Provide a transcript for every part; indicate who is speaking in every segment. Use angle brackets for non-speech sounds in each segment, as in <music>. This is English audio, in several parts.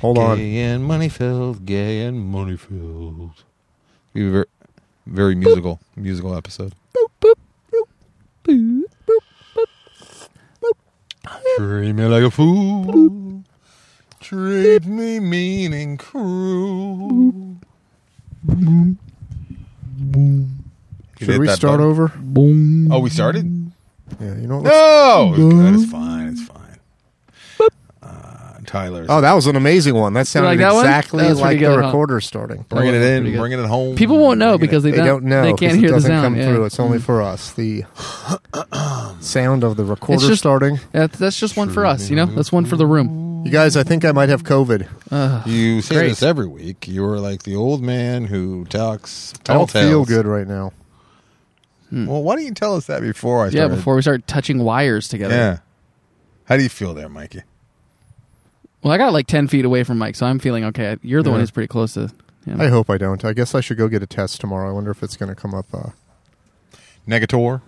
Speaker 1: Hold on.
Speaker 2: Gay and Moneyfield, gay and Moneyfield. Be very, very musical, musical episode. Treat me like a fool. Treat me mean and cruel. You
Speaker 1: Should
Speaker 2: did
Speaker 1: we
Speaker 2: that,
Speaker 1: start
Speaker 2: bud.
Speaker 1: over?
Speaker 3: Boom.
Speaker 2: Oh, we started?
Speaker 1: Yeah, you know what? let's-
Speaker 2: No, it was good. It's fine. It's fine. Uh, Tyler's
Speaker 1: Oh, that was an amazing one. That sounded
Speaker 3: like that one?
Speaker 1: exactly
Speaker 3: That was
Speaker 1: like
Speaker 3: pretty
Speaker 1: the
Speaker 3: good, huh?
Speaker 1: recorder starting.
Speaker 2: bringing it
Speaker 3: was
Speaker 2: in,
Speaker 3: pretty good.
Speaker 2: bringing it home.
Speaker 3: People won't know
Speaker 2: Bringing it-
Speaker 3: because they,
Speaker 1: They don't know.
Speaker 3: They
Speaker 1: 'cause
Speaker 3: can't hear
Speaker 1: it
Speaker 3: the
Speaker 1: doesn't
Speaker 3: sound.
Speaker 1: come
Speaker 3: yeah. Hmm.
Speaker 1: through. It's only for us.
Speaker 3: <clears throat>
Speaker 1: The sound of the recorder
Speaker 3: just-
Speaker 1: starting.
Speaker 3: That's- that's just one for us, you know. That's one for the room.
Speaker 1: You guys, I think I might have COVID.
Speaker 2: you say
Speaker 3: Great.
Speaker 2: this every week. You are like the old man who talks.
Speaker 1: I don't feel
Speaker 2: telltales.
Speaker 1: good right now.
Speaker 2: Well, why don't you tell us that before I
Speaker 3: Hmm. Yeah,
Speaker 2: started?
Speaker 3: before we start touching wires together.
Speaker 2: Yeah. How do you feel there, Mikey?
Speaker 3: Well, I got like ten feet away from Mike, so I'm feeling okay. You're the one
Speaker 1: Yeah.
Speaker 3: who's pretty close to. him.
Speaker 1: I hope I don't. I guess I should go get a test tomorrow. I wonder if it's going to come up. Uh,
Speaker 2: Negator.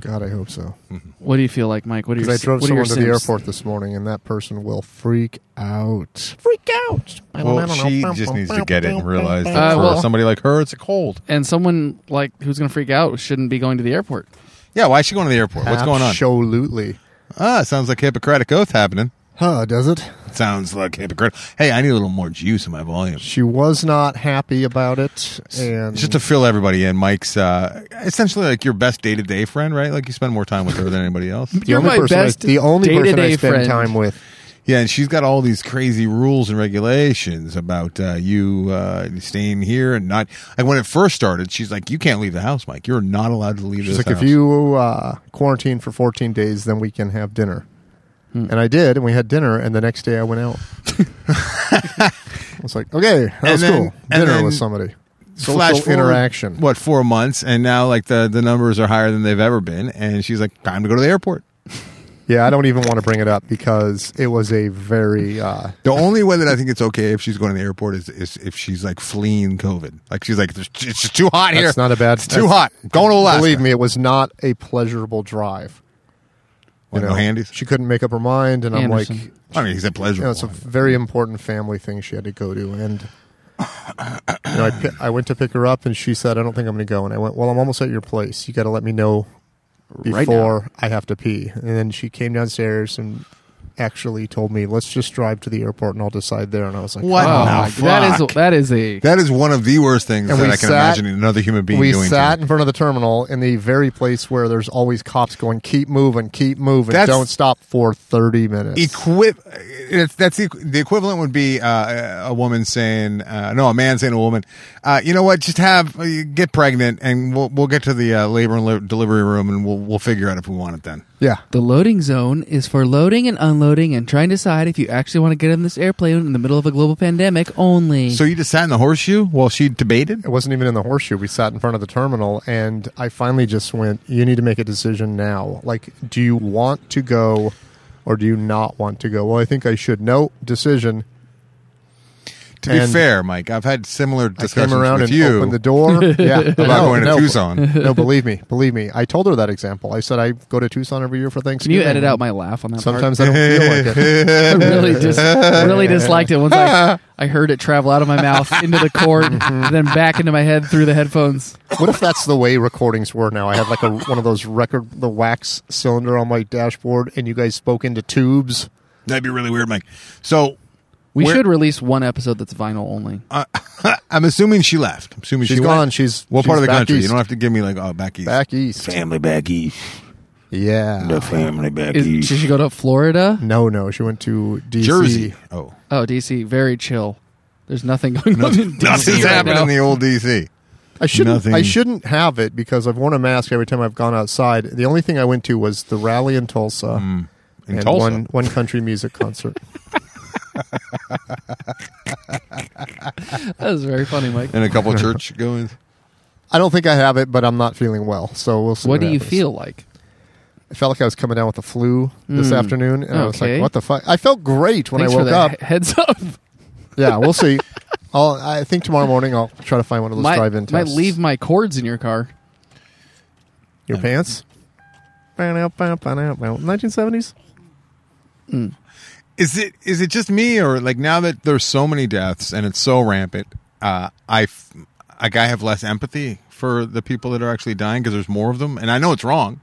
Speaker 1: God, I hope so.
Speaker 3: What do you feel like, Mike? What are your?
Speaker 1: Because I drove
Speaker 3: Hmm. what are your
Speaker 1: someone to the
Speaker 3: sims?
Speaker 1: airport this morning, and that person will freak out. Freak out.
Speaker 2: Well, she just needs to get it and realize that
Speaker 3: Uh,
Speaker 2: for
Speaker 3: well-
Speaker 2: somebody like her, it's a cold.
Speaker 3: and someone like who's going to freak out shouldn't be going to the airport.
Speaker 2: Yeah, why is she going to the airport? What's going on?
Speaker 1: Absolutely.
Speaker 2: Ah, sounds like Hippocratic Oath happening.
Speaker 1: Huh, does it?
Speaker 2: Sounds like hypocrite. Hey, I need a little more juice in my volume.
Speaker 1: She was not happy about it, and
Speaker 2: Just to fill everybody in, Mike's uh, essentially like your best day to day friend, right? Like you spend more time with her than anybody
Speaker 1: <laughs>
Speaker 2: else.
Speaker 1: the only person I, the only person I
Speaker 3: day-to-day
Speaker 1: spend
Speaker 3: friend.
Speaker 1: time with.
Speaker 2: Yeah, and she's got all these crazy rules and regulations about uh, you uh, staying here and not. Like when it first started, she's like, "You can't leave the house, Mike. You're not allowed to leave
Speaker 1: She's
Speaker 2: this
Speaker 1: like,
Speaker 2: house."
Speaker 1: if you uh, quarantine for 14 days, then we can have dinner.
Speaker 2: Hmm.
Speaker 1: And I did, and we had dinner, and the next day I went
Speaker 2: <laughs>
Speaker 1: out. I was like, okay, that
Speaker 2: And
Speaker 1: was
Speaker 2: then-
Speaker 1: cool.
Speaker 2: and
Speaker 1: Dinner
Speaker 2: then-
Speaker 1: with somebody. Social
Speaker 2: flash forward,
Speaker 1: interaction.
Speaker 2: What four months, and now like the the numbers are higher than they've ever been, and she's like, "Time to go to the airport."
Speaker 1: Yeah, I don't even want to bring it up because it was a very uh,
Speaker 2: The only way that I think it's okay if she's going to the airport is, is if she's like fleeing COVID. Like she's like, "There's- "It's just too hot here.
Speaker 1: That's not a bad-
Speaker 2: It's too hot. Going to Alaska."
Speaker 1: Believe me, it was not a pleasurable drive.
Speaker 2: What, no handies.
Speaker 1: She couldn't make up her mind, and I'm like,
Speaker 3: Anderson.
Speaker 2: I mean, he's a
Speaker 1: you
Speaker 2: pleasure.
Speaker 1: know, it's a very important family thing she had to go to, and you know, I, pi- I went to pick her up, and she said, "I don't think I'm going to go." And I went, "Well, I'm almost at your place. You got to let me know
Speaker 3: Right now.
Speaker 1: before I have to pee." And then she came downstairs and actually told me, "Let's just drive to the airport, and I'll decide there." And I was like,
Speaker 2: What?
Speaker 1: "Oh."
Speaker 2: the
Speaker 3: my- that
Speaker 2: fuck?
Speaker 3: is that is a
Speaker 2: That is one of the worst things
Speaker 1: And
Speaker 2: that
Speaker 1: we
Speaker 2: I can
Speaker 1: sat-
Speaker 2: imagine another human being
Speaker 1: We
Speaker 2: doing. to
Speaker 1: sat
Speaker 2: me.
Speaker 1: in front of the terminal in the very place where there's always cops going, "Keep moving, keep moving,
Speaker 2: That's-
Speaker 1: don't stop for 30 minutes."
Speaker 2: Equip. It's, that's the, the equivalent would be uh, a woman saying, uh, no, a man saying to a woman, uh, you know what? Just have uh, get pregnant, and we'll we'll get to the uh, labor and li- delivery room, and we'll we'll figure out if we want it then.
Speaker 1: yeah.
Speaker 3: the loading zone is for loading and unloading and trying to decide if you actually want to get on this airplane in the middle of a global pandemic only.
Speaker 2: So you just sat in the horseshoe while she debated.
Speaker 1: It wasn't even in the horseshoe. We sat in front of the terminal, and I finally just went, You need to make a decision now. Like, do you want to go or do you not want to go? Well, I think I should. No, decision.
Speaker 2: To be
Speaker 1: And-
Speaker 2: fair, Mike, I've had similar
Speaker 1: I came
Speaker 2: discussions
Speaker 1: around
Speaker 2: with
Speaker 1: and
Speaker 2: you
Speaker 1: opened the
Speaker 2: <laughs>
Speaker 1: door. yeah.
Speaker 2: about going to Tucson.
Speaker 1: no, believe me. Believe me. I told her that example. I said, I go to Tucson every year for
Speaker 3: Can
Speaker 1: Thanksgiving.
Speaker 3: you edit out my laugh on that? part?
Speaker 1: Sometimes I don't feel like it. <laughs>
Speaker 3: I really dis- really disliked it once I, I heard it travel out of my mouth into the cord and then back into my head through the headphones.
Speaker 1: What if that's the way recordings were now? I had like a, one of those record, the wax cylinder on my dashboard, and you guys spoke into tubes.
Speaker 2: That'd be really weird, Mike. So <laughs>
Speaker 3: We
Speaker 2: Where-
Speaker 3: should release one episode that's vinyl only.
Speaker 2: I'm assuming she left. I'm assuming
Speaker 1: She's
Speaker 2: she
Speaker 1: gone.
Speaker 2: Went.
Speaker 1: She's
Speaker 2: what
Speaker 1: she's
Speaker 2: part of the
Speaker 1: back
Speaker 2: country? You
Speaker 1: east.
Speaker 2: don't have to give me like oh back east.
Speaker 1: back east.
Speaker 4: Family back east.
Speaker 1: Yeah.
Speaker 4: The family back
Speaker 3: Is,
Speaker 4: east.
Speaker 3: should she go to Florida?
Speaker 1: No, no, she went to DC.
Speaker 2: Jersey.
Speaker 1: <laughs>
Speaker 2: Oh,
Speaker 3: Oh, DC, very chill. There's nothing going on in DC.
Speaker 2: nothing's
Speaker 3: right
Speaker 2: happened
Speaker 3: now.
Speaker 2: in the old DC.
Speaker 1: I shouldn't.
Speaker 2: Nothing.
Speaker 1: I shouldn't have it because I've worn a mask every time I've gone outside. The only thing I went to was the rally in Tulsa
Speaker 2: <laughs> Mm, In
Speaker 1: and
Speaker 2: Tulsa.
Speaker 1: one one country
Speaker 2: <laughs>
Speaker 1: music concert.
Speaker 3: <laughs> That was very funny, Mike.
Speaker 2: and a couple
Speaker 1: <laughs>
Speaker 2: of church goings.
Speaker 1: I don't think I have it, but I'm not feeling well, so we'll see.
Speaker 3: What do you
Speaker 1: happens.
Speaker 3: feel like?
Speaker 1: I felt like I was coming down with the flu this
Speaker 3: Mm.
Speaker 1: afternoon, and I was like,
Speaker 3: Okay.
Speaker 1: "What the fuck?" I felt great when
Speaker 3: Thanks
Speaker 1: I
Speaker 3: for
Speaker 1: woke
Speaker 3: that
Speaker 1: up.
Speaker 3: he- Heads up.
Speaker 1: yeah, we'll
Speaker 3: <laughs>
Speaker 1: see. I'll, I think tomorrow morning I'll try to find one of those
Speaker 3: might,
Speaker 1: drive-in
Speaker 3: might
Speaker 1: tests.
Speaker 3: leave my cords in your car.
Speaker 1: your pants. 1970s.
Speaker 2: Is it is it just me or like now that there's so many deaths and it's so rampant? Uh, I f- like I have less empathy for the people that are actually dying because there's more of them, and I know it's wrong,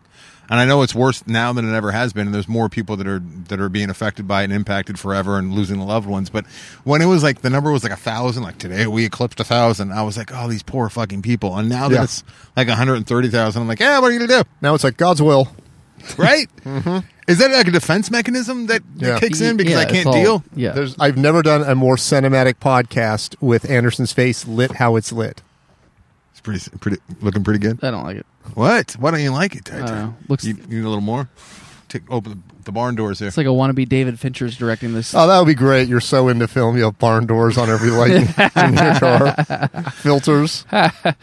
Speaker 2: and I know it's worse now than it ever has been. And there's more people that are that are being affected by it and impacted forever and losing loved ones. But when it was like the number was like a thousand, like today we eclipsed a thousand, I was like, oh, these poor fucking people. And now that
Speaker 1: Yeah.
Speaker 2: it's like 130,000, I'm like, yeah, what are you
Speaker 3: <laughs>
Speaker 2: gonna do?
Speaker 1: Now it's like God's will.
Speaker 2: right? Is that like a defense mechanism that, that
Speaker 1: Yeah.
Speaker 2: kicks in because
Speaker 3: Mm-hmm. Yeah,
Speaker 2: I
Speaker 3: it's
Speaker 2: can't
Speaker 3: all-
Speaker 2: deal?
Speaker 3: Yeah.
Speaker 1: There's, I've never done a more cinematic podcast with Anderson's face lit how it's lit.
Speaker 2: It's pretty, pretty, looking pretty good.
Speaker 3: I don't like it.
Speaker 2: What? Why don't you like it,
Speaker 3: don't know.
Speaker 2: Titan?
Speaker 3: Uh, Looks-
Speaker 2: you, you need a little more. Take open the, the barn doors here.
Speaker 3: It's like a wannabe David Fincher's directing this.
Speaker 1: Oh, that would be great. You're so into film. You have barn doors on every light in your car, filters.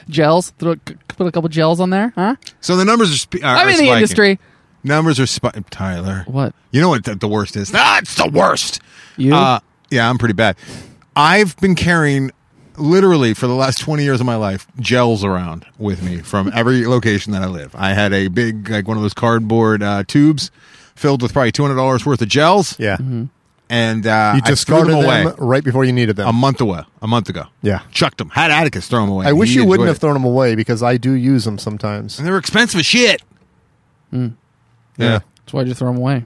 Speaker 3: gels. Throw, c- put a couple gels on there, huh?
Speaker 2: so the numbers are. Sp- are
Speaker 3: I'm
Speaker 2: are
Speaker 3: in the
Speaker 2: spiking.
Speaker 3: industry.
Speaker 2: Numbers are spiking. Tyler,
Speaker 3: What?
Speaker 2: you know what the, the worst is? Ah, it's the worst.
Speaker 3: You?
Speaker 2: Uh, yeah, I'm pretty bad. I've been carrying literally for the last 20 years of my life gels around with me from every location that I live. I had a big, like one of those cardboard uh, tubes filled with probably $200 worth of gels.
Speaker 1: Yeah.
Speaker 2: And uh,
Speaker 1: You
Speaker 2: I threw
Speaker 1: discarded
Speaker 2: them
Speaker 1: them,
Speaker 2: away Um,
Speaker 1: right before you needed them.
Speaker 2: a month away, a month ago.
Speaker 1: Yeah.
Speaker 2: Chucked them. Had Atticus throw them away.
Speaker 1: I wish
Speaker 2: He
Speaker 1: you wouldn't
Speaker 2: enjoyed
Speaker 1: have
Speaker 2: it.
Speaker 1: thrown them away because I do use them sometimes.
Speaker 2: And they were expensive as shit.
Speaker 1: Hmm.
Speaker 2: Yeah.
Speaker 3: That's why I just throw them away.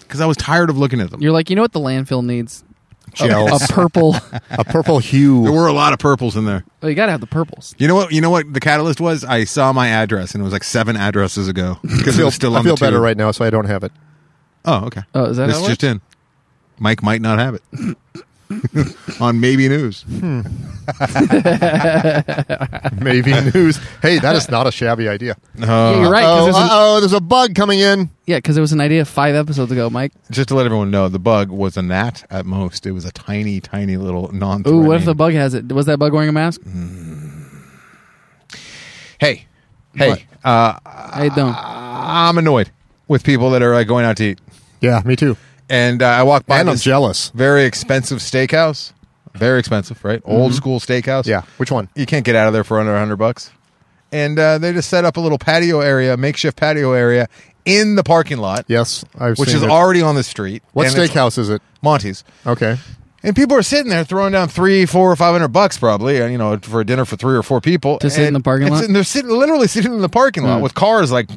Speaker 2: Because I was tired of looking at them.
Speaker 3: You're like, you know what the landfill needs? A- A,
Speaker 1: Gels.
Speaker 3: purple. <laughs>
Speaker 1: a purple
Speaker 2: there
Speaker 1: hue.
Speaker 2: were a lot of purples in there.
Speaker 3: well, you gotta have the purples.
Speaker 2: You know what? You know what the catalyst was? I saw my address, and it was like seven addresses ago
Speaker 1: <laughs> I
Speaker 2: because it
Speaker 1: feel,
Speaker 2: was still
Speaker 1: I
Speaker 2: on the
Speaker 1: feel better
Speaker 2: tube.
Speaker 1: right now, so I don't have it.
Speaker 2: Oh, okay.
Speaker 3: Oh, is that
Speaker 2: That's
Speaker 3: how it
Speaker 2: just in. Mike might not have it
Speaker 1: <laughs>
Speaker 2: <laughs> on maybe news. <laughs>
Speaker 1: Maybe news. Hey, that is not a shabby idea.
Speaker 2: Uh,
Speaker 3: yeah, you're right. Cause
Speaker 1: Oh,
Speaker 3: there's an-
Speaker 1: uh-oh, there's a bug coming in.
Speaker 3: yeah, because it was an idea five episodes ago, Mike.
Speaker 2: Just to let everyone know, the bug was a gnat at most. It was a tiny, tiny little non.
Speaker 3: Ooh, what if the bug has it? Was that bug wearing a mask?
Speaker 2: Hey, hey, uh,
Speaker 3: I don't.
Speaker 2: Ah, I'm annoyed with people that are like going out to eat,
Speaker 1: Yeah, me too.
Speaker 2: and uh, I walk by
Speaker 1: And I'm
Speaker 2: this
Speaker 1: jealous.
Speaker 2: very expensive steakhouse, very expensive, right? Old school steakhouse.
Speaker 1: Mm-hmm. Yeah. Which one?
Speaker 2: you can't get out of there for under 100 bucks and uh, they just set up a little patio area makeshift patio area in the parking lot
Speaker 1: Yes, I've
Speaker 2: which
Speaker 1: seen
Speaker 2: is
Speaker 1: it.
Speaker 2: already on the street
Speaker 1: What
Speaker 2: and it's
Speaker 1: steakhouse is it?
Speaker 2: monty's
Speaker 1: Okay.
Speaker 2: and people are sitting there throwing down three four or five hundred bucks probably uh, you know for a dinner for three or four people
Speaker 3: To sit in
Speaker 2: And-
Speaker 3: the parking
Speaker 2: and
Speaker 3: lot?
Speaker 2: sit- they're sitting literally sitting in the parking lot
Speaker 3: Mm.
Speaker 2: with cars like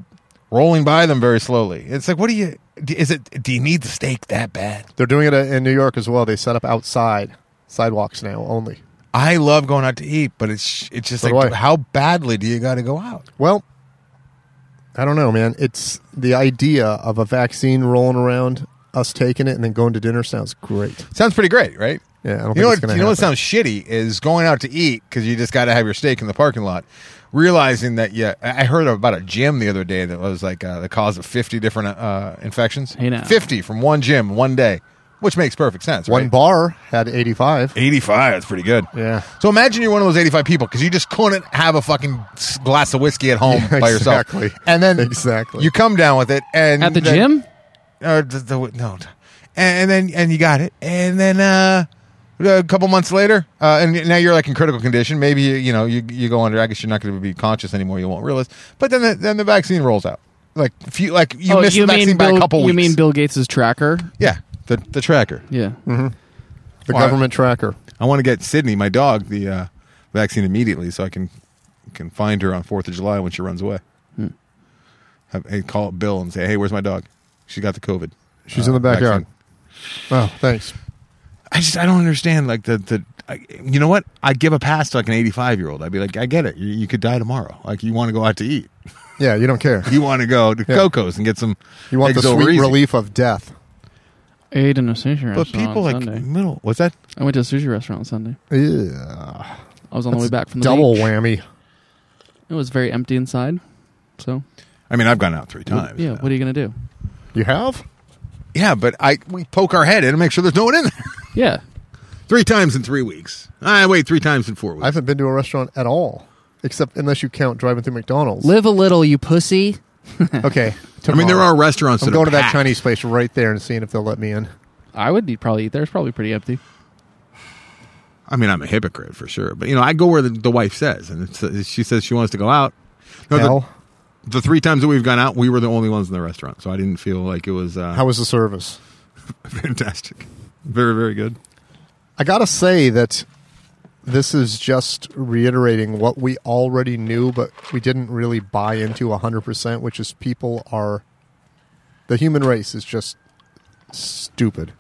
Speaker 2: rolling by them very slowly it's like what do you d- is it do you need the steak that bad
Speaker 1: They're doing it in New York as well. They set up outside sidewalks now only.
Speaker 2: i love going out to eat but it's it's just
Speaker 1: So
Speaker 2: like
Speaker 1: do I.
Speaker 2: how badly do you got to go out
Speaker 1: Well, I don't know, man. It's the idea of a vaccine rolling around, us taking it, and then going to dinner sounds great.
Speaker 2: sounds pretty great right
Speaker 1: Yeah, I don't
Speaker 2: You
Speaker 1: think
Speaker 2: know,
Speaker 1: it's
Speaker 2: what,
Speaker 1: going to
Speaker 2: you know what sounds shitty is going out to eat because you just got to have your steak in the parking lot. Realizing that, yeah, I I heard about a gym the other day that was like uh, the cause of 50 different uh, infections.
Speaker 3: Hey, now.
Speaker 2: 50 from one gym, one day, which makes perfect sense.
Speaker 1: One
Speaker 2: right?
Speaker 1: bar had 85.
Speaker 2: 85, that's pretty good.
Speaker 1: Yeah.
Speaker 2: So imagine you're one of those 85 people because you just couldn't have a fucking s- glass of whiskey at home
Speaker 1: <laughs> Yeah,
Speaker 2: by
Speaker 1: exactly.
Speaker 2: yourself. And then
Speaker 1: Exactly.
Speaker 2: you come down with it. and
Speaker 3: At the
Speaker 2: then-
Speaker 3: gym?
Speaker 2: or the, the no, and, and then and you got it, and then uh, a couple months later, uh, and now you're like in critical condition. Maybe you, you know you you go under. I guess you're not going to be conscious anymore. You won't realize. But then the, then the vaccine rolls out. Like few, like you
Speaker 3: oh,
Speaker 2: missed
Speaker 3: you
Speaker 2: the vaccine
Speaker 3: mean
Speaker 2: by
Speaker 3: Bill,
Speaker 2: a couple
Speaker 3: you
Speaker 2: weeks.
Speaker 3: mean Bill Gates' tracker?
Speaker 2: yeah, the the tracker.
Speaker 3: Yeah.
Speaker 2: Mm-hmm.
Speaker 1: The
Speaker 2: Why?
Speaker 1: government tracker.
Speaker 2: I want to get Sydney, my dog, the uh, vaccine immediately, so I can can find her on Fourth of July when she runs away.
Speaker 3: Hmm.
Speaker 2: Have, and call up Bill and say, "Hey, where's my dog? She got the COVID.
Speaker 1: She's
Speaker 2: uh,
Speaker 1: in the backyard.
Speaker 2: vaccine."
Speaker 1: Oh, thanks.
Speaker 2: I just I don't understand like the the I, you know what I give a pass to like an eighty five year old I'd be like I get it you, you could die tomorrow like you want to go out to eat
Speaker 1: Yeah, you don't care.
Speaker 2: you want to go to
Speaker 1: <laughs> Yeah.
Speaker 2: Coco's and get some
Speaker 1: You want the
Speaker 2: Exo
Speaker 1: sweet
Speaker 2: Reezy.
Speaker 1: relief of death.
Speaker 3: Ate in a sushi restaurant
Speaker 2: but people
Speaker 3: on
Speaker 2: like
Speaker 3: Sunday.
Speaker 2: middle what's that
Speaker 3: I went to a sushi restaurant on Sunday.
Speaker 1: Yeah.
Speaker 3: I was on the way back from the
Speaker 1: Double
Speaker 3: beach.
Speaker 1: whammy.
Speaker 3: It was very empty inside. So,
Speaker 2: I mean I've gone out three times
Speaker 3: yeah,
Speaker 2: now.
Speaker 3: what are you going to do?
Speaker 1: You have?
Speaker 2: yeah but I we poke our head in and make sure there's no one in there <laughs>
Speaker 3: Yeah.
Speaker 2: three times in three weeks I wait three times in four weeks
Speaker 1: I haven't been to a restaurant at all, except unless you count driving through McDonald's.
Speaker 3: Live a little, you pussy.
Speaker 1: Okay.
Speaker 2: I mean there
Speaker 1: tomorrow.
Speaker 2: are restaurants
Speaker 1: I'm
Speaker 2: that are
Speaker 1: going to that
Speaker 2: packed.
Speaker 1: Chinese place right there and seeing if they'll let me in.
Speaker 3: I would eat, probably eat there. It's probably pretty empty.
Speaker 2: I mean, I'm a hypocrite for sure, but you know, I go where the, the wife says, and it's, she says she wants to go out. No, the-
Speaker 1: Hell,
Speaker 2: the three times that we've
Speaker 1: <laughs>
Speaker 2: gone out, we were the only ones in the restaurant, so I didn't feel like it was uh,
Speaker 1: how was the service?
Speaker 2: fantastic. Very, very good.
Speaker 1: I gotta say that this is just reiterating what we already knew, but we didn't really buy into 100%, which is people are. The human race is just stupid.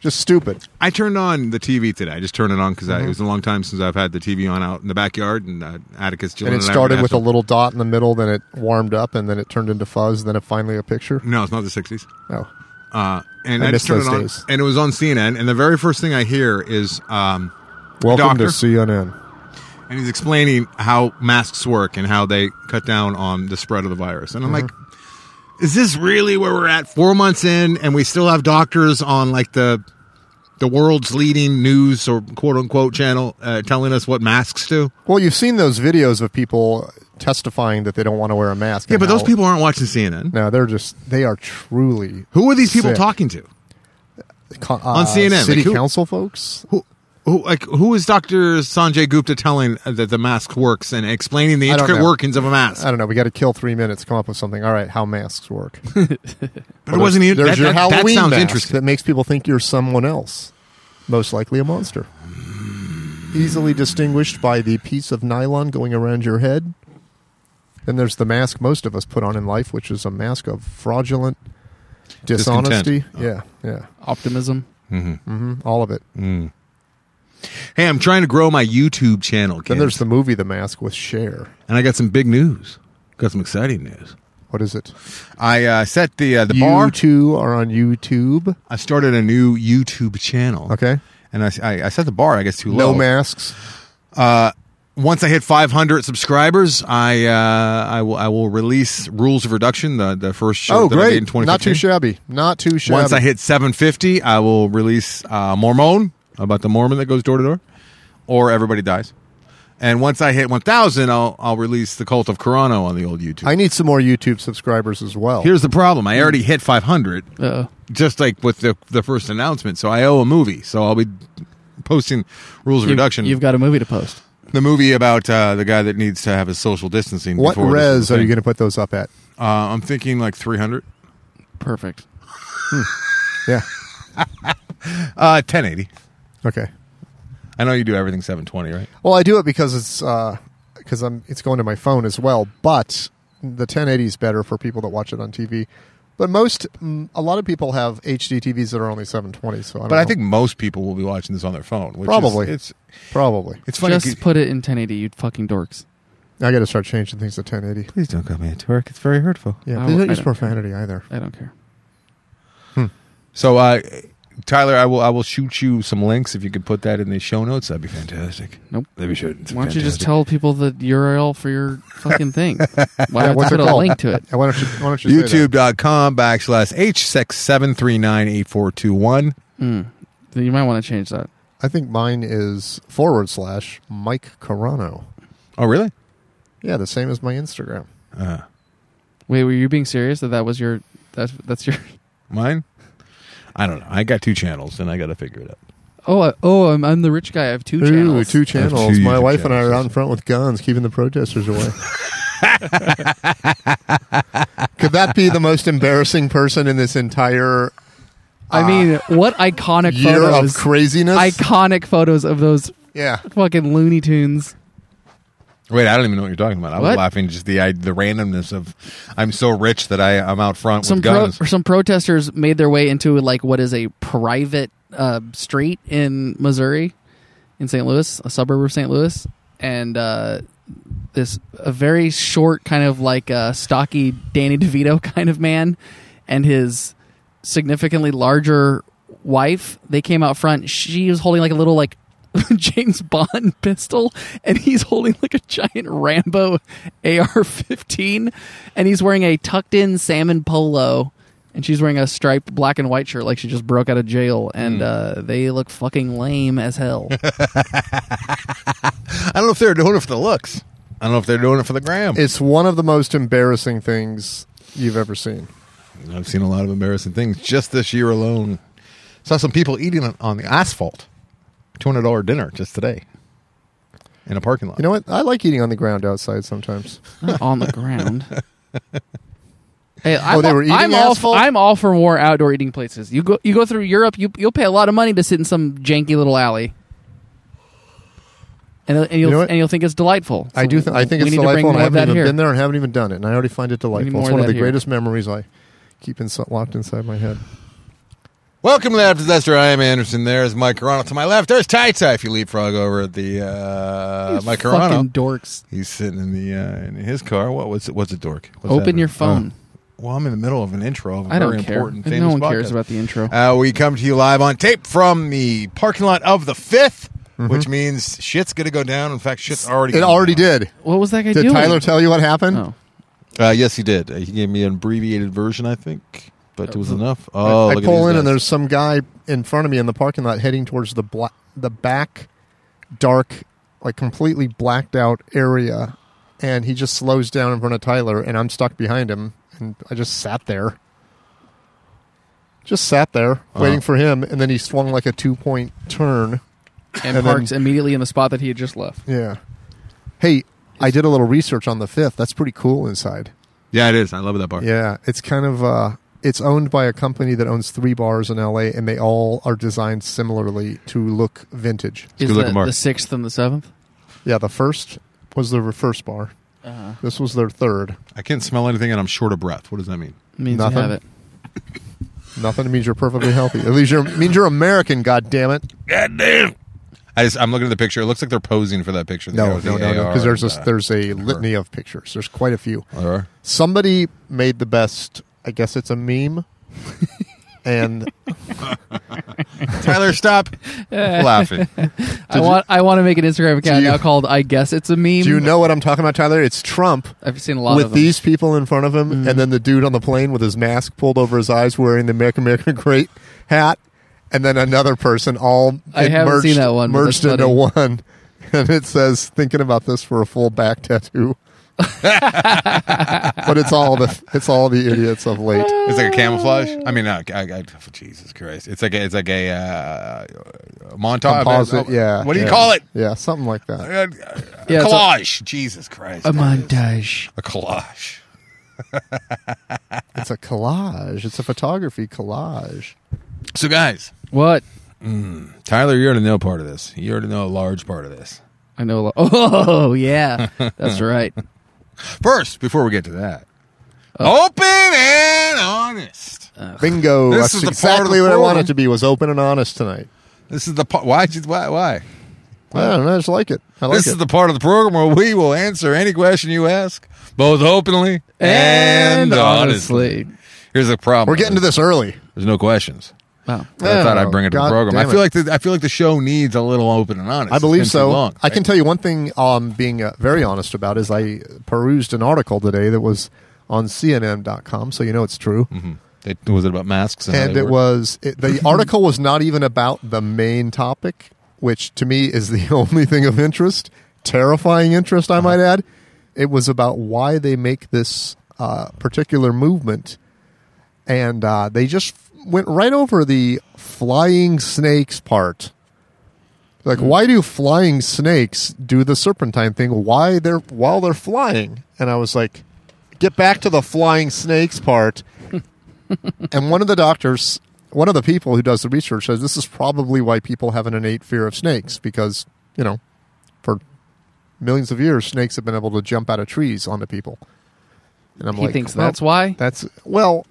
Speaker 1: Just stupid.
Speaker 2: I turned on the TV today. I just turned it on because
Speaker 1: Mm-hmm.
Speaker 2: it was a long time since I've had the TV on out in the backyard. And uh, Atticus, Jillian,
Speaker 1: And it
Speaker 2: I were
Speaker 1: started with a
Speaker 2: asking-
Speaker 1: little dot in the middle, then it warmed up, and then it turned into fuzz, then it finally a picture.
Speaker 2: No, it's not the '60s.
Speaker 1: Oh.
Speaker 2: Uh, and
Speaker 1: I
Speaker 2: I,
Speaker 1: miss
Speaker 2: just turned
Speaker 1: those
Speaker 2: it on,
Speaker 1: days.
Speaker 2: and it was on CNN. And the very first thing I hear is, um,
Speaker 1: Welcome to
Speaker 2: Doctor.
Speaker 1: CNN.
Speaker 2: and he's explaining how masks work and how they cut down on the spread of the virus. And I'm like, is this really where we're at? Four months in, and we still have doctors on like the the world's leading news or quote unquote channel uh, telling us what masks do.
Speaker 1: Well, you've seen those videos of people testifying that they don't want to wear a mask.
Speaker 2: Yeah,
Speaker 1: and
Speaker 2: but those
Speaker 1: how-
Speaker 2: people aren't watching CNN.
Speaker 1: No, they're just. They are truly.
Speaker 2: Who are these people
Speaker 1: Sick.
Speaker 2: talking to?
Speaker 1: Con- uh,
Speaker 2: On CNN,
Speaker 1: City
Speaker 2: like who-
Speaker 1: council folks?
Speaker 2: Who, who, like, who is Doctor Sanjay Gupta telling uh, that the mask works and explaining
Speaker 1: I
Speaker 2: the
Speaker 1: don't
Speaker 2: intricate
Speaker 1: know.
Speaker 2: workings of a mask?
Speaker 1: I don't know. We got to kill three minutes, come up with something. All right, how masks work.
Speaker 2: But it wasn't. even-
Speaker 1: There's
Speaker 2: That,
Speaker 1: your
Speaker 2: that,
Speaker 1: Halloween
Speaker 2: that sounds
Speaker 1: mask
Speaker 2: interesting.
Speaker 1: that makes people think you're someone else, most likely a monster. Easily distinguished by the piece of nylon going around your head. Then there's the mask most of us put on in life, which is a mask of fraudulent
Speaker 2: Discontent. Oh.
Speaker 1: dishonesty. Yeah, yeah,
Speaker 3: Optimism.
Speaker 1: all of it.
Speaker 2: Hey, I'm trying to grow my YouTube channel. Kids.
Speaker 1: Then there's the movie The Mask with Cher.
Speaker 2: and I got some big news. Got some exciting news.
Speaker 1: What is it?
Speaker 5: I uh, set the uh, the
Speaker 1: you
Speaker 5: bar.
Speaker 1: two are on YouTube.
Speaker 2: I started a new YouTube channel.
Speaker 1: Okay.
Speaker 5: and I, I, I set the bar. I guess too
Speaker 1: No
Speaker 5: low.
Speaker 1: masks.
Speaker 2: Once I hit 500 subscribers, I uh, I will I will release Rules of Reduction, the the first show.
Speaker 1: Oh,
Speaker 2: that I made
Speaker 1: great.
Speaker 2: In 2015.
Speaker 1: Not too shabby. Not too shabby.
Speaker 2: Once I hit 750, I will release uh, Mormon about the Mormon that goes door to door, or Everybody Dies. And once I hit 1,000, I'll I'll release the Cult of Corano on the old YouTube.
Speaker 1: I need some more YouTube subscribers as well.
Speaker 2: Here's the problem: I already hit 500,
Speaker 3: Uh,
Speaker 2: just like with the the first announcement. So I owe a movie. So I'll be posting Rules of
Speaker 3: you,
Speaker 2: Reduction,
Speaker 3: You've got a movie to post.
Speaker 2: the movie about uh, the guy that needs to have his social distancing.
Speaker 1: what
Speaker 2: before this
Speaker 1: res
Speaker 2: thing.
Speaker 1: are you going to put those up at?
Speaker 2: Uh, I'm thinking like 300,
Speaker 3: Perfect.
Speaker 1: Yeah.
Speaker 2: uh, 1080.
Speaker 1: Okay.
Speaker 2: I know you do everything 720, right?
Speaker 1: Well, I do it because it's because I'm it's going to my phone as well. But the 1080 is better for people that watch it on TV. But most, mm, a lot of people have HD TVs that are only 720. So, I don't
Speaker 2: But I
Speaker 1: know.
Speaker 2: think most people will be watching this on their phone. Which is-
Speaker 1: Probably.
Speaker 2: it's
Speaker 1: probably
Speaker 2: it's funny.
Speaker 3: Just put it in 1080, you fucking dorks.
Speaker 1: I got to start changing things to 1080.
Speaker 2: Please don't call me a Turk. It's very hurtful.
Speaker 1: Yeah,
Speaker 3: I
Speaker 1: please
Speaker 3: will-
Speaker 1: don't
Speaker 3: I
Speaker 1: use
Speaker 3: don't-
Speaker 1: profanity either.
Speaker 3: I don't care.
Speaker 2: So, uh, Tyler, I will I will shoot you some links if you could put that in the show notes. That'd be fantastic.
Speaker 3: Nope.
Speaker 2: That'd be should.
Speaker 3: Why don't you just tell people the URL for
Speaker 1: <laughs>
Speaker 3: your fucking thing? Why don't you
Speaker 1: what's it
Speaker 3: put a
Speaker 1: called?
Speaker 3: link to it?
Speaker 1: And Why don't you? Why don't you say that?
Speaker 2: YouTube.com backslash H6739841.
Speaker 3: Mm. Then you might want to change that.
Speaker 1: I think mine is forward slash Mike Carano.
Speaker 2: Oh, really?
Speaker 1: Yeah, the same as my Instagram.
Speaker 2: Uh,
Speaker 3: Wait, were you being serious that that was your that's that's your <laughs>
Speaker 2: mine? I don't know. I got two channels and I got to figure it out.
Speaker 3: Oh, I, oh, I'm, I'm the rich guy. I have two
Speaker 1: Ooh,
Speaker 3: channels.
Speaker 1: two channels.
Speaker 2: two
Speaker 1: My
Speaker 2: YouTube
Speaker 1: wife and I are
Speaker 2: channels.
Speaker 1: out in front with guns, keeping the protesters away. <laughs> Could that be the most embarrassing person in this entire
Speaker 3: I mean, what iconic
Speaker 1: Ah. year of
Speaker 3: photos?
Speaker 1: craziness?
Speaker 3: iconic photos of those
Speaker 1: yeah.
Speaker 3: fucking Looney Tunes.
Speaker 2: Wait, I don't even know what you're talking about. I was
Speaker 3: What?
Speaker 2: laughing just the I, the randomness of I'm so rich that I am out front
Speaker 3: Some
Speaker 2: with
Speaker 3: pro-
Speaker 2: guns.
Speaker 3: some protesters made their way into like what is a private uh, street in Missouri, in St. Louis, a suburb of St. Louis, and uh, this a very short kind of like uh, stocky Danny <laughs> DeVito kind of man, and his significantly larger wife. They came out front. She was holding like a little like <laughs> James Bond <laughs> pistol, and he's holding like a giant Rambo <laughs> AR-15, and he's wearing a tucked-in salmon polo, and she's wearing a striped black and white shirt like she just broke out of jail, and uh, they look fucking lame as hell.
Speaker 2: <laughs> I don't know if they're doing it for the looks. I don't know if they're doing it for the gram.
Speaker 1: It's one of the most embarrassing things you've ever seen.
Speaker 2: I've seen a lot of embarrassing things just this year alone. Saw some people eating on- on the asphalt. Two hundred dollar dinner just today in a parking lot.
Speaker 1: You know <laughs> what? I like eating on the ground outside sometimes.
Speaker 3: Not on the ground. Hey, I'm,
Speaker 1: Oh, they were eating
Speaker 3: I'm all
Speaker 1: asphalt?
Speaker 3: for, I'm all for more outdoor eating places. You go you go through Europe, you you'll pay a lot of money to sit in some janky little alley. And, and you'll
Speaker 1: know what?
Speaker 3: and you'll think it's delightful.
Speaker 1: I
Speaker 3: So
Speaker 1: do. Th- I think
Speaker 3: we
Speaker 1: it's
Speaker 3: need to bring
Speaker 1: delightful. And I
Speaker 3: more of
Speaker 1: haven't
Speaker 3: that
Speaker 1: even
Speaker 3: here.
Speaker 1: been there and haven't even done it, and I already find it delightful.
Speaker 3: more
Speaker 1: It's
Speaker 3: of
Speaker 1: one of
Speaker 3: that
Speaker 1: the
Speaker 3: here.
Speaker 1: greatest memories I keep in, locked inside my head.
Speaker 2: Welcome to After Disaster. I am Anderson. There's Mike Carano. To my left, there's Ty Ty. If you leapfrog over at the uh,
Speaker 3: These
Speaker 2: Mike
Speaker 3: fucking
Speaker 2: Carano,
Speaker 3: dorks.
Speaker 2: he's sitting in the uh, in his car. What was it? What's a dork? What's
Speaker 3: Open
Speaker 2: happening?
Speaker 3: your phone.
Speaker 2: Oh. well, I'm in the middle of an intro of a
Speaker 3: I
Speaker 2: very
Speaker 3: don't care.
Speaker 2: important.
Speaker 3: No
Speaker 2: famous
Speaker 3: one cares
Speaker 2: podcast.
Speaker 3: about the intro.
Speaker 2: Uh, we come to you live on tape from the parking lot of the 5th
Speaker 3: Mm-hmm.
Speaker 2: which means shit's gonna go down. In fact, shit's already.
Speaker 1: It
Speaker 2: gone
Speaker 1: already
Speaker 2: down.
Speaker 1: did.
Speaker 3: what was that guy
Speaker 1: Did
Speaker 3: doing?
Speaker 1: Tyler tell you what happened?
Speaker 3: oh.
Speaker 2: Uh, yes, he did. Uh, he gave me an abbreviated version, I think, but it was
Speaker 3: Uh-huh.
Speaker 2: enough. Oh,
Speaker 1: I
Speaker 2: look at
Speaker 1: pull
Speaker 2: these
Speaker 1: in and
Speaker 2: guys.
Speaker 1: there's some guy in front of me in the parking lot heading towards the bla- the back dark, like completely blacked out area, and he just slows down in front of Tyler, and I'm stuck behind him, and I just sat there, just sat there
Speaker 2: Uh-huh.
Speaker 1: waiting for him, and then he swung like a two point turn.
Speaker 3: and,
Speaker 1: and
Speaker 3: parked immediately in the spot that he had just left.
Speaker 1: Yeah. Hey, I did a little research on the fifth. That's pretty cool inside.
Speaker 4: Yeah, it is. I love that bar.
Speaker 1: Yeah, it's kind of uh, it's owned by a company that owns three bars in LA, and they all are designed similarly to look vintage.
Speaker 3: Is
Speaker 4: good-looking
Speaker 3: the,
Speaker 4: bar.
Speaker 3: the sixth and the seventh?
Speaker 1: Yeah, the first was their first bar.
Speaker 3: Uh,
Speaker 1: This was their third.
Speaker 4: I can't smell anything and I'm short of breath. What does that mean?
Speaker 3: means
Speaker 1: Nothing.
Speaker 3: you have it.
Speaker 1: Nothing means you're perfectly healthy. At least you're means you're American. God damn it!
Speaker 2: I just, I'm looking at the picture. It looks like they're posing for that picture. The guy
Speaker 1: No,
Speaker 2: with
Speaker 1: no,
Speaker 2: the
Speaker 1: no, no.
Speaker 2: AR
Speaker 1: Because there's
Speaker 2: and,
Speaker 1: a,
Speaker 2: uh,
Speaker 1: there's a litany of pictures. There's quite a few. <laughs>
Speaker 2: there are.
Speaker 1: Somebody made the best. I guess it's a meme. <laughs> and
Speaker 2: Tyler, stop <laughs> laughing.
Speaker 3: I want I want to make an Instagram account
Speaker 1: you-
Speaker 3: now called I guess it's a meme.
Speaker 1: do you know what I'm talking about, Tyler? It's Trump
Speaker 3: I've seen a lot
Speaker 1: with
Speaker 3: of them. Mm-hmm.
Speaker 1: these people in front of him, and then the dude on the plane with his mask pulled over his eyes, wearing the American American <laughs> Great hat, and then another person all
Speaker 3: I
Speaker 1: it
Speaker 3: haven't
Speaker 1: merged,
Speaker 3: seen that one, but
Speaker 1: merged
Speaker 3: that's
Speaker 1: into one, <laughs> and it says "thinking about this for a full back tattoo." <laughs> but it's all the it's all the idiots of late.
Speaker 2: It's like a camouflage. I mean, uh, I, I, Jesus Christ! It's like a, it's like a, uh, a montage.
Speaker 1: Composite,
Speaker 2: Oh,
Speaker 1: yeah.
Speaker 2: What do you
Speaker 1: yeah.
Speaker 2: call it?
Speaker 1: Yeah, Um, something like that.
Speaker 2: Uh,
Speaker 3: Yeah, it's a-
Speaker 2: collage. Jesus Christ!
Speaker 3: a montage.
Speaker 2: a collage.
Speaker 1: It's a collage. It's a photography collage.
Speaker 2: So, guys,
Speaker 3: What?
Speaker 2: Tyler, you already know part of this. You already know a large part of this.
Speaker 3: I know a lot. <laughs> Oh yeah,
Speaker 1: <laughs>
Speaker 3: that's right.
Speaker 2: First, before we get to that,
Speaker 1: Oh.
Speaker 2: open and honest.
Speaker 1: Bingo!
Speaker 2: This
Speaker 1: That's
Speaker 2: is the part of
Speaker 1: exactly
Speaker 2: the
Speaker 1: what I
Speaker 2: program.
Speaker 1: wanted to be. Was open and honest tonight.
Speaker 2: This is the part. Why? did- Why? Why?
Speaker 1: I don't know. I just like it. I like
Speaker 2: this is
Speaker 1: it.
Speaker 2: the part of the program where we will answer any question you ask, both openly and, honestly. Here's the problem.
Speaker 1: We're getting to this early.
Speaker 2: There's no questions.
Speaker 3: Wow.
Speaker 1: Yeah.
Speaker 2: I thought I'd bring it to
Speaker 1: God
Speaker 2: the program.
Speaker 1: damn
Speaker 2: I feel
Speaker 1: it.
Speaker 2: like the, I feel like the show needs a little open and honest.
Speaker 1: I
Speaker 2: It's been
Speaker 1: believe
Speaker 2: too
Speaker 1: so.
Speaker 2: long.
Speaker 1: I can tell you one thing. Um, being uh, very honest about is I perused an article today that was on CNN.com, so you know it's
Speaker 2: Hmm.
Speaker 1: true.
Speaker 2: Mm-hmm. They, was it about masks? And, how
Speaker 1: And
Speaker 2: they
Speaker 1: it
Speaker 2: work?
Speaker 1: was it,
Speaker 2: <laughs>
Speaker 1: the article was not even about the main topic, which to me is the <laughs> only thing of interest, terrifying interest,
Speaker 2: Uh-huh.
Speaker 1: I might add. It was about why they make this uh, particular movement, and uh, they just went right over the flying snakes part. Like,
Speaker 2: Hmm.
Speaker 1: why do flying snakes do the serpentine thing? Why they're while they're flying? And I was like, get back to the flying snakes part. and one of the doctors, one of the people who does the research, says this is probably why people have an innate fear of snakes because you know, for millions of years, snakes have been able to jump out of trees onto people. And I'm
Speaker 3: He
Speaker 1: like,
Speaker 3: thinks
Speaker 1: well,
Speaker 3: that's why.
Speaker 1: that's well,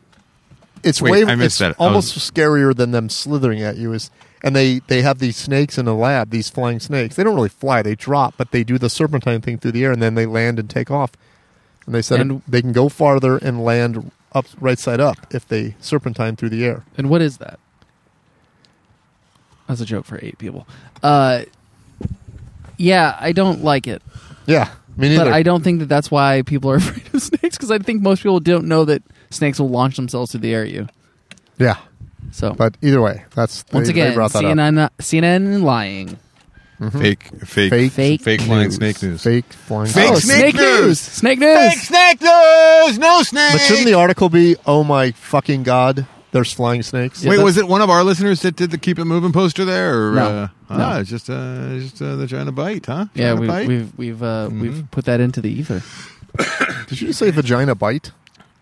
Speaker 1: it's
Speaker 4: Wait,
Speaker 1: way
Speaker 4: I missed
Speaker 1: it's
Speaker 4: that. I
Speaker 1: almost scarier than them slithering at you is. And they they have these snakes in the lab, these flying snakes. They don't really fly; they drop, but they do the serpentine thing through the air, and then they land and take off. And they said
Speaker 3: And-
Speaker 1: they can go farther and land up right side up if they serpentine through the air.
Speaker 3: And what is that? That's a joke for eight people. Uh, yeah, I don't like it,
Speaker 1: Yeah, me neither.
Speaker 3: but I don't think that that's why people are <laughs> afraid of snakes because I think most people don't know that snakes will launch themselves through the air at you.
Speaker 1: yeah,
Speaker 3: So
Speaker 1: but either way, that's they-
Speaker 3: once
Speaker 1: they
Speaker 3: again,
Speaker 1: brought that up.
Speaker 3: CNN, CNN lying.
Speaker 2: fake, fake,
Speaker 1: mm-hmm. Fake,
Speaker 3: Fake
Speaker 2: flying
Speaker 1: news.
Speaker 2: snake news.
Speaker 1: Fake flying.
Speaker 2: Fake
Speaker 1: Oh,
Speaker 2: snake news.
Speaker 3: Snake news.
Speaker 2: Fake snake news. No snake.
Speaker 1: But shouldn't the article be, "Oh my fucking god, there's flying snakes"?
Speaker 3: Yeah,
Speaker 4: Wait,
Speaker 3: that-
Speaker 4: was it one of our listeners that did the Keep It Moving poster there? Or,
Speaker 3: No.
Speaker 4: uh,
Speaker 3: No.
Speaker 4: Ah, it's just, uh, it's just uh, they're trying to bite, huh?
Speaker 3: Yeah,
Speaker 4: Trying to
Speaker 3: we,
Speaker 4: bite?
Speaker 1: Mm-hmm.
Speaker 3: we've we've uh, we've put that into the ether.
Speaker 1: Did you just say vagina bite?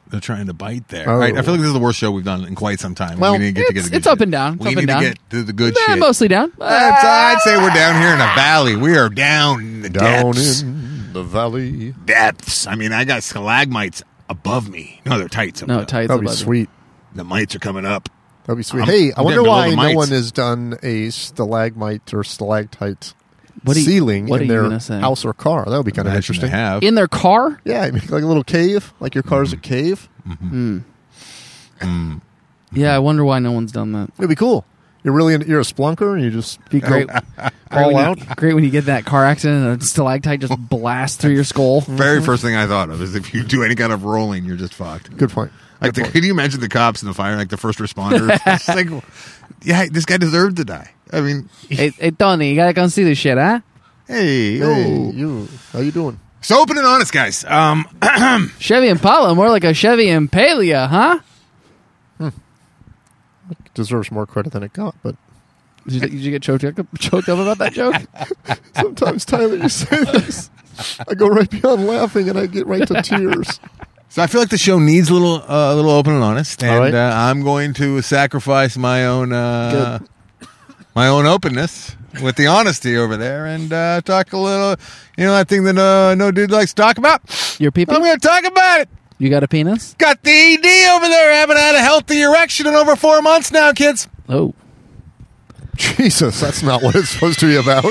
Speaker 2: they're trying to bite there.
Speaker 1: Oh.
Speaker 2: Right? I feel like this is the worst show we've done in quite some time.
Speaker 1: Well,
Speaker 2: we need to get to
Speaker 3: it's-
Speaker 2: get the good
Speaker 3: it's up
Speaker 2: shit.
Speaker 3: and down. It's
Speaker 2: We
Speaker 3: up
Speaker 2: need
Speaker 3: and
Speaker 2: to
Speaker 3: down.
Speaker 2: get to the good
Speaker 3: Eh,
Speaker 2: shit.
Speaker 3: mostly down.
Speaker 1: Ah,
Speaker 2: That's- I'd say we're down here in a valley. We are down in the
Speaker 1: Down
Speaker 2: depths.
Speaker 1: in the valley.
Speaker 2: depths. I mean, I got stalagmites above me. No, they're tights. up
Speaker 3: no,
Speaker 2: though.
Speaker 3: tights
Speaker 1: That'd be
Speaker 3: above it.
Speaker 1: sweet.
Speaker 2: The mites are coming up.
Speaker 1: That'd be sweet.
Speaker 2: I'm-
Speaker 1: hey, I
Speaker 2: I'm
Speaker 1: wonder
Speaker 2: getting below
Speaker 1: why
Speaker 2: the
Speaker 1: no
Speaker 2: mites.
Speaker 1: one has done a stalagmite or stalactite
Speaker 3: What are you-
Speaker 1: ceiling
Speaker 3: what are
Speaker 1: in
Speaker 3: you
Speaker 1: their
Speaker 3: gonna say?
Speaker 1: house or car. That would be kind of
Speaker 2: Imagine
Speaker 1: interesting.
Speaker 2: they Have.
Speaker 3: In their car?
Speaker 1: Yeah, I mean, like a little cave, like your car's a cave.
Speaker 3: Yeah, I wonder why no one's done that.
Speaker 1: It'd be cool. You're really in, you're a splunker, and you just
Speaker 3: Be <laughs> great.
Speaker 1: All
Speaker 3: great when
Speaker 1: out?
Speaker 3: You, great when you get in that car accident and a stalactite
Speaker 1: <laughs>
Speaker 3: just blasts through your skull.
Speaker 4: Very first thing I thought of is if you do any kind of rolling, you're just fucked.
Speaker 1: good point.
Speaker 4: Like, the, can you imagine the cops and the fire, like the first
Speaker 3: <laughs>
Speaker 4: responders? it's like, yeah, this guy deserved to die. I mean,
Speaker 3: hey, hey, Tony, you gotta come see this shit, huh?
Speaker 4: hey,
Speaker 1: Hey,
Speaker 4: yo.
Speaker 1: you, how you doing?
Speaker 2: oh. So open and honest, guys. Um,
Speaker 3: Chevy Impala, more like a Chevy Impalia, huh?
Speaker 1: Deserves more credit than it got, <laughs> but
Speaker 3: Did you, did you get choked up, choked up about
Speaker 1: <laughs>
Speaker 3: that joke?
Speaker 1: sometimes Tyler, you say this, I go right beyond laughing, and I get right to tears.
Speaker 2: so I feel like the show needs a little, uh, a little open and honest, and
Speaker 1: All right.
Speaker 2: uh, I'm going to sacrifice my own, uh, my own openness with the honesty over there, and uh, talk a little. You know that thing that uh, no dude likes to talk about.
Speaker 3: Your
Speaker 2: I'm
Speaker 3: peepee?
Speaker 2: going to talk about it.
Speaker 3: You got a penis?
Speaker 2: Got the ED over there. Haven't had a healthy erection in over four months now, kids.
Speaker 3: Oh.
Speaker 1: <laughs> Jesus, that's not what it's supposed to be <laughs> about.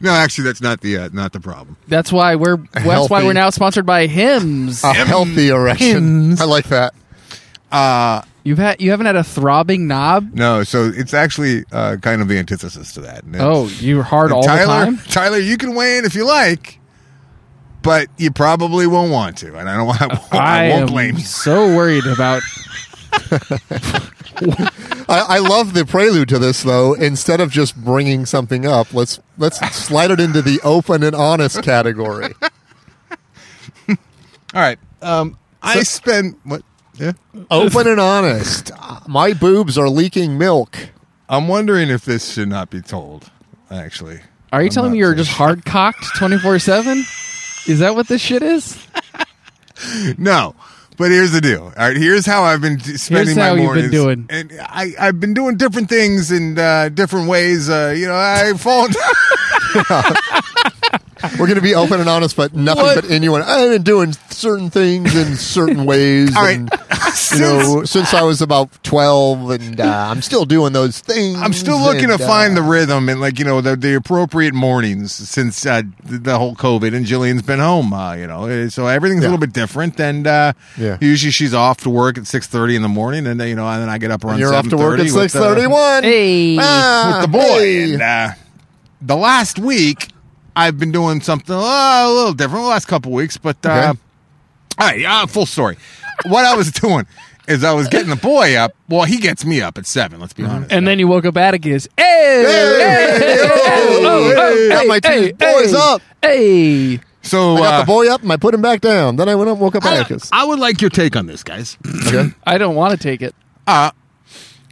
Speaker 4: No, actually, that's not the uh, not the problem.
Speaker 3: That's why we're that's why
Speaker 1: healthy- Ah.
Speaker 3: we're now sponsored by Hims.
Speaker 1: A healthy erection.
Speaker 2: Hims.
Speaker 1: I like that.
Speaker 3: You've had you haven't had a throbbing knob?
Speaker 2: No, so it's actually uh, kind of the antithesis to that. And
Speaker 3: Oh, you're hard all
Speaker 2: Tyler,
Speaker 3: the time.
Speaker 2: Tyler, you can weigh in if you like, but you probably won't want to, and I don't. <laughs> I won't, I won't
Speaker 3: am
Speaker 2: blame you.
Speaker 3: so worried about
Speaker 1: I, I love the prelude to this, though. Instead of just bringing something up, let's let's slide it into the open and honest
Speaker 2: <laughs>
Speaker 1: category.
Speaker 2: All right, um, I spend what? Yeah,
Speaker 1: Open and honest. My boobs are leaking milk.
Speaker 2: I'm wondering if this should not be told. Actually,
Speaker 3: Are you
Speaker 2: I'm
Speaker 3: telling
Speaker 2: not
Speaker 3: me you're
Speaker 2: so
Speaker 3: just hard cocked twenty four seven? Is that what this shit is?
Speaker 2: No, but here's the deal. All right, here's how I've been t- spending
Speaker 3: Here's
Speaker 2: my
Speaker 3: how you've
Speaker 2: mornings.
Speaker 3: been doing.
Speaker 2: and I, I've been doing different things in uh, different ways. Uh, you know, I fall. <laughs>
Speaker 1: We're going to be open and honest, but nothing
Speaker 3: What?
Speaker 1: but innuendo. I've been doing certain things in certain ways.
Speaker 3: <laughs>
Speaker 2: All right,
Speaker 1: and, you know, since I was about twelve, and uh, I'm still doing those things.
Speaker 2: I'm still looking
Speaker 1: and,
Speaker 2: to find
Speaker 1: uh,
Speaker 2: the rhythm and like you know the, the appropriate mornings since uh, the, the whole COVID and Jillian's been home. Uh, you know, uh, so everything's
Speaker 1: Yeah.
Speaker 2: a little bit different. And uh,
Speaker 1: Yeah.
Speaker 2: usually she's off to work at six thirty in the morning, and uh, you know, and then I get up around.
Speaker 1: You're off to work at
Speaker 2: 7:30 with,
Speaker 1: six
Speaker 2: uh,
Speaker 1: thirty-one.
Speaker 3: Hey.
Speaker 1: Ah,
Speaker 2: with the boy.
Speaker 1: hey.
Speaker 2: And, uh, the last week, I've been doing something uh, a little different. The last couple weeks, but uh,
Speaker 1: Okay.
Speaker 2: all right, uh, full story. what I was <laughs> doing is I was getting the boy up. Well, he gets me up at seven. Let's
Speaker 1: Mm-hmm.
Speaker 2: be honest.
Speaker 3: And then you woke up Atticus. Hey,
Speaker 1: Hey!
Speaker 3: oh,
Speaker 1: Hey!
Speaker 3: oh,
Speaker 1: Got
Speaker 3: hey,
Speaker 1: my two
Speaker 3: hey,
Speaker 1: boys
Speaker 3: hey,
Speaker 1: up.
Speaker 3: Hey,
Speaker 2: So
Speaker 1: I got the
Speaker 2: uh,
Speaker 1: boy up and I put him back down. Then I went up and woke up Atticus.
Speaker 4: I would like your take on this, guys.
Speaker 1: <laughs> Okay.
Speaker 3: I don't want to take it.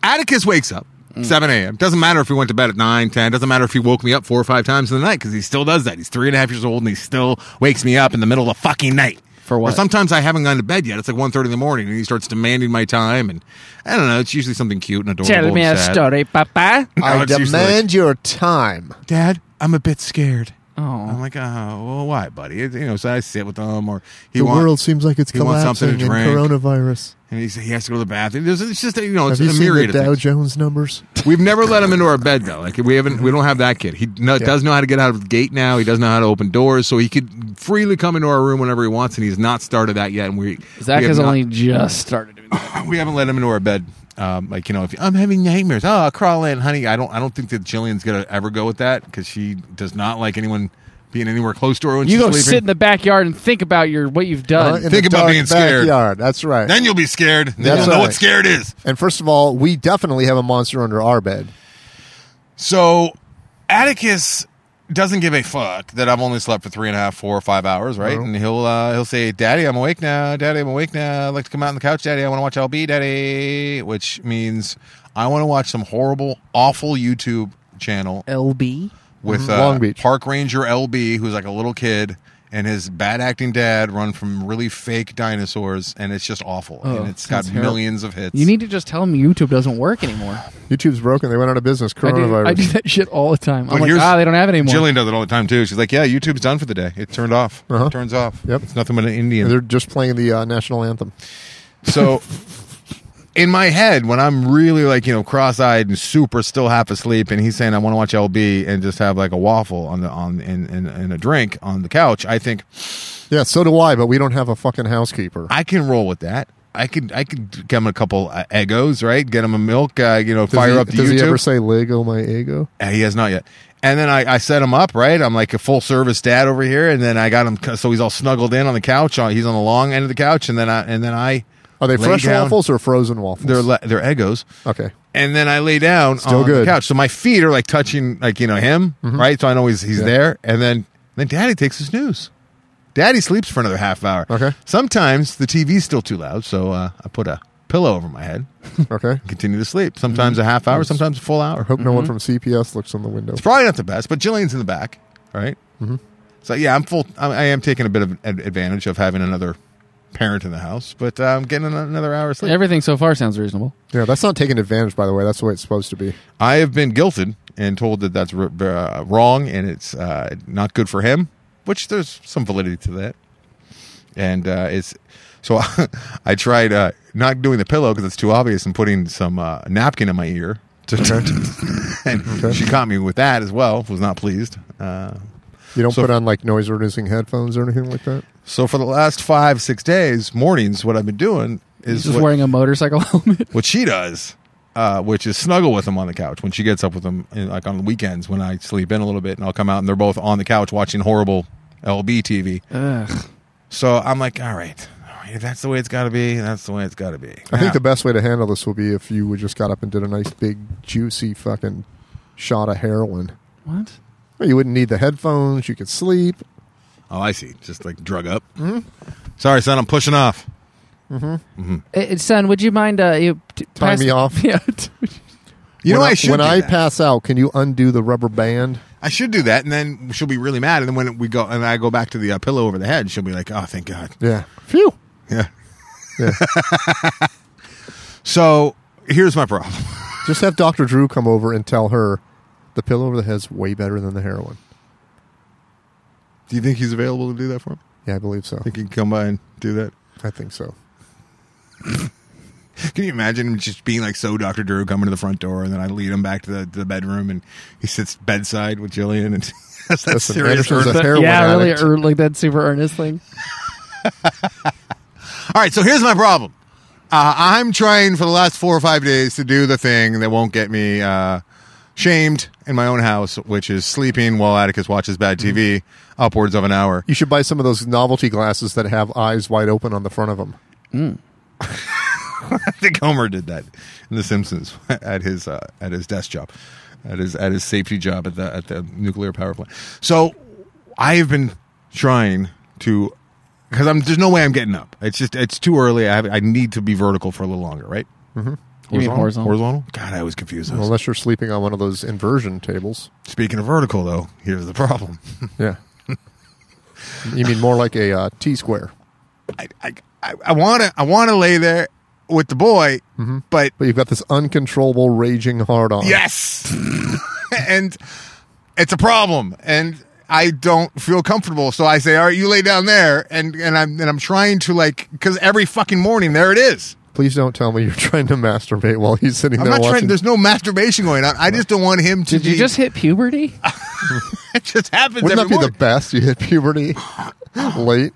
Speaker 4: Atticus wakes up
Speaker 1: Mm.
Speaker 4: 7 a.m. Doesn't matter if he went to bed at 9, 10. Doesn't matter if he woke me up four or five times in the night because he still does that. He's three and a half years old and he still wakes me up in the middle of the fucking night.
Speaker 3: For
Speaker 4: Or
Speaker 3: what?
Speaker 4: sometimes I haven't gone to bed yet. It's like 1.30 in the morning and he starts demanding my time. And I don't know. It's usually something cute and adorable.
Speaker 3: Tell me
Speaker 4: and
Speaker 3: a
Speaker 4: sad. Oh,
Speaker 3: story, Papa.
Speaker 1: I
Speaker 4: it's usually like-
Speaker 1: demand your time.
Speaker 4: Dad, I'm a bit scared. I'm
Speaker 3: Oh,
Speaker 4: like, oh, well, why, buddy? It- you know, so I sit with him or he
Speaker 1: the
Speaker 4: wants.
Speaker 1: world seems like it's
Speaker 2: he wants something
Speaker 1: collapsing
Speaker 2: to
Speaker 1: in coronavirus.
Speaker 4: And he's, he has to go to the bathroom. There's, it's just, a, you know, it's
Speaker 1: Have you
Speaker 4: a
Speaker 1: seen the
Speaker 4: myriad of
Speaker 1: Dow
Speaker 4: things.
Speaker 1: Jones numbers?
Speaker 4: We've never let him into our bed though. Like we haven't, we don't have that kid. He no, does know how to get out of the gate now. He does know how to open doors, so he could freely come into our room whenever he wants, and he's not started that yet. And we
Speaker 3: Zach
Speaker 4: we have
Speaker 3: has
Speaker 4: not-
Speaker 3: only just started doing that.
Speaker 4: we haven't let him into our bed. Um, like you know, if I'm having nightmares, oh, I'll crawl in, honey. I don't, I don't think that Jillian's gonna ever go with that because she does not like anyone being anywhere close to her when
Speaker 3: You
Speaker 4: she's
Speaker 3: go
Speaker 4: sleeping.
Speaker 3: sit in the backyard and think about your what you've
Speaker 1: Uh,
Speaker 3: done.
Speaker 1: in
Speaker 2: Think
Speaker 1: the
Speaker 2: about
Speaker 1: dark
Speaker 2: being scared.
Speaker 1: Backyard. That's right.
Speaker 4: then you'll be scared. Then
Speaker 1: That's
Speaker 4: you'll know
Speaker 1: right.
Speaker 4: what scared is.
Speaker 1: and first of all, we definitely have a monster under our bed.
Speaker 2: So Atticus doesn't give a fuck that I've only slept for three and a half, four or five hours, right?
Speaker 1: No.
Speaker 2: And he'll uh, he'll say, "Daddy, I'm awake now. Daddy, I'm awake now. I'd like to come out on the couch, Daddy. I want to watch LB, Daddy," which means I want to watch some horrible, awful YouTube channel
Speaker 3: LB.
Speaker 2: with
Speaker 1: Mhm.
Speaker 2: uh,
Speaker 1: Long Beach.
Speaker 2: Park Ranger LB, who's like a little kid, and his bad acting dad run from really fake dinosaurs, and it's just awful.
Speaker 3: Oh,
Speaker 2: and it's got
Speaker 3: sounds terrible.
Speaker 2: millions of hits.
Speaker 3: You need to just tell them YouTube doesn't work anymore.
Speaker 1: YouTube's broken. They went out of business.
Speaker 3: I do,
Speaker 1: Coronavirus.
Speaker 3: I do that shit all the time. I'm
Speaker 2: But
Speaker 3: like,
Speaker 2: here's-
Speaker 3: ah, they don't have it anymore.
Speaker 2: Jillian does it all the time too. She's like, "Yeah, YouTube's done for the day. It turned off.
Speaker 1: Uh-huh.
Speaker 2: It turns off.
Speaker 1: Yep.
Speaker 2: It's nothing but an Indian."
Speaker 1: They're just playing the uh, national anthem.
Speaker 2: So in my head, when I'm really like, you know, cross eyed and super still half asleep and he's saying I want to watch LB and just have like a waffle on the on and, and, and a drink on the couch, I think
Speaker 1: Yeah, so do I, but we don't have a fucking housekeeper.
Speaker 2: I can roll with that. I could I could get him a couple uh, egos, right? Get him a milk, uh, you know,
Speaker 1: Does
Speaker 2: fire
Speaker 1: he,
Speaker 2: up the
Speaker 1: Does
Speaker 2: YouTube.
Speaker 1: he ever say Lego my ego?
Speaker 2: Uh, He has not yet. And then I, I set him up, right? I'm like a full service dad over here. And then I got him, c- so he's all snuggled in on the couch. On He's on the long end of the couch. And then I, and then I,
Speaker 1: Are they
Speaker 2: lay
Speaker 1: fresh
Speaker 2: down.
Speaker 1: waffles or frozen waffles?
Speaker 2: They're, le- they're egos.
Speaker 1: okay.
Speaker 2: And then I lay down
Speaker 1: Still
Speaker 2: on
Speaker 1: good. Mm-hmm.
Speaker 2: the couch. So my feet are like touching, like, you know, him, right? So I know he's, he's there. And then, then daddy takes his news. Daddy sleeps for another half hour.
Speaker 1: Okay.
Speaker 2: Sometimes the TV's still too loud. So uh, I put a pillow over my head,
Speaker 1: Okay.
Speaker 2: continue to sleep. Sometimes
Speaker 1: Mm-hmm.
Speaker 2: a half hour, sometimes a full hour.
Speaker 1: Hope no one from CPS looks in the window.
Speaker 2: It's probably not the best, but Jillian's in the back, right? Mm-hmm. So yeah, I'm full. I, I am taking a bit of ad- advantage of having another parent in the house, but uh, I'm getting an- another hour of sleep.
Speaker 3: Everything so far sounds reasonable.
Speaker 1: Yeah, that's not taking advantage, by the way. That's the way it's supposed to be.
Speaker 2: I have been guilted and told that that's r- uh, wrong and it's uh, not good for him, which there's some validity to that. And uh, it's so <laughs> I tried uh, not doing the pillow because it's too obvious and putting some uh, napkin in my ear. To, <laughs> and she caught me with that as well. Was not pleased. Uh,
Speaker 1: You don't
Speaker 2: So-
Speaker 1: put on like noise reducing headphones or anything like that.
Speaker 2: So for the last five, six days, mornings, what I've been doing
Speaker 3: He's
Speaker 2: is
Speaker 3: just
Speaker 2: what,
Speaker 3: wearing a motorcycle <laughs> helmet.
Speaker 2: what she does, uh, which is snuggle with him on the couch when she gets up with him, in, like on the weekends when I sleep in a little bit, and I'll come out and they're both on the couch watching horrible LB TV.
Speaker 3: Ugh.
Speaker 2: So I'm like, all right, all right, that's the way it's got to be. That's the way it's got to be.
Speaker 1: I think
Speaker 2: Now-
Speaker 1: the best way to handle this will be if you would just got up and did a nice big juicy fucking shot of heroin.
Speaker 3: What?
Speaker 1: You wouldn't need the headphones. You could sleep.
Speaker 2: oh, I see, just like drug up. Sorry, son, I'm pushing off.
Speaker 3: Eh, eh, son, would you mind uh, you t-
Speaker 1: Tie
Speaker 3: pass-
Speaker 1: me off.
Speaker 3: <laughs> Yeah.
Speaker 2: You know,
Speaker 1: when
Speaker 2: I, should
Speaker 1: when
Speaker 2: do
Speaker 1: I
Speaker 2: that.
Speaker 1: pass out, can you undo the rubber band?
Speaker 2: I should do that, and then she'll be really mad. And then when we go, and I go back to the uh, pillow over the head, she'll be like, "Oh, thank God."
Speaker 1: Yeah. Phew.
Speaker 2: Yeah.
Speaker 1: Yeah.
Speaker 2: <laughs> So here's my problem. <laughs>
Speaker 1: Just have Dr. Drew come over and tell her the pillow over the head's way better than the heroin.
Speaker 2: Do you think he's available to do that for me?
Speaker 1: Yeah, I believe so.
Speaker 2: Think he can come by and do that?
Speaker 1: I think so.
Speaker 2: Can you imagine him just being like so Dr. Drew coming to the front door and then I lead him back to the, to the bedroom and he sits bedside with Jillian and <laughs> has that
Speaker 1: Listen,
Speaker 2: serious
Speaker 1: Anderson's a
Speaker 2: earnest-
Speaker 1: heroin
Speaker 3: yeah, really,
Speaker 1: addict.
Speaker 3: er, like that super earnest thing.
Speaker 2: All right, so here's my problem. Uh, I'm trying for the last four or five days to do the thing that won't get me uh, shamed in my own house, which is sleeping while Atticus watches bad
Speaker 1: Mm-hmm.
Speaker 2: TV upwards of an hour.
Speaker 1: You should buy some of those novelty glasses that have eyes wide open on the front of them.
Speaker 2: I <laughs> think Homer did that in The Simpsons <laughs> at his uh, at his desk job, at his at his safety job at the at the nuclear power plant. So I have been trying to because I'm there's no way I'm getting up. It's just it's too early. I have, I need to be vertical for a little longer, right?
Speaker 3: You mean horizontal?
Speaker 2: Horizontal? God, I always confuse those.
Speaker 1: Unless you're sleeping on one of those inversion tables.
Speaker 2: Speaking of vertical, though, here's the problem. <laughs>
Speaker 1: Yeah. you mean more like a uh, T square.
Speaker 2: I I I want to I want to lay there with the boy, but
Speaker 1: But you've got this uncontrollable raging hard on.
Speaker 2: Yes. <laughs> and it's a problem. And I don't feel comfortable. So I say, all right, you lay down there. And, and I'm, and I'm trying to like, cause every fucking morning there it is.
Speaker 1: Please don't tell me you're trying to masturbate while he's sitting
Speaker 2: I'm
Speaker 1: there
Speaker 2: not
Speaker 1: watching.
Speaker 2: trying, there's no masturbation going on. I just don't want him to
Speaker 3: Did you
Speaker 2: be-
Speaker 3: just hit puberty?
Speaker 2: <laughs>
Speaker 3: <laughs>
Speaker 2: it just happens
Speaker 1: Wouldn't that
Speaker 2: every
Speaker 1: be
Speaker 2: morning.
Speaker 1: the best? You hit puberty late.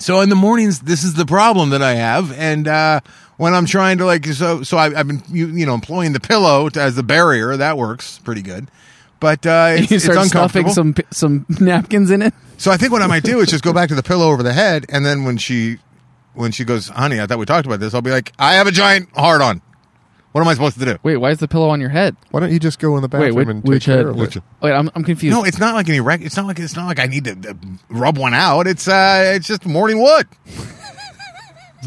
Speaker 2: so in the mornings, this is the problem that I have. And, uh, when I'm trying to like, so, so I, I've been, you, you know, employing the pillow to, as the barrier. That works pretty good. But, uh, it's,
Speaker 3: you start
Speaker 2: it's
Speaker 3: stuffing
Speaker 2: uncomfortable.
Speaker 3: some pi- some napkins in it.
Speaker 2: So I think what I might do is just go back to the pillow over the head, and then when she, when she goes, honey, I thought we talked about this. I'll be like, I have a giant hard on. What am I supposed to do?
Speaker 3: Wait, why is the pillow on your head?
Speaker 1: Why don't you just go in the bathroom
Speaker 3: which-
Speaker 1: and take
Speaker 3: which head?
Speaker 1: care of
Speaker 3: Which-
Speaker 1: it?
Speaker 3: Wait, I'm I'm confused.
Speaker 2: No, it's not like an erect. It's not like it's not like I need to uh, rub one out. It's uh, it's just morning wood.
Speaker 1: But
Speaker 2: not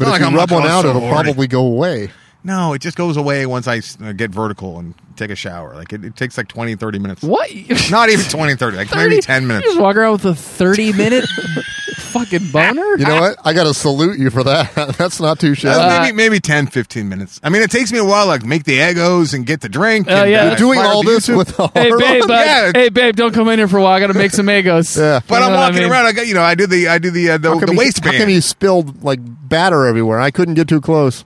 Speaker 1: if
Speaker 2: like
Speaker 1: you
Speaker 2: I'm
Speaker 1: rub
Speaker 2: not
Speaker 1: one
Speaker 2: gonna
Speaker 1: out,
Speaker 2: so
Speaker 1: it'll
Speaker 2: horny.
Speaker 1: probably go away.
Speaker 2: No, it just goes away once I s- uh, get vertical and take a shower. Like it, it takes like 20, 30 minutes.
Speaker 3: What? <laughs>
Speaker 2: Not even 20, 30, like
Speaker 3: 30
Speaker 2: maybe 10 minutes.
Speaker 3: You just walk around with a 30 minute fucking boner?
Speaker 1: You know what? I got to salute you for that. <laughs> That's not too shabby.
Speaker 2: Uh, maybe maybe 10, 15 minutes. I mean, it takes me a while to like, make the egos and get the drink.
Speaker 3: Oh,
Speaker 2: and,
Speaker 3: yeah.
Speaker 2: uh,
Speaker 3: You're
Speaker 1: Doing
Speaker 2: fire up
Speaker 1: all
Speaker 2: the
Speaker 1: this
Speaker 2: YouTube.
Speaker 1: with a
Speaker 3: Hey,
Speaker 1: hard
Speaker 3: babe,
Speaker 1: on?
Speaker 3: uh,
Speaker 2: Yeah.
Speaker 3: hey, babe, don't come in here for a while. I got to make some egos.
Speaker 1: Yeah.
Speaker 2: But
Speaker 3: You
Speaker 2: I'm
Speaker 3: know what I
Speaker 2: walking
Speaker 3: mean?
Speaker 2: around. I got you know I do the I do the uh, the,
Speaker 1: How come
Speaker 2: the
Speaker 1: you-
Speaker 2: waistband.
Speaker 1: How come you spilled like batter everywhere? I couldn't get too close.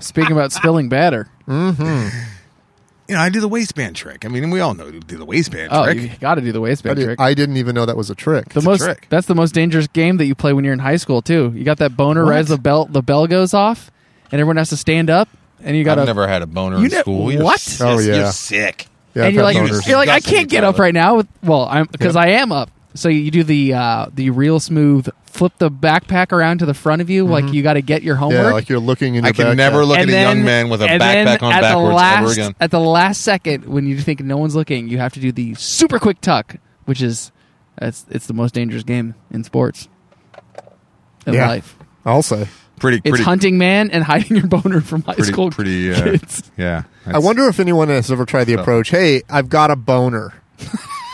Speaker 3: Speaking about spilling batter.
Speaker 2: you know, I do the waistband trick. I mean, we all know to do the waistband
Speaker 3: Oh,
Speaker 2: trick.
Speaker 3: you got to do the
Speaker 1: I,
Speaker 3: waistband
Speaker 1: did,
Speaker 3: trick.
Speaker 1: I didn't even know that was a trick.
Speaker 3: the
Speaker 2: a
Speaker 3: most
Speaker 2: trick.
Speaker 3: that's the most dangerous game that you play when you're in high school too. You got that boner rise the bell the bell goes off and everyone has to stand up and you got to
Speaker 2: I've never had a boner
Speaker 3: You
Speaker 2: in
Speaker 3: ne-
Speaker 2: school.
Speaker 3: what?
Speaker 1: Oh,
Speaker 2: yes,
Speaker 1: yeah.
Speaker 2: You're sick.
Speaker 1: yeah,
Speaker 3: and
Speaker 1: I've
Speaker 3: you're
Speaker 1: had
Speaker 3: like
Speaker 1: boners.
Speaker 3: you're like I
Speaker 2: Disgusting
Speaker 3: can't get up
Speaker 2: toilet.
Speaker 3: right now with well I'm because I am up. So you do the uh, the real smooth flip the backpack around to the front of you like you got to get your homework.
Speaker 1: yeah, like you're looking in your
Speaker 2: I can
Speaker 1: back
Speaker 2: never
Speaker 1: at-
Speaker 2: look
Speaker 3: and
Speaker 2: at
Speaker 3: then,
Speaker 2: a young man with a
Speaker 3: and then
Speaker 2: backpack on
Speaker 3: at the
Speaker 2: backwards
Speaker 3: last,
Speaker 2: ever again.
Speaker 3: At the last second, when you think no one's looking, you have to do the super quick tuck, which is it's, it's the most dangerous game in sports. In
Speaker 1: Yeah.
Speaker 3: life.
Speaker 1: I'll say.
Speaker 2: Pretty,
Speaker 3: It's
Speaker 2: pretty,
Speaker 3: hunting man and <laughs> hiding your boner from high
Speaker 2: pretty,
Speaker 3: school
Speaker 2: pretty. Uh,
Speaker 3: kids.
Speaker 2: Yeah.
Speaker 1: I wonder if anyone has ever tried the approach. Hey, I've got a boner,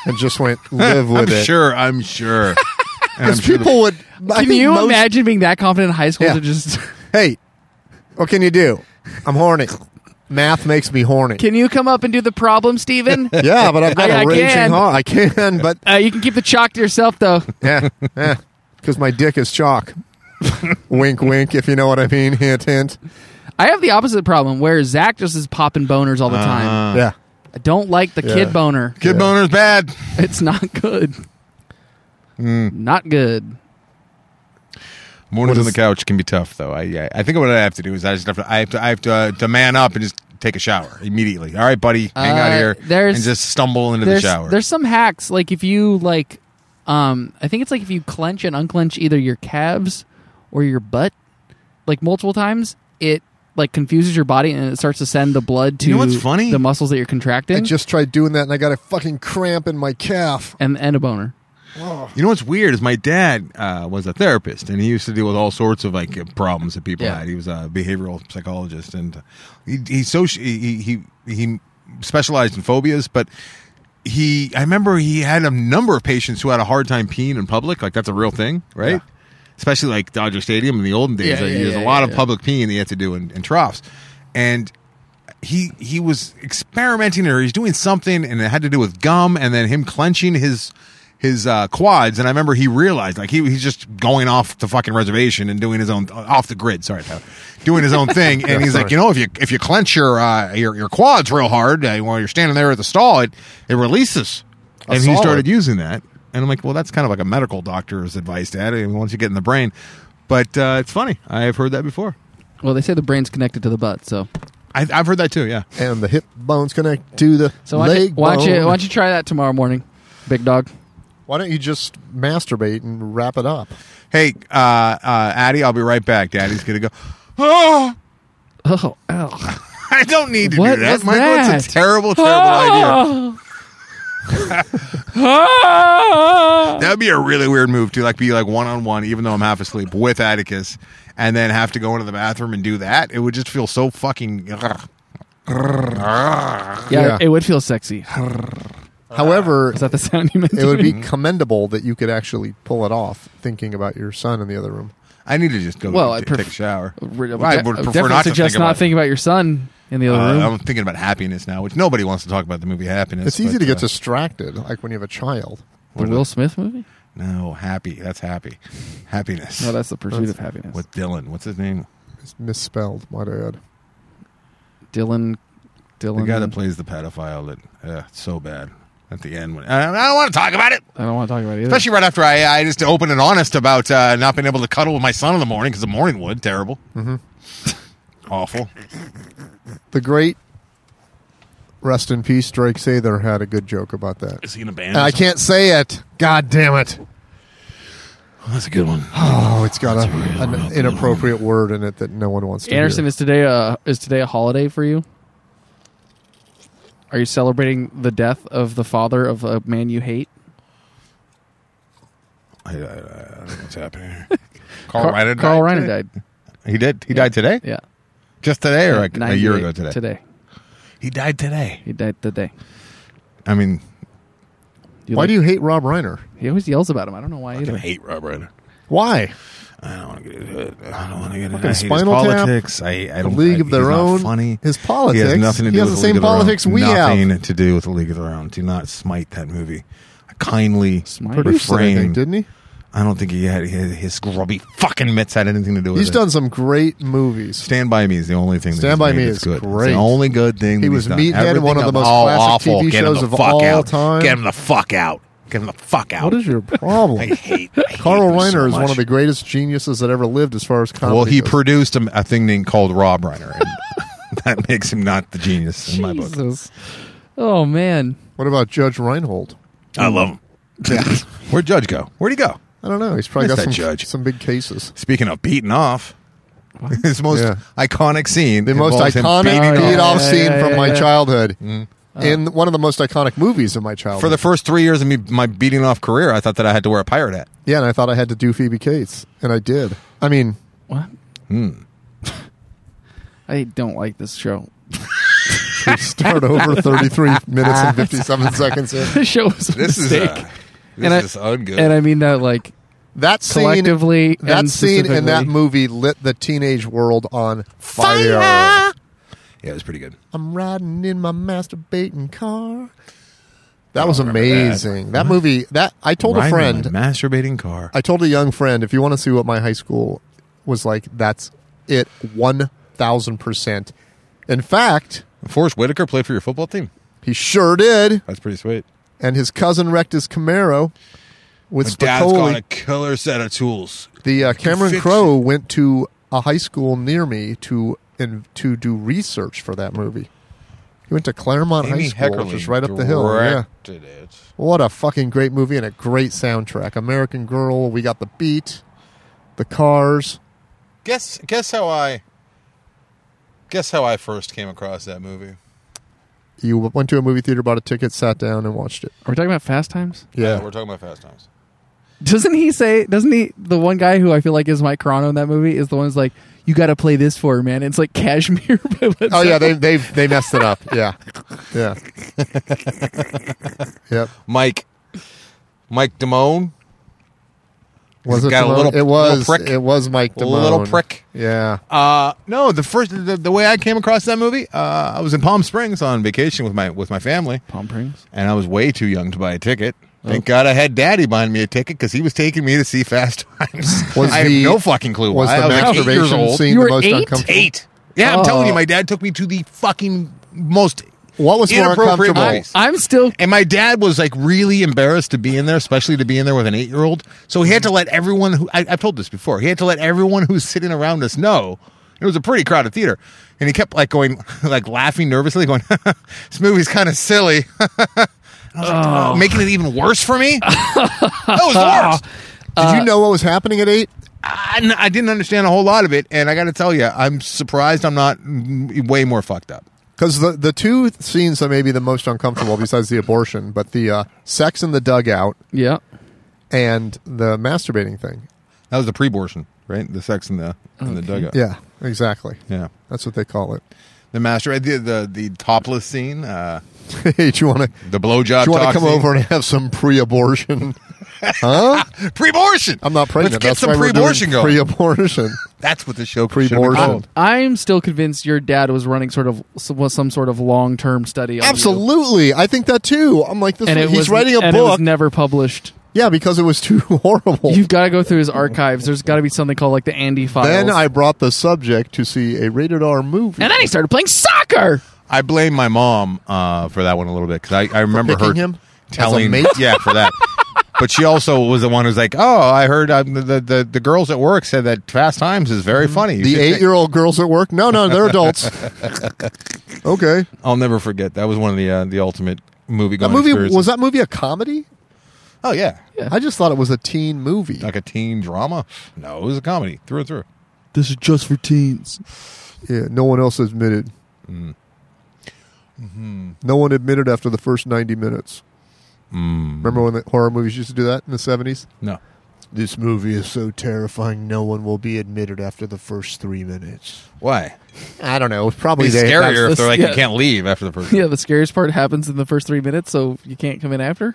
Speaker 1: and just went
Speaker 2: <laughs>
Speaker 1: live
Speaker 2: I'm
Speaker 1: with it.
Speaker 2: sure.
Speaker 1: <laughs>
Speaker 2: I'm sure. And I'm
Speaker 1: Because
Speaker 2: sure the-
Speaker 1: people would. I
Speaker 3: Can
Speaker 1: think
Speaker 3: you
Speaker 1: most-
Speaker 3: imagine being that confident in high school
Speaker 1: Yeah.
Speaker 3: to just? <laughs>
Speaker 1: Hey, what can you do? I'm horny. Math makes me horny.
Speaker 3: Can you come up and do the problem,
Speaker 1: <laughs>
Speaker 3: Steven?
Speaker 2: <laughs>
Speaker 1: yeah, but I've got a
Speaker 3: I- I
Speaker 1: raging
Speaker 3: can.
Speaker 1: heart. I can, but
Speaker 3: uh, you can keep the chalk to yourself, though.
Speaker 1: yeah, yeah, because my dick is
Speaker 2: <laughs>
Speaker 1: chalk. wink, wink. If you know what I mean. Hint, hint.
Speaker 3: I have the opposite problem where Zach just is popping boners all the time.
Speaker 2: Uh,
Speaker 1: Yeah.
Speaker 3: I don't like the
Speaker 1: Yeah.
Speaker 3: kid boner.
Speaker 2: Kid boner's bad.
Speaker 3: <laughs> It's not good. Not good.
Speaker 2: Mornings
Speaker 1: What
Speaker 2: on the
Speaker 1: is-
Speaker 2: couch can be tough, though. I, I I think what I have to do is I just have to I have to I have to, uh, to man up and just take a shower immediately. All right, buddy, hang out
Speaker 3: Uh,
Speaker 2: here
Speaker 3: there's-
Speaker 2: and just stumble into the
Speaker 3: There's
Speaker 2: shower.
Speaker 3: there's some hacks like if you like, um, I think it's like if you clench and unclench either your calves or your butt, like multiple times, it like confuses your body and it starts to send the blood to
Speaker 2: You know what's funny?
Speaker 3: the muscles that you're contracting
Speaker 1: I just tried doing that, and I got a fucking cramp in my calf.
Speaker 3: and and a boner.
Speaker 2: You know what's weird is my dad uh, was a therapist, and he used to deal with all sorts of like problems that people
Speaker 3: Yeah.
Speaker 2: had. He was a behavioral psychologist, and he he, soci- he he he specialized in phobias, but. He, I remember he had a number of patients who had a hard time peeing in public. Like that's a real thing, right? Especially like Dodger Stadium in the olden days.
Speaker 3: Yeah,
Speaker 2: like,
Speaker 3: yeah,
Speaker 2: there's
Speaker 3: yeah,
Speaker 2: a lot
Speaker 3: yeah,
Speaker 2: of
Speaker 3: yeah.
Speaker 2: public peeing that you had to do in, in troughs, and he he was experimenting or he's doing something and it had to do with gum and then him clenching his his uh, quads and I remember he realized like he he's just going off the fucking reservation and doing his own uh, off the grid sorry Tyler. doing his own thing and he's like you know if you if you clench your uh, your your quads real hard uh, while you're standing there at the stall it it releases
Speaker 1: I
Speaker 2: and he
Speaker 1: saw
Speaker 2: started
Speaker 1: it.
Speaker 2: using that and I'm like well that's kind of like a medical doctor's advice dad and once you get in the brain but uh, it's funny I've heard that before
Speaker 3: Well, they say the brain's connected to the butt, so
Speaker 2: I, I've heard that too yeah
Speaker 1: and the hip bones connect to the
Speaker 3: so why don't, you,
Speaker 1: leg
Speaker 3: why, don't you,
Speaker 1: bone.
Speaker 3: why don't you try that tomorrow morning, big dog?
Speaker 1: Why don't you just masturbate and wrap it up?
Speaker 2: Hey, uh, uh, Addy, I'll be right back. Daddy's gonna go.
Speaker 3: Oh, ow.
Speaker 2: I don't need to
Speaker 3: What
Speaker 2: do that,
Speaker 3: was
Speaker 2: Michael. It's a
Speaker 3: that?
Speaker 2: terrible, terrible idea.
Speaker 3: Oh. Ah!
Speaker 2: That would be a really weird move to like be like one on one, even though I'm half asleep with Atticus, and then have to go into the bathroom and do that. It would just feel so fucking. ugh.
Speaker 3: yeah,
Speaker 1: Yeah.
Speaker 3: it would feel sexy.
Speaker 1: However,
Speaker 3: Is that the sound you meant?
Speaker 1: it
Speaker 3: to
Speaker 1: would
Speaker 3: make?
Speaker 1: be commendable that you could actually pull it off thinking about your son in the other room.
Speaker 2: I need to just go
Speaker 3: Well,
Speaker 2: t-
Speaker 3: I'd pref-
Speaker 2: take a shower.
Speaker 3: I would,
Speaker 2: I
Speaker 3: de-
Speaker 2: would
Speaker 3: I would
Speaker 2: prefer
Speaker 3: definitely
Speaker 2: not to
Speaker 3: suggest
Speaker 2: think
Speaker 3: not
Speaker 2: about it.
Speaker 3: thinking about your son in the
Speaker 2: Uh,
Speaker 3: other room.
Speaker 2: I'm thinking about happiness now, which nobody wants to talk about the movie Happiness.
Speaker 1: It's easy
Speaker 2: but,
Speaker 1: to get
Speaker 2: uh,
Speaker 1: distracted, like when you have a child.
Speaker 3: the Will Smith movie?
Speaker 2: No, happy. That's happy. Happiness.
Speaker 3: No, that's the pursuit of happiness.
Speaker 2: with Dylan. What's his name?
Speaker 1: It's misspelled, might I add.
Speaker 3: Dylan, Dylan.
Speaker 2: The guy that plays the pedophile that uh, it's so bad at the end. When, I, I don't want to talk about it,
Speaker 3: I don't want to talk about it. Either.
Speaker 2: especially right after I, I just opened and honest about uh, not being able to cuddle with my son in the morning because the morning would terrible, mm-hmm. <laughs> awful.
Speaker 1: The great rest in peace Drake Sather had a good joke about that.
Speaker 2: Is he in a band?
Speaker 1: And I can't say it. God damn it.
Speaker 2: that's a good
Speaker 3: <gasps>
Speaker 2: one.
Speaker 1: Oh, it's got a, an inappropriate word in it that no one wants to
Speaker 3: Anderson
Speaker 1: hear.
Speaker 3: is today a is today a holiday for you? Are you celebrating the death of the father of a man you hate?
Speaker 2: I, I, I don't know what's happening here. Carl
Speaker 3: Car- <laughs>
Speaker 2: Reiner.
Speaker 3: Carl
Speaker 2: died
Speaker 3: Reiner
Speaker 2: today?
Speaker 3: died.
Speaker 2: He did. He died today,
Speaker 3: Yeah.
Speaker 2: just today, or like a year
Speaker 3: 98
Speaker 2: ago today.
Speaker 3: Today.
Speaker 2: He died today.
Speaker 3: He died today.
Speaker 2: I mean,
Speaker 3: You
Speaker 1: Why
Speaker 3: like-
Speaker 1: do you hate Rob Reiner?
Speaker 3: He always yells about him. I don't know why
Speaker 2: I
Speaker 3: either.
Speaker 2: hate Rob Reiner.
Speaker 1: Why?
Speaker 2: I don't want to get into it. I don't want to get into it.
Speaker 1: Fucking
Speaker 2: I hate his
Speaker 1: Spinal Tap,
Speaker 2: politics. I, I don't,
Speaker 1: The League
Speaker 2: I-
Speaker 1: of Their
Speaker 2: he's not
Speaker 1: Own.
Speaker 2: Funny.
Speaker 1: His
Speaker 2: He
Speaker 1: politics.
Speaker 2: has nothing to
Speaker 1: He
Speaker 2: do
Speaker 1: has the
Speaker 2: with the
Speaker 1: same
Speaker 2: League of Their Own.
Speaker 1: politics we have.
Speaker 2: nothing to do with the League of Their Own. Do not smite that movie. I kindly
Speaker 3: Smite?
Speaker 1: Produced it, I
Speaker 2: refrain.
Speaker 1: think, didn't he?
Speaker 2: I don't think he had he- his grubby fucking mitts had anything to do with
Speaker 1: He's
Speaker 2: it.
Speaker 1: done some great movies.
Speaker 2: Stand by Me is the only thing. That
Speaker 1: Stand
Speaker 2: he's
Speaker 1: By
Speaker 2: made
Speaker 1: Me
Speaker 2: that's
Speaker 1: is
Speaker 2: good. It's
Speaker 1: great.
Speaker 2: the only good thing.
Speaker 1: He
Speaker 2: that
Speaker 1: was
Speaker 2: he's done.
Speaker 1: Meathead,
Speaker 2: Everything
Speaker 1: one of the most
Speaker 2: all
Speaker 1: classic
Speaker 2: awful.
Speaker 1: TV
Speaker 2: Get him
Speaker 1: shows
Speaker 2: the
Speaker 1: of
Speaker 2: fuck
Speaker 1: all
Speaker 2: out.
Speaker 1: time.
Speaker 2: Get him the fuck out. Get him the fuck out.
Speaker 1: What is
Speaker 2: <laughs>
Speaker 1: your problem?
Speaker 2: I hate I hate
Speaker 1: Carl
Speaker 2: him
Speaker 1: Reiner
Speaker 2: so
Speaker 1: is one
Speaker 2: much.
Speaker 1: of the greatest geniuses that ever lived, as far as comedy.
Speaker 2: Well, he
Speaker 1: goes.
Speaker 2: produced a, a thing named called Rob Reiner,
Speaker 1: <laughs>
Speaker 2: and that makes him not the genius in my book.
Speaker 3: Jesus. Oh man.
Speaker 1: what about Judge Reinhold?
Speaker 2: I love him. Where'd Judge go? Where'd he go?
Speaker 1: I don't know. He's probably
Speaker 2: Miss
Speaker 1: got some
Speaker 2: that judge.
Speaker 1: some big cases.
Speaker 2: Speaking of beating off, <laughs> his most
Speaker 1: Yeah.
Speaker 2: iconic scene,
Speaker 1: The most
Speaker 2: involves him
Speaker 1: iconic
Speaker 2: beating Mm.
Speaker 3: off.
Speaker 1: beat off
Speaker 3: Yeah,
Speaker 1: scene
Speaker 3: yeah,
Speaker 1: from
Speaker 3: yeah,
Speaker 1: my
Speaker 3: yeah. Uh.
Speaker 1: childhood, in one of the most iconic movies of my childhood.
Speaker 2: for the first three years of me my beating off career. I thought that I had to wear a pirate hat.
Speaker 1: yeah, and I thought I had to do Phoebe Cates, and I did. I mean,
Speaker 3: What?
Speaker 1: Hmm.
Speaker 3: <laughs> I don't like this show. <laughs>
Speaker 1: we start over thirty three minutes and fifty seven seconds in.
Speaker 3: This show was a
Speaker 2: This is
Speaker 3: mistake.
Speaker 2: uh, this
Speaker 3: And I-
Speaker 2: is ungood.
Speaker 3: and I mean that like
Speaker 1: That scene,
Speaker 3: collectively
Speaker 1: that
Speaker 3: and
Speaker 1: scene in that
Speaker 3: specifically.
Speaker 1: movie lit the teenage world on fire.
Speaker 2: yeah, it was pretty good.
Speaker 1: I'm riding in my masturbating car. That was amazing. That. movie. That I told a
Speaker 2: Riding
Speaker 1: friend.
Speaker 2: in my masturbating car.
Speaker 1: I told a young friend, if you want to see what my high school was like, that's it, one thousand percent. In fact,
Speaker 2: Forrest Whitaker played for your football team.
Speaker 1: he sure did,
Speaker 2: That's pretty sweet.
Speaker 1: and his cousin wrecked his Camaro with
Speaker 2: My dad's got a
Speaker 1: Spicoli.
Speaker 2: killer set of tools.
Speaker 1: The uh, Cameron
Speaker 2: fix
Speaker 1: Crowe went to a high school near me to in, to do research for that movie. He went to Claremont High
Speaker 2: Amy
Speaker 1: School,
Speaker 2: Heckerling
Speaker 1: which is right up the hill. Yeah.
Speaker 2: directed it.
Speaker 1: What a fucking great movie and a great soundtrack. American Girl, we got the beat, the cars.
Speaker 2: Guess guess how I guess how I first came across that movie.
Speaker 1: You went to a movie theater, bought a ticket, sat down, and watched it.
Speaker 3: are we talking about Fast Times?
Speaker 1: Yeah.
Speaker 2: we're talking about Fast Times.
Speaker 3: Doesn't he say? Doesn't he? The one guy who I feel like is Mike Carano in that movie is the one who's like, "You got to play this for her, man." It's like Cashmere. <laughs> by Led
Speaker 1: oh yeah,
Speaker 3: Zeppelin.
Speaker 1: they they they messed it up.
Speaker 2: <laughs>
Speaker 1: Yeah, yeah, yep.
Speaker 2: Mike Mike Damone,
Speaker 1: Was it?
Speaker 2: got a
Speaker 1: Damone?
Speaker 2: little-
Speaker 1: it was.
Speaker 2: little prick.
Speaker 1: It was Mike
Speaker 2: A
Speaker 1: Damone.
Speaker 2: little prick.
Speaker 1: Yeah.
Speaker 2: Uh, no, the first the, the way I came across that movie, uh, I was in Palm Springs on vacation with my with my family,
Speaker 3: Palm Springs.
Speaker 2: and I was way too young to buy a ticket. Thank God I had Daddy buying me a ticket because he was taking me to see Fast Times.
Speaker 1: <laughs> Was
Speaker 2: I
Speaker 1: the-
Speaker 2: have no fucking clue.
Speaker 1: Was
Speaker 2: why.
Speaker 1: the
Speaker 2: I was like eight years
Speaker 1: masturbation
Speaker 2: old.
Speaker 1: scene
Speaker 3: You
Speaker 1: the
Speaker 3: were
Speaker 1: most
Speaker 3: eight?
Speaker 1: uncomfortable?
Speaker 2: Eight. Yeah, I'm telling you,
Speaker 3: Oh.
Speaker 2: my dad took me to the fucking most.
Speaker 1: What was more
Speaker 2: Inappropriate
Speaker 1: uncomfortable?
Speaker 2: place.
Speaker 3: I'm still.
Speaker 2: And my dad was like really embarrassed to be in there, especially to be in there with an eight year old. So he had to let everyone who I, I've told this before. He had to let everyone who's sitting around us know. It was a pretty crowded theater, and he kept like going, <laughs> like laughing nervously, going, <laughs> "This movie's kind of silly." <laughs> I was like, "Oh, making it even worse for me. that was worse.
Speaker 1: Did
Speaker 2: Uh,
Speaker 1: you know what was happening at eight?
Speaker 2: I, I didn't understand a whole lot of it, and I got to tell you, I'm surprised I'm not mm, way more fucked up.
Speaker 1: Because the the two scenes that may be the most uncomfortable, besides the abortion, but the uh, sex in the dugout
Speaker 3: Yeah.
Speaker 1: and the masturbating thing.
Speaker 2: That was the pre-abortion, right? The sex in the in the dugout.
Speaker 1: Yeah, exactly.
Speaker 2: yeah.
Speaker 1: That's what they call it. <laughs>
Speaker 2: The master, the the, the topless scene, uh,
Speaker 1: hey, do you want to?
Speaker 2: the blowjob.
Speaker 1: Do you want
Speaker 2: talk
Speaker 1: to come
Speaker 2: scene.
Speaker 1: over and have some pre-abortion?
Speaker 2: Pre-abortion.
Speaker 1: I'm not pregnant.
Speaker 2: Let's get
Speaker 1: That's
Speaker 2: some
Speaker 1: why we're doing
Speaker 2: pre-abortion going. <laughs>
Speaker 1: Pre-abortion.
Speaker 2: That's what the show should have been
Speaker 1: Pre-abortion.
Speaker 2: called.
Speaker 3: I'm still convinced your dad was running sort of was some sort of long term study. On you.
Speaker 1: Absolutely, I think that too. I'm like this.
Speaker 3: And it
Speaker 1: he's
Speaker 3: was,
Speaker 1: writing a
Speaker 3: and It was
Speaker 1: book.
Speaker 3: never published.
Speaker 1: yeah, because it was too <laughs> horrible.
Speaker 3: You've got to go through his archives. There's got to be something called like the Andy files.
Speaker 1: then I brought the subject to see a rated R movie.
Speaker 3: and then he started playing soccer.
Speaker 2: I blame my mom uh, for that one a little bit because I, I remember her
Speaker 1: picking him as a
Speaker 2: telling
Speaker 1: mate?
Speaker 2: yeah
Speaker 1: <laughs>
Speaker 2: for that. But she also was the one who's like, "Oh, I heard um, the, the the girls at work said that Fast Times is very funny."
Speaker 1: Mm-hmm. <laughs>
Speaker 2: You
Speaker 1: the
Speaker 2: should check-
Speaker 1: eight-year-old girls at work. No, no, they're <laughs> adults. okay,
Speaker 2: I'll never forget. That was one of the uh, the ultimate movie.
Speaker 1: that movie was that movie a comedy?
Speaker 2: Oh yeah,
Speaker 1: I just thought it was a teen movie.
Speaker 2: like a teen drama. No, it was a comedy through and through.
Speaker 3: This is just for teens.
Speaker 1: Yeah, no one else admitted. Mm. Mm-hmm. No one admitted after Mm. the first ninety minutes. Remember when the horror movies used to do that in the seventies?
Speaker 2: No,
Speaker 1: This movie is so terrifying, no one will be admitted after the first three minutes.
Speaker 2: Why?
Speaker 1: I don't know. Probably
Speaker 2: It's
Speaker 1: they,
Speaker 2: scarier
Speaker 1: that's-
Speaker 2: if they're like
Speaker 3: yeah.
Speaker 2: you can't leave after the first.
Speaker 3: <laughs> <laughs> Yeah, the scariest part happens in the first three minutes, so you can't come in after.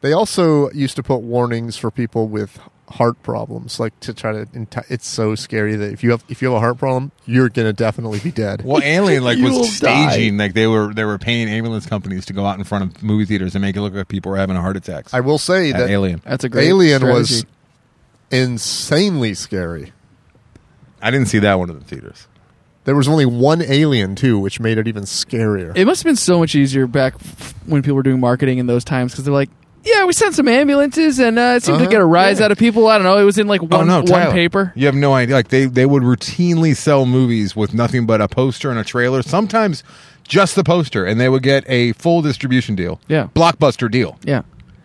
Speaker 1: They also used to put warnings for people with heart problems, like to try to. Enti- it's so scary that if you have if you have a heart problem, you're gonna definitely be dead.
Speaker 2: Well, Alien like
Speaker 3: You'll
Speaker 2: was staging like they were they were paying ambulance companies to go out in front of movie theaters and make it look like people were having heart attacks.
Speaker 1: I will say
Speaker 2: at
Speaker 1: that
Speaker 2: Alien.
Speaker 3: That's a great
Speaker 1: Alien was
Speaker 3: strategy.
Speaker 1: insanely scary.
Speaker 2: I didn't see that one in the theaters.
Speaker 1: There was only one alien too, which made it even scarier.
Speaker 3: It must have been so much easier back f- when people were doing marketing in those times because they're like, yeah, we sent some ambulances and uh, it seemed
Speaker 1: Uh-huh,
Speaker 3: to get a rise
Speaker 1: yeah.
Speaker 3: out of people. I don't know. It was in like
Speaker 2: Oh
Speaker 3: one
Speaker 2: no,
Speaker 3: one
Speaker 2: Tyler.
Speaker 3: paper.
Speaker 2: You have no idea. Like they they would routinely sell movies with nothing but a poster and a trailer. Sometimes just the poster, and they would get a full distribution deal.
Speaker 3: Yeah.
Speaker 2: blockbuster deal,
Speaker 3: Yeah.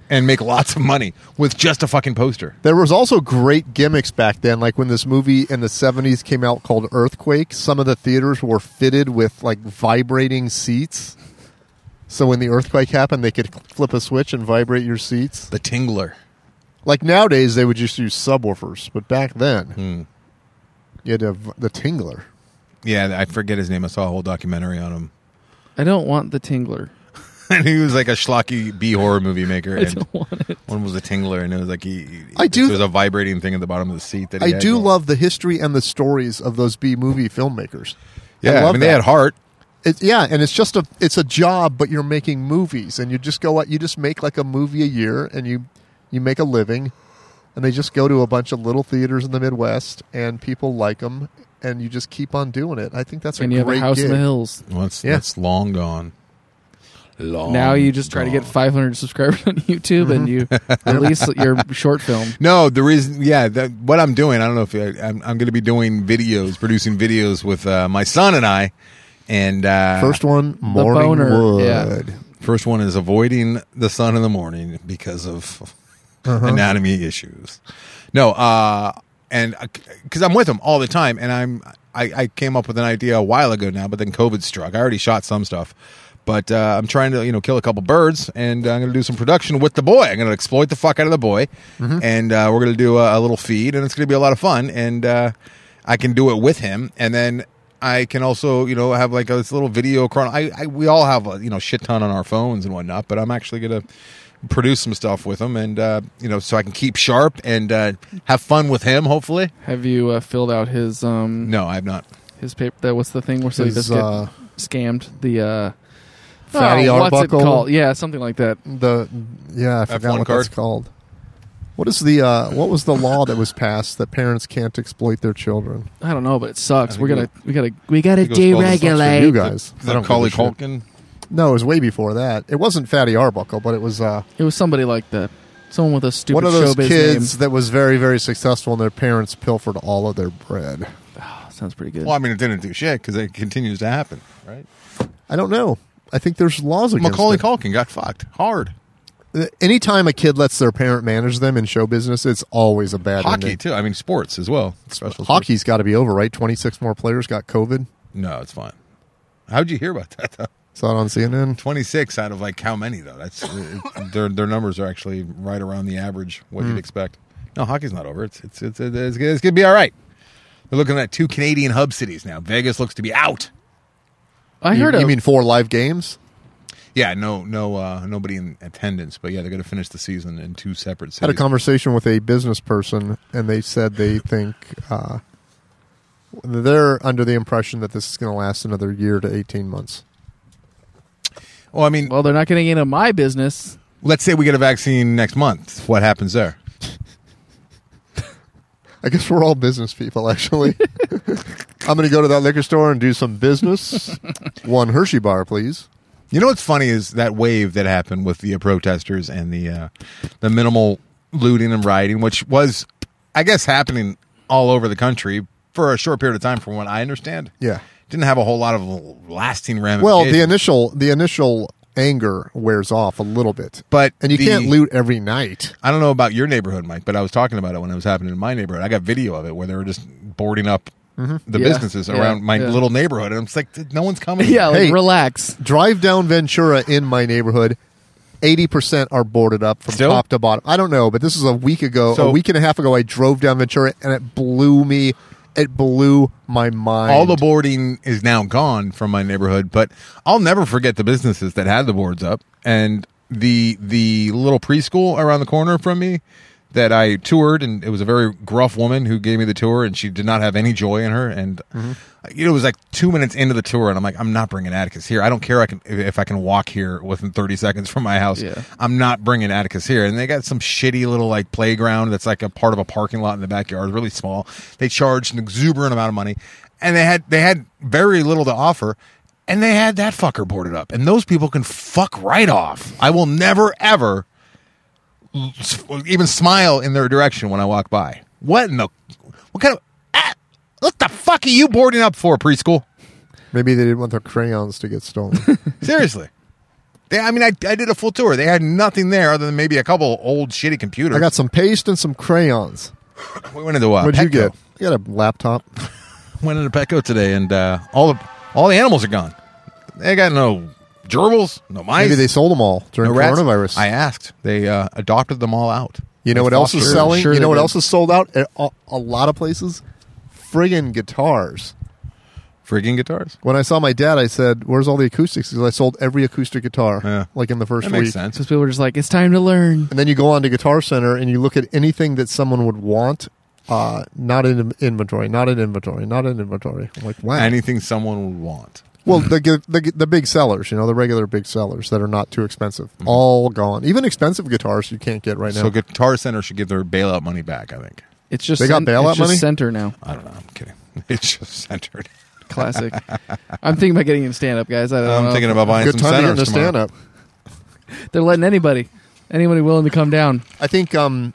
Speaker 2: and make lots of money with just a fucking poster.
Speaker 1: There was also great gimmicks back then, like when this movie in the '70s came out called Earthquake. Some of the theaters were fitted with like vibrating seats, so when the earthquake happened, they could flip a switch and vibrate your seats.
Speaker 2: The Tingler.
Speaker 1: Like nowadays, they would just use subwoofers, but back then, you had to have the tingler.
Speaker 2: Yeah, I forget his name. I saw a whole documentary on him,
Speaker 3: I don't want the tingler.
Speaker 2: <laughs> and he was like a schlocky B horror movie maker.
Speaker 3: I
Speaker 2: And
Speaker 3: don't want it.
Speaker 2: one was a Tingler, and it was like he. he-
Speaker 1: I do-
Speaker 2: There was a vibrating thing at the bottom of the seat that he
Speaker 1: I
Speaker 2: had
Speaker 1: do
Speaker 2: going.
Speaker 1: love the history and the stories of those B movie filmmakers.
Speaker 2: Yeah, I,
Speaker 1: love
Speaker 2: mean they
Speaker 1: that.
Speaker 2: had heart.
Speaker 1: It, yeah, and it's just a it's a job, but you're making movies, and you just go out, you just make like a movie a year, and you you make a living, and they just go to a bunch of little theaters in the Midwest, and people like them, and you just keep on doing it. I think that's a
Speaker 3: And you have
Speaker 1: great
Speaker 3: a house
Speaker 1: gig.
Speaker 3: in the hills.
Speaker 2: Well, it's,
Speaker 1: Yeah.
Speaker 2: it's long gone. Long
Speaker 1: Oh,
Speaker 3: now you just try to
Speaker 2: gone.
Speaker 3: get 500 subscribers <laughs> on YouTube
Speaker 1: <laughs>
Speaker 3: and you release your short film.
Speaker 2: No, the reason, yeah, that, what I'm doing, I don't know if I, I'm, I'm going to be doing videos, producing videos with uh, my son and I. And uh,
Speaker 1: First one, Morning
Speaker 3: boner,
Speaker 1: Wood.
Speaker 3: yeah.
Speaker 2: first one is avoiding the sun in the morning because of anatomy issues. No, uh, and because I'm with him all the time, and I'm I, I came up with an idea a while ago now, but then COVID struck. I already shot some stuff, but uh, I'm trying to you know kill a couple birds, and I'm going to do some production with the boy. I'm going to exploit the fuck out of the boy, and uh, we're going to do a, a little feed, and it's going to be a lot of fun, and uh, I can do it with him, and then. I can also, you know, have like a, this little video chrono. I, I we all have a you know shit ton on our phones and whatnot, but I'm actually gonna produce some stuff with him, and uh, you know, so I can keep sharp and uh, have fun with him. Hopefully,
Speaker 3: Have you uh, filled out his um
Speaker 2: no, I've not.
Speaker 3: his paper? That what's the thing where so he
Speaker 1: His,
Speaker 3: just get
Speaker 1: uh,
Speaker 3: scammed the uh,
Speaker 1: Fatty
Speaker 3: oh, what's
Speaker 1: Arbuckle?
Speaker 3: it called? Yeah, something like that.
Speaker 1: The yeah, I forgot
Speaker 2: F1
Speaker 1: what that's
Speaker 2: card.
Speaker 1: called. What is the uh, what was the law that was passed that parents can't exploit their children?
Speaker 3: I don't know, but it sucks.
Speaker 2: think
Speaker 3: We're gonna
Speaker 2: it
Speaker 3: we gotta we gotta
Speaker 2: I think it was called the stuff
Speaker 1: You
Speaker 3: deregulate.
Speaker 1: guys, I don't
Speaker 2: The
Speaker 1: give a
Speaker 2: Macaulay
Speaker 1: shit.
Speaker 2: Culkin.
Speaker 1: No, it was way before that. It wasn't Fatty Arbuckle, but it was uh,
Speaker 3: It was somebody like that. Someone with a stupid
Speaker 1: one of those
Speaker 3: showbiz
Speaker 1: kids that was very, very successful, and their parents pilfered all of their bread.
Speaker 3: name. Sounds pretty good.
Speaker 2: Well, I mean, it didn't do shit because it continues to happen, right?
Speaker 1: I don't know. I think there's laws against
Speaker 2: Macaulay
Speaker 1: it.
Speaker 2: Culkin got fucked hard.
Speaker 1: Anytime a kid lets their parent manage them in show business, it's always a bad
Speaker 2: Hockey
Speaker 1: ending.
Speaker 2: too. I mean, sports as well. Special sports.
Speaker 1: Hockey's got to be over, right? Twenty six more players got COVID.
Speaker 2: No, it's fine. How'd you hear about that? though? <laughs>
Speaker 1: Saw it on CNN.
Speaker 2: Twenty six out of like how many though? That's uh, <laughs> their their numbers are actually right around the average what
Speaker 1: Hmm.
Speaker 2: you'd expect. No, hockey's not over. It's it's it's it's, it's, it's gonna be all right. They're looking at two Canadian hub cities now. Vegas looks to be out.
Speaker 3: I heard
Speaker 1: you,
Speaker 3: a
Speaker 1: you mean four live games?
Speaker 2: Yeah, no, no, uh, nobody in attendance, but yeah, they're going to finish the season in two separate cities.
Speaker 1: had a conversation with a business person, and they said they think uh, they're under the impression that this is going to last another year to eighteen months.
Speaker 2: well, I mean,
Speaker 3: well, they're not getting into
Speaker 1: <laughs>
Speaker 3: my business.
Speaker 2: let's say we get a vaccine next month. What happens there?
Speaker 1: I guess we're all business people,
Speaker 2: <laughs>
Speaker 1: actually. I'm going to go to that liquor store and do some
Speaker 2: <laughs>
Speaker 1: business. One Hershey bar, please.
Speaker 2: You know what's funny is that wave that happened with the protesters and the uh, the minimal looting and rioting, which was, I guess, happening all over the country for a short period of time, from what I understand.
Speaker 1: Yeah.
Speaker 2: didn't have a whole lot of lasting
Speaker 1: Well,
Speaker 2: ramifications.
Speaker 1: the initial the initial anger wears off a little bit,
Speaker 2: But
Speaker 1: and you
Speaker 2: the-
Speaker 1: can't loot every night.
Speaker 2: I don't know about your neighborhood, Mike, but I was talking about it when it was happening in my neighborhood. I got video of it where they were just boarding up the
Speaker 3: Mm-hmm. Yeah,
Speaker 2: businesses
Speaker 3: yeah,
Speaker 2: around my
Speaker 3: yeah.
Speaker 2: little neighborhood, and I'm just like, no one's coming.
Speaker 3: Yeah, like
Speaker 1: Hey.
Speaker 3: relax.
Speaker 1: Drive down Ventura in my neighborhood. Eighty percent are boarded up from
Speaker 2: Still?
Speaker 1: top to bottom. I don't know, but this is a week ago,
Speaker 2: So-
Speaker 1: a week and a half ago. I drove down Ventura, and it blew me. It blew my mind.
Speaker 2: All the boarding is now gone from my neighborhood, but I'll never forget the businesses that had the boards up and the the little preschool around the corner from me that I toured and it was a very gruff woman who gave me the tour and she did not have any joy in her and you know, it was like 2 minutes into the tour and I'm like I'm not bringing Atticus here. I don't care I can if I can walk here within 30 seconds from my house.
Speaker 3: Yeah.
Speaker 2: I'm not bringing Atticus here. And they got some shitty little like playground that's like a part of a parking lot in the backyard, really small. They charged an exuberant amount of money, and they had they had very little to offer. And they had that fucker boarded up, and those people can fuck right off. I will never ever s- even smile in their direction when I walk by. What in the what kind of ah, what the fuck are you boarding up for preschool?
Speaker 1: Maybe they didn't want their crayons to get
Speaker 2: <laughs>
Speaker 1: stolen.
Speaker 2: Seriously. They, I mean, I, I did a full tour. They had nothing there other than maybe a couple old shitty computers.
Speaker 1: I got some paste and some crayons.
Speaker 2: We went into uh,
Speaker 1: What'd you
Speaker 2: Petco.
Speaker 1: get? I got a
Speaker 2: <laughs>
Speaker 1: laptop.
Speaker 2: Went into Petco today, and uh, all the all the animals are gone. They got no gerbils, no mice,
Speaker 1: Maybe they sold them all during
Speaker 2: no rats.
Speaker 1: coronavirus.
Speaker 2: I asked. They uh, adopted them all out.
Speaker 1: you know
Speaker 2: They
Speaker 1: what else is
Speaker 2: fostered-
Speaker 1: selling?
Speaker 3: sure
Speaker 1: you
Speaker 3: they
Speaker 1: know what
Speaker 3: did.
Speaker 1: else is sold out at a, a lot of places? Friggin' guitars.
Speaker 2: Frigging guitars.
Speaker 1: When I saw my dad, I said, "Where's all the acoustics?" Because I sold every acoustic guitar,
Speaker 2: Yeah.
Speaker 1: like in the first
Speaker 2: That
Speaker 1: week.
Speaker 2: makes sense.
Speaker 3: Because people were just like, it's time to learn.
Speaker 1: And then you go on to Guitar Center and you look at anything that someone would want. Uh, not in inventory. Not in inventory. Not in inventory. I'm like, wow.
Speaker 2: Anything someone would want.
Speaker 1: Well, the, gu- the gu- the big sellers, you know, the regular big sellers that are not too expensive, all gone. Even expensive guitars you can't get right now.
Speaker 2: Mm-hmm. So Guitar Center should give their bailout money back. I think.
Speaker 3: It's just
Speaker 1: They got
Speaker 3: cen-
Speaker 1: bailout
Speaker 3: it's just
Speaker 1: money?
Speaker 3: Center now.
Speaker 2: I don't know. I'm kidding. <laughs> It's just centered.
Speaker 1: <laughs>
Speaker 3: Classic. I'm thinking about getting in stand up, guys. I don't
Speaker 2: I'm
Speaker 3: know.
Speaker 2: thinking about buying
Speaker 1: Uh, Good
Speaker 2: some
Speaker 1: time to get in a
Speaker 2: centers tomorrow.
Speaker 1: stand up.
Speaker 3: They're letting anybody, anybody willing to come down.
Speaker 1: I think um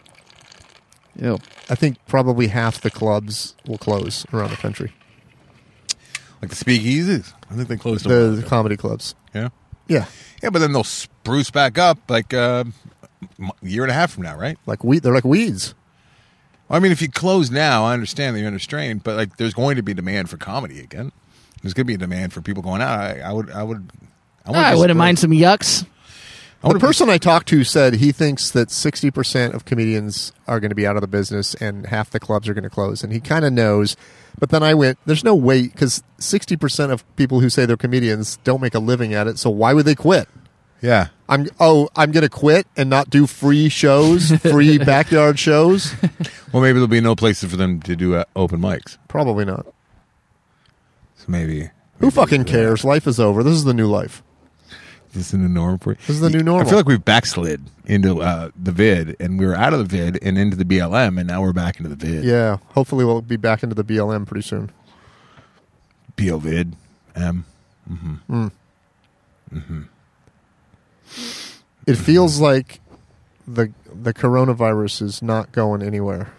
Speaker 3: Ew. Ah,
Speaker 1: I think probably half the clubs will close around the country.
Speaker 2: Like the speakeasies. I think they closed
Speaker 1: The,
Speaker 2: them.
Speaker 1: the comedy clubs.
Speaker 2: yeah.
Speaker 1: Yeah,
Speaker 2: Yeah, but then they'll spruce back up like uh, a year and a half from now, right?
Speaker 1: like we they're like weeds.
Speaker 2: Well, I mean, if you close now, I understand that you're under strain, but like, there's going to be demand for comedy again. There's going to be a demand for people going out. I, I would, I would, I,
Speaker 3: Ah, I wouldn't mind some yucks.
Speaker 1: The
Speaker 2: I wouldn't-
Speaker 1: person I talked to said he thinks that 60% of comedians are going to be out of the business and half the clubs are going to close. And he kind of knows. But then I went, there's no way, because 60% of people who say they're comedians don't make a living at it. So why would they quit?
Speaker 2: Yeah,
Speaker 1: I'm, oh, I'm going to quit and not do free shows,
Speaker 2: <laughs>
Speaker 1: free backyard shows?
Speaker 2: well, maybe there'll be no places for them to do uh, open mics.
Speaker 1: Probably not.
Speaker 2: So maybe uh,
Speaker 1: Who fucking cares? Life is over. This is the new life.
Speaker 2: This is the new norm for you.
Speaker 1: This is the new
Speaker 2: I
Speaker 1: normal.
Speaker 2: feel like we've backslid into uh, the vid, and we were out of the vid and into the BLM, and now we're back into the vid.
Speaker 1: Yeah. Hopefully we'll be back into the BLM pretty soon.
Speaker 2: BLVid M.
Speaker 1: It
Speaker 2: Mm-hmm.
Speaker 1: feels like the, the coronavirus is not going anywhere.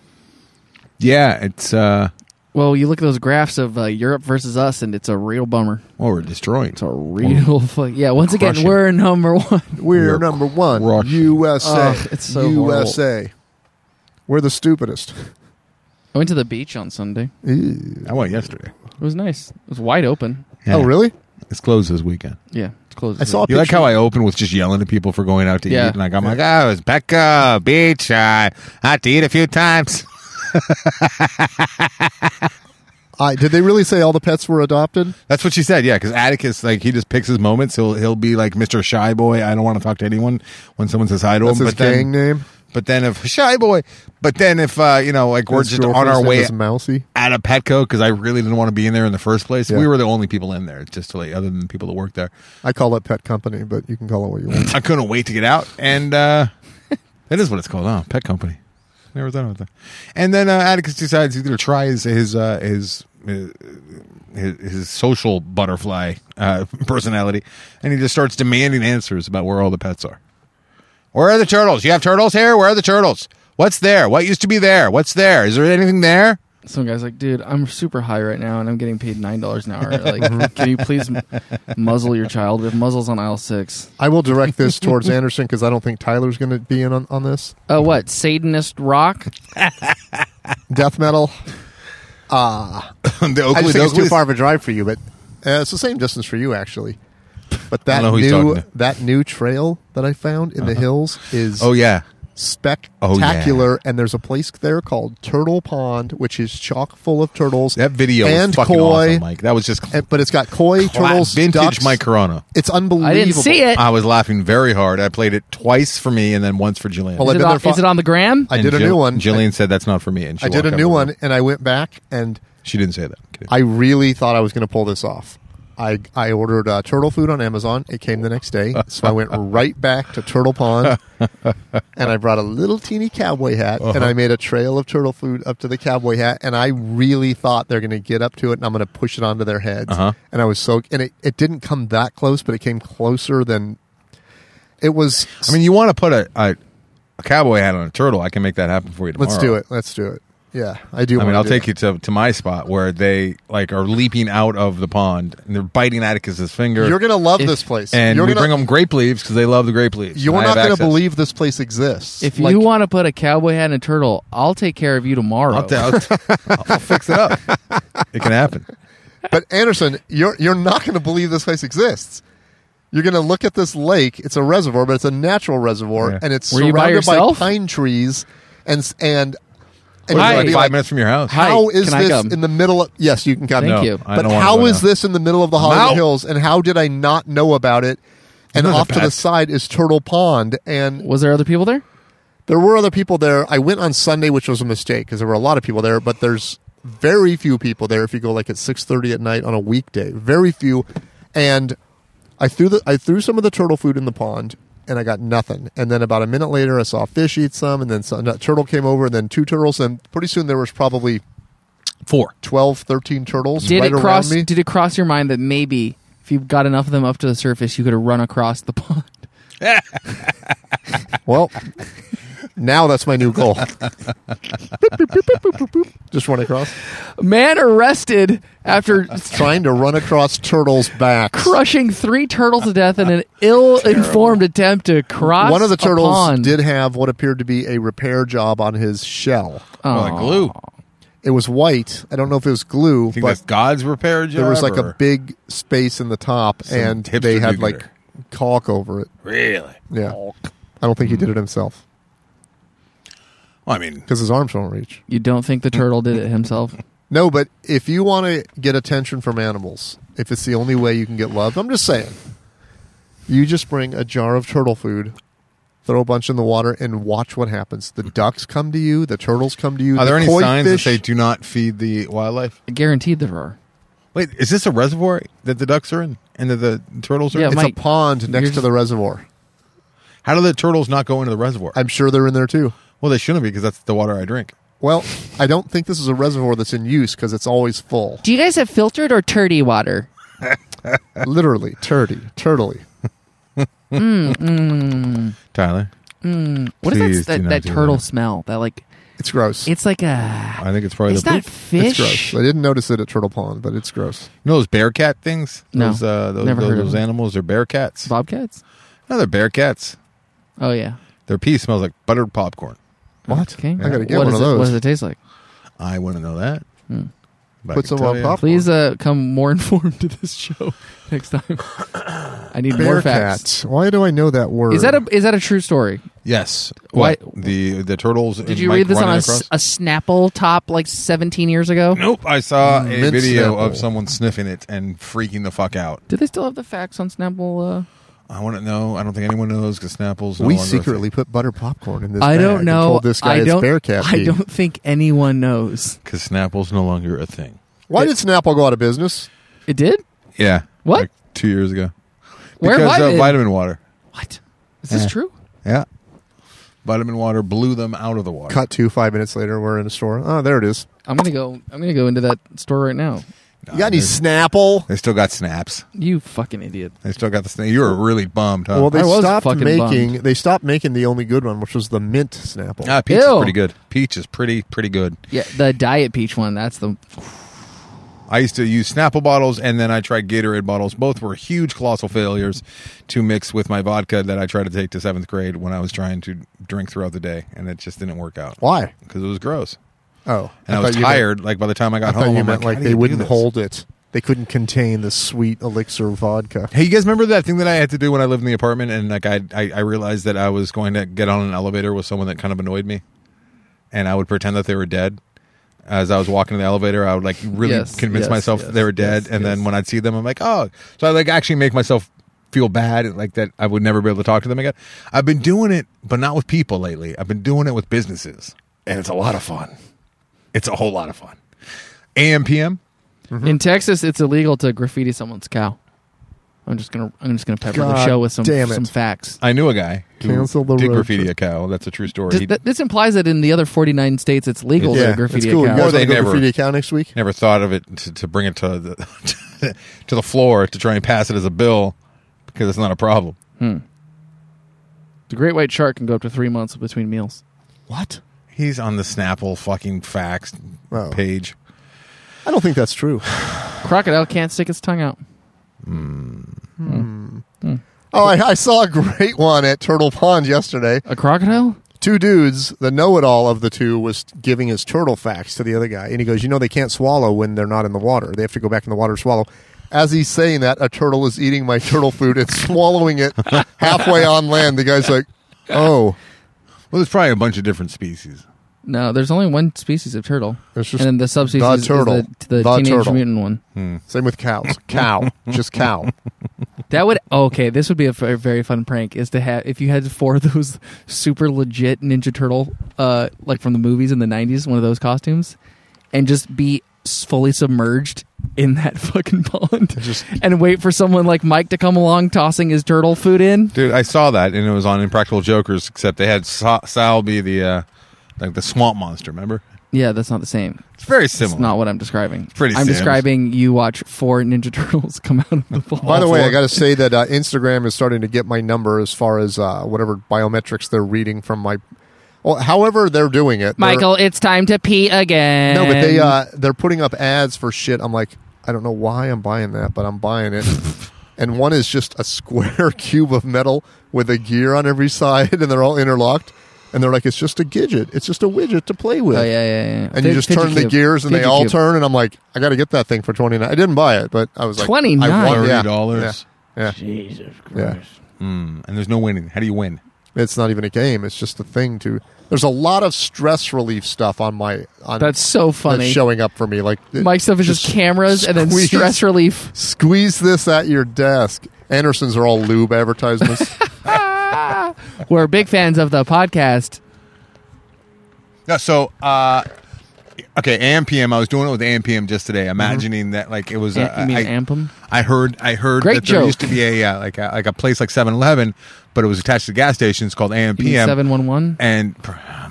Speaker 2: Yeah, it's uh,
Speaker 3: Well, you look at those graphs of uh, Europe versus us, and it's a real bummer.
Speaker 2: well, we're destroying.
Speaker 3: It's a real <laughs> fuck. Yeah, once again,
Speaker 2: Crushing.
Speaker 3: we're number one.
Speaker 1: We're
Speaker 2: We're
Speaker 1: number one.
Speaker 2: crushing.
Speaker 1: USA.
Speaker 3: Ugh, it's so
Speaker 1: USA. We're the stupidest.
Speaker 3: I went to the beach on Sunday.
Speaker 2: I went yesterday.
Speaker 3: It was nice. It was wide open.
Speaker 1: Oh, really? Oh,
Speaker 2: It's closed this weekend.
Speaker 3: Yeah, it's closed.
Speaker 1: I saw a
Speaker 2: You like
Speaker 1: picture.
Speaker 2: how I opened with just yelling at people for going out to
Speaker 3: Yeah.
Speaker 2: eat, and like I'm like, oh, it's Becca Beach. I had to eat a few times. <laughs>
Speaker 1: I, did they really say all the pets were adopted?
Speaker 2: That's what she said. Yeah, because Atticus, like, he just picks his moments. He'll he'll be like Mr. Shy Boy. I don't want to talk to anyone when someone says hi to
Speaker 1: That's
Speaker 2: him.
Speaker 1: his
Speaker 2: but then,
Speaker 1: gang name.
Speaker 2: but then if <laughs> shy boy, but then if uh, you know, like we're
Speaker 1: His
Speaker 2: just on
Speaker 1: girlfriend's
Speaker 2: our
Speaker 1: name
Speaker 2: way
Speaker 1: is Mousy.
Speaker 2: out of Petco because I really didn't want to be in there in the first place.
Speaker 1: Yeah.
Speaker 2: We were the only people in there, just to like other than the people that work there.
Speaker 1: I call it Pet Company, but you can call it what you
Speaker 2: <laughs>
Speaker 1: want.
Speaker 2: I couldn't wait to get out, and uh, that is what it's called, huh? Pet company. Never thought about that. And then uh, Atticus decides he's going to try his his uh, his, his his social butterfly uh, <laughs> personality, and he just starts demanding answers about where all the pets are. Where are the turtles? You have turtles here. Where are the turtles? What's there? What used to be there? What's there? Is there anything there? <laughs>
Speaker 3: some guys like, dude, I'm super high right now, and I'm getting paid nine dollars an hour. Like, can you please m- muzzle your child? We have muzzles on aisle six.
Speaker 1: I will direct this towards Anderson because I don't think Tyler's going to be in on, on this.
Speaker 3: Oh, what Satanist rock?
Speaker 1: Death metal.
Speaker 2: the Oakley,
Speaker 1: I just
Speaker 2: the
Speaker 1: think it's too
Speaker 2: Oakley's-
Speaker 1: far of a drive for you, but uh, it's the same distance for you, actually. But that
Speaker 2: know who
Speaker 1: new
Speaker 2: he's talking to. Uh-huh.
Speaker 1: that new trail that I found in the hills is
Speaker 2: Oh yeah.
Speaker 1: spectacular. And there's a place there called Turtle Pond, which is chock full of turtles.
Speaker 2: That video
Speaker 1: and
Speaker 2: was fucking
Speaker 1: koi,
Speaker 2: awesome, Mike. That was just
Speaker 1: and- but it's got koi,
Speaker 2: cla-
Speaker 1: turtles,
Speaker 2: vintage
Speaker 1: ducks.
Speaker 2: Mike Corona.
Speaker 1: It's unbelievable.
Speaker 3: I didn't see it.
Speaker 2: I was laughing very hard. I played it twice for me and then once for Jillian.
Speaker 1: Well, I've
Speaker 3: Is it,
Speaker 1: been
Speaker 3: on,
Speaker 1: there fi-
Speaker 3: is it on the gram?
Speaker 1: I
Speaker 2: And
Speaker 1: did a
Speaker 2: Jill-
Speaker 1: new one.
Speaker 2: Jillian said that's not for me. And she
Speaker 1: I did a
Speaker 2: walked
Speaker 1: new
Speaker 2: over.
Speaker 1: one, and I went back and
Speaker 2: She didn't say that. I'm kidding.
Speaker 1: I really thought I was going to pull this off. I, I ordered uh, turtle food on Amazon. It came the next day, so
Speaker 2: <laughs>
Speaker 1: I went right back to Turtle Pond, and I brought a little teeny cowboy hat, and
Speaker 2: Uh-huh.
Speaker 1: I made a trail of turtle food up to the cowboy hat. And I really thought they're going to get up to it, and I'm going to push it onto their heads.
Speaker 2: Uh-huh.
Speaker 1: And I was so, and it, it didn't come that close, but it came closer than it was.
Speaker 2: I mean, you want to put a, a, a cowboy hat on a turtle? I can make that happen for you tomorrow.
Speaker 1: let's do it. Let's do it. Yeah, I do.
Speaker 2: I mean,
Speaker 1: wanna
Speaker 2: I'll
Speaker 1: do
Speaker 2: take
Speaker 1: that.
Speaker 2: you to, to my spot where they like are leaping out of the pond and they're biting Atticus's finger.
Speaker 1: You're going to love
Speaker 3: If-
Speaker 1: this place,
Speaker 2: and
Speaker 1: You're
Speaker 2: we
Speaker 1: gonna-
Speaker 2: bring them grape leaves because they love the grape leaves.
Speaker 1: You're
Speaker 2: and I
Speaker 1: not
Speaker 2: have
Speaker 1: going to
Speaker 2: access.
Speaker 1: believe this place exists.
Speaker 3: If
Speaker 1: Like,
Speaker 3: you want to put a cowboy hat and a turtle, I'll take care of you tomorrow.
Speaker 2: I'll, t- I'll, t- I'll fix it up. It can happen.
Speaker 1: but Anderson, you're you're not going to believe this place exists. You're going to look at this lake. It's a reservoir, but it's a natural reservoir,
Speaker 2: Yeah.
Speaker 1: and it's
Speaker 3: Were you by
Speaker 1: surrounded by,
Speaker 3: yourself?
Speaker 1: pine trees, and s- and and
Speaker 2: What is it,
Speaker 3: Hi.
Speaker 1: you're
Speaker 2: like
Speaker 1: gonna
Speaker 2: five
Speaker 1: be like,
Speaker 2: minutes from your house.
Speaker 3: Hi.
Speaker 1: How is
Speaker 3: Can I
Speaker 1: this
Speaker 3: come?
Speaker 1: in the middle? of... Yes, you can come.
Speaker 3: Thank
Speaker 2: No,
Speaker 3: you.
Speaker 2: I
Speaker 1: But
Speaker 2: don't wanna
Speaker 1: how
Speaker 2: go
Speaker 1: is
Speaker 2: now.
Speaker 1: this in the middle of the Hollywood
Speaker 2: out.
Speaker 1: Hills? And how did I not know about it? And
Speaker 2: Isn't that
Speaker 1: off to the
Speaker 2: bad?
Speaker 1: side is Turtle Pond, and
Speaker 3: Was there other people there?
Speaker 1: there were other people there. I went on Sunday, which was a mistake because there were a lot of people there, but there's very few people there if you go like at 6:30 at night on a weekday. Very few. And I threw the I threw some of the turtle food in the pond and I got nothing. And then about a minute later I saw a fish eat some and then some, a turtle came over and then two turtles and pretty soon there was probably
Speaker 2: Four.
Speaker 1: 12 13 turtles
Speaker 3: Did
Speaker 1: right
Speaker 3: it cross?
Speaker 1: around me.
Speaker 3: Did it cross your mind that maybe if you got enough of them up to the surface, you could have run across the pond? <laughs>
Speaker 1: well, now that's my new
Speaker 3: <laughs>
Speaker 1: goal. Just run across.
Speaker 3: Man arrested
Speaker 1: <laughs>
Speaker 3: after
Speaker 1: Trying to run across turtles' backs.
Speaker 3: crushing three turtles to death in an ill-informed attempt to cross.
Speaker 1: One of the
Speaker 3: a
Speaker 1: turtles
Speaker 3: pond.
Speaker 1: did have what appeared to be a repair job on his shell.
Speaker 2: Oh,
Speaker 3: Aw.
Speaker 2: like glue. I
Speaker 1: It was white. I I don't know if it was glue,
Speaker 2: think that's
Speaker 1: but
Speaker 2: God's repair job.
Speaker 1: there was like
Speaker 2: or-
Speaker 1: a big space in the top,
Speaker 2: Some
Speaker 1: and
Speaker 2: hipster
Speaker 1: they had
Speaker 2: do-gooder.
Speaker 1: like caulk over it.
Speaker 2: really.
Speaker 1: Yeah, I don't think he did it himself
Speaker 2: Well, I mean,
Speaker 1: because his arms don't reach.
Speaker 3: You don't think the turtle did it himself?
Speaker 1: No, but if you want to get attention from animals, if it's the only way you can get loved, I'm just saying, you just bring a jar of turtle food. Throw a bunch in the water and watch what happens. The ducks come to you. The turtles come to you.
Speaker 2: are there
Speaker 1: the
Speaker 2: any
Speaker 1: koi
Speaker 2: signs
Speaker 1: fish-
Speaker 2: that say "Do not feed the wildlife"?
Speaker 3: Guaranteed there are.
Speaker 2: Wait, is this a reservoir that the ducks are in and that the turtles are?
Speaker 3: Yeah,
Speaker 2: in?
Speaker 1: It's
Speaker 3: Mike,
Speaker 1: a pond next
Speaker 3: you're-
Speaker 1: to the reservoir.
Speaker 2: How do the turtles not go into the reservoir?
Speaker 1: I'm sure they're in there too.
Speaker 2: well, they shouldn't be because that's the water I drink.
Speaker 1: Well, I don't think this is a reservoir that's in use because it's always full.
Speaker 3: <laughs> Do you guys have filtered or turdy water?
Speaker 1: Literally, turdy, turtly.
Speaker 2: Tyler,
Speaker 3: What is
Speaker 2: Please
Speaker 3: that
Speaker 2: do
Speaker 3: that,
Speaker 2: not
Speaker 3: that
Speaker 2: do
Speaker 3: turtle
Speaker 2: that.
Speaker 3: smell? That like
Speaker 1: It's gross.
Speaker 3: it's like a
Speaker 2: I think it's probably
Speaker 3: it's
Speaker 2: the
Speaker 3: not
Speaker 2: poop.
Speaker 1: It's
Speaker 3: fish.
Speaker 1: gross. I didn't notice it at Turtle Pond, but it's gross.
Speaker 2: You know those bear cat things?
Speaker 3: No.
Speaker 2: Those, uh, those,
Speaker 3: Never
Speaker 2: those,
Speaker 3: heard of
Speaker 2: those
Speaker 3: them.
Speaker 2: animals are bear cats.
Speaker 3: Bobcats?
Speaker 2: No, they're bear cats.
Speaker 3: Oh yeah.
Speaker 2: Their pee smells like buttered popcorn.
Speaker 1: What?
Speaker 3: Okay.
Speaker 1: I gotta get
Speaker 3: What
Speaker 1: one
Speaker 3: is
Speaker 1: of
Speaker 3: it- What
Speaker 1: those.
Speaker 3: does it taste like?
Speaker 2: I wouldn't know that.
Speaker 3: Hmm.
Speaker 2: But I
Speaker 1: Put
Speaker 2: can
Speaker 1: some
Speaker 2: tell
Speaker 1: on
Speaker 2: you.
Speaker 1: top.
Speaker 3: Please uh, come more <laughs> informed to this show <laughs> next time. <coughs> I need more
Speaker 1: Bear
Speaker 3: facts.
Speaker 1: cats. Why do I know that word?
Speaker 3: Is that a is that a true story?
Speaker 2: Yes.
Speaker 3: Why-
Speaker 2: What? The the turtles.
Speaker 3: Did you read this on a, s- a Snapple top like 17 years ago?
Speaker 2: Nope. I saw a
Speaker 1: Mm, Mint
Speaker 2: video
Speaker 1: Snapple.
Speaker 2: of someone sniffing it and freaking the fuck out.
Speaker 3: Do they still have the facts on Snapple? uh?
Speaker 2: I want to know. I don't think anyone knows because Snapple's. No
Speaker 1: we
Speaker 2: longer a thing.
Speaker 1: secretly put butter popcorn in this.
Speaker 3: Uh, I
Speaker 1: bag
Speaker 3: don't
Speaker 1: and
Speaker 3: know.
Speaker 1: told this guy
Speaker 3: I
Speaker 1: it's
Speaker 3: don't.
Speaker 1: bear cat.
Speaker 3: I
Speaker 1: pee.
Speaker 3: don't think anyone knows.
Speaker 2: because Snapple's no longer a thing.
Speaker 1: Why did Snapple go out of business?
Speaker 3: It did.
Speaker 2: Yeah.
Speaker 3: What?
Speaker 2: Like two years ago.
Speaker 3: Where
Speaker 2: because
Speaker 3: have I
Speaker 2: uh,
Speaker 3: been?
Speaker 2: vitamin water.
Speaker 3: What Eh. is this
Speaker 2: Yeah.
Speaker 3: true?
Speaker 2: Yeah. Vitamin water blew them out of the water.
Speaker 1: Cut to five minutes later. We're in a store. Oh, there it is.
Speaker 3: I'm gonna go. I'm gonna go into that store right now.
Speaker 2: Nah,
Speaker 1: You got any
Speaker 2: they-
Speaker 1: Snapple?
Speaker 2: They still got snaps.
Speaker 3: You fucking idiot.
Speaker 2: They still got the snap. You were really bummed, huh?
Speaker 1: Well, they
Speaker 3: I was
Speaker 1: stopped
Speaker 3: fucking
Speaker 1: making.
Speaker 3: bummed.
Speaker 1: They stopped making the only good one, which was the mint Snapple.
Speaker 2: ah, peach
Speaker 3: Ew.
Speaker 2: is pretty good. Peach is pretty pretty good.
Speaker 3: Yeah, the diet peach one. That's the.
Speaker 2: I used to use Snapple bottles, and then I tried Gatorade bottles. Both were huge, colossal failures to mix with my vodka that I tried to take to seventh grade when I was trying to drink throughout the day, and it just didn't work out
Speaker 1: Why?
Speaker 2: because it was gross.
Speaker 1: Oh,
Speaker 2: And I,
Speaker 1: thought
Speaker 2: was
Speaker 1: you meant-
Speaker 2: tired. like by the time I got
Speaker 1: I thought
Speaker 2: home,
Speaker 1: you
Speaker 2: I'm
Speaker 1: meant
Speaker 2: like,
Speaker 1: like,
Speaker 2: "How do
Speaker 1: they
Speaker 2: you do
Speaker 1: wouldn't
Speaker 2: this?"
Speaker 1: hold it. they couldn't contain the sweet elixir vodka.
Speaker 2: Hey, you guys remember that thing that I had to do when I lived in the apartment, and like I, I, I realized that I was going to get on an elevator with someone that kind of annoyed me, and I would pretend that they were dead. As I was walking in the elevator, I would like really
Speaker 3: Yes,
Speaker 2: convince
Speaker 3: yes,
Speaker 2: myself that
Speaker 3: yes,
Speaker 2: they were dead,
Speaker 3: yes,
Speaker 2: and then
Speaker 3: yes.
Speaker 2: when I'd see them, I'm like, oh. So I like actually make myself feel bad, and, like that I would never be able to talk to them again. I've been doing it, but not with people lately. I've been doing it with businesses, and it's a lot of fun. It's a whole lot of fun. AM PM.
Speaker 1: Mm-hmm.
Speaker 3: In Texas, it's illegal to graffiti someone's cow. I'm just gonna I'm just gonna pepper the
Speaker 1: God
Speaker 3: show with some
Speaker 1: damn it.
Speaker 3: some facts.
Speaker 2: I knew a guy who
Speaker 1: Cancel the
Speaker 2: did
Speaker 1: road
Speaker 2: graffiti
Speaker 1: trip.
Speaker 2: a cow. That's a true story.
Speaker 3: Th-
Speaker 2: He-
Speaker 3: th- this implies that in the other 49 states, it's legal
Speaker 1: yeah,
Speaker 3: to graffiti
Speaker 1: it's cool.
Speaker 3: a
Speaker 1: You
Speaker 3: cow.
Speaker 1: guys
Speaker 2: Or they
Speaker 1: wanna go
Speaker 2: never-
Speaker 1: graffiti a cow next week?
Speaker 2: Never thought of it to, to bring it to the <laughs> to the floor to try and pass it as a bill because it's not a problem.
Speaker 3: The great white shark can go up to three months between meals.
Speaker 1: What?
Speaker 2: He's on the Snapple fucking facts
Speaker 1: Oh.
Speaker 2: page.
Speaker 1: I don't think that's true.
Speaker 3: Crocodile can't stick its tongue out.
Speaker 1: Oh, I, I saw a great one at Turtle Pond yesterday.
Speaker 3: A crocodile?
Speaker 1: Two dudes, the know-it-all of the two, was giving his turtle facts to the other guy, and he goes, "You know, they can't swallow when they're not in the water. They have to go back in the water to swallow." As he's saying that, a turtle is eating my turtle food and <laughs> swallowing it halfway on land. The guy's like, "Oh,
Speaker 2: Well, there's probably a bunch of different species.
Speaker 3: No, there's only one species of turtle.
Speaker 1: It's just
Speaker 3: and then the subspecies
Speaker 1: the
Speaker 3: is
Speaker 1: turtle.
Speaker 3: the,
Speaker 1: The
Speaker 3: the, teenage
Speaker 1: turtle.
Speaker 3: mutant one.
Speaker 1: same with
Speaker 3: <laughs>
Speaker 1: cows. Cow, just cow."
Speaker 3: That would okay. This would be a very, very fun prank. Is to have if you had four of those <laughs> super legit Ninja Turtle, uh, like from the movies in the '90s, one of those costumes, and just be s- fully submerged in that <laughs> fucking pond,
Speaker 1: Just-
Speaker 3: and wait for someone like Mike to come along, tossing his turtle food in.
Speaker 2: Dude, I saw that and it was on Impractical Jokers. Except they had Sa- Sal be the uh, like the swamp monster. Remember?
Speaker 3: Yeah, that's not the same.
Speaker 2: It's very
Speaker 3: That's
Speaker 2: similar.
Speaker 3: not what I'm describing.
Speaker 2: pretty
Speaker 3: I'm
Speaker 2: Sims.
Speaker 3: describing you watch four Ninja <laughs> Turtles come out of the pond.
Speaker 1: By the way,
Speaker 2: four.
Speaker 1: I got to say that uh, Instagram is starting to get my number as far as uh, whatever biometrics they're reading from my, well, however they're doing it. They're-
Speaker 3: Michael, it's time to pee again.
Speaker 1: No, but they uh, they're putting up ads for shit. I'm like, I don't know why I'm buying that, but I'm buying
Speaker 3: <laughs>
Speaker 1: it. and one is just a square <laughs> cube of metal with a gear on every side, and they're all interlocked. And they're like, it's just a gidget. It's just a widget to play with.
Speaker 3: Oh yeah, yeah, yeah.
Speaker 1: And you
Speaker 3: Fid-
Speaker 1: just
Speaker 3: fidget
Speaker 1: turn the
Speaker 3: cube.
Speaker 1: gears, and they
Speaker 3: Fidget
Speaker 1: all
Speaker 3: cube.
Speaker 1: turn. And I'm like, I got to get that thing for twenty nine. I didn't buy it, but I was like, I
Speaker 3: $29?
Speaker 1: want- yeah,
Speaker 2: $30.
Speaker 1: Yeah, yeah,
Speaker 6: Jesus
Speaker 1: yeah.
Speaker 6: Christ.
Speaker 2: Mm, and there's no winning. How do you win?
Speaker 1: It's not even a game. It's just a thing to. There's a lot of stress relief stuff on my on
Speaker 3: That's so
Speaker 1: that's
Speaker 3: funny.
Speaker 1: showing up for me. Like it-
Speaker 3: Mike's stuff is just, cameras and then
Speaker 1: squeeze.
Speaker 3: stress relief.
Speaker 1: Squeeze this at your desk. Andersons are all lube advertisements.
Speaker 3: We're big fans of the podcast.
Speaker 2: No, so uh, okay, AM PM. I was doing it with AM PM just today, imagining that like it was.
Speaker 3: An-
Speaker 2: uh,
Speaker 3: you mean
Speaker 2: I-
Speaker 3: Ampum?
Speaker 2: I heard I heard
Speaker 3: Great
Speaker 2: that there
Speaker 3: joke.
Speaker 2: used to be a uh, like a, like a place like 7-Eleven, but it was attached to gas stations called AM PM.
Speaker 3: Seven one one.
Speaker 2: and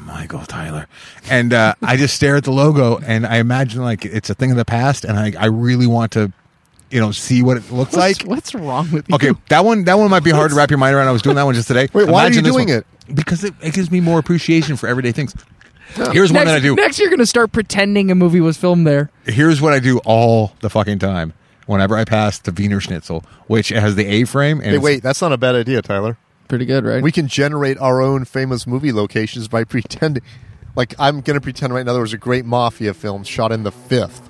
Speaker 2: Michael Tyler, and uh, I just stare at the logo and I imagine like it's a thing of the past, and I I really want to, you know, see what it looks like.
Speaker 3: what's wrong with
Speaker 1: <laughs>
Speaker 3: you?
Speaker 2: Okay, that one that one might be hard to wrap your mind around. I was doing that one just today.
Speaker 1: Wait, why are you
Speaker 2: Imagine this
Speaker 1: doing
Speaker 2: one.
Speaker 1: it?
Speaker 2: Because it, it gives me more appreciation for everyday things. Here's one
Speaker 3: Next,
Speaker 2: that I do.
Speaker 3: next, you're gonna start pretending a movie was filmed there.
Speaker 2: here's what I do all the fucking time. Whenever I pass the Wiener Schnitzel, which has the A frame,
Speaker 1: <laughs>
Speaker 2: and
Speaker 1: hey,
Speaker 2: it's-
Speaker 1: wait, that's not a bad idea, Tyler.
Speaker 3: Pretty good, right?
Speaker 1: We can generate our own famous movie locations by <laughs> pretending. Like, I'm going to pretend right now there was a great mafia film shot in the 5th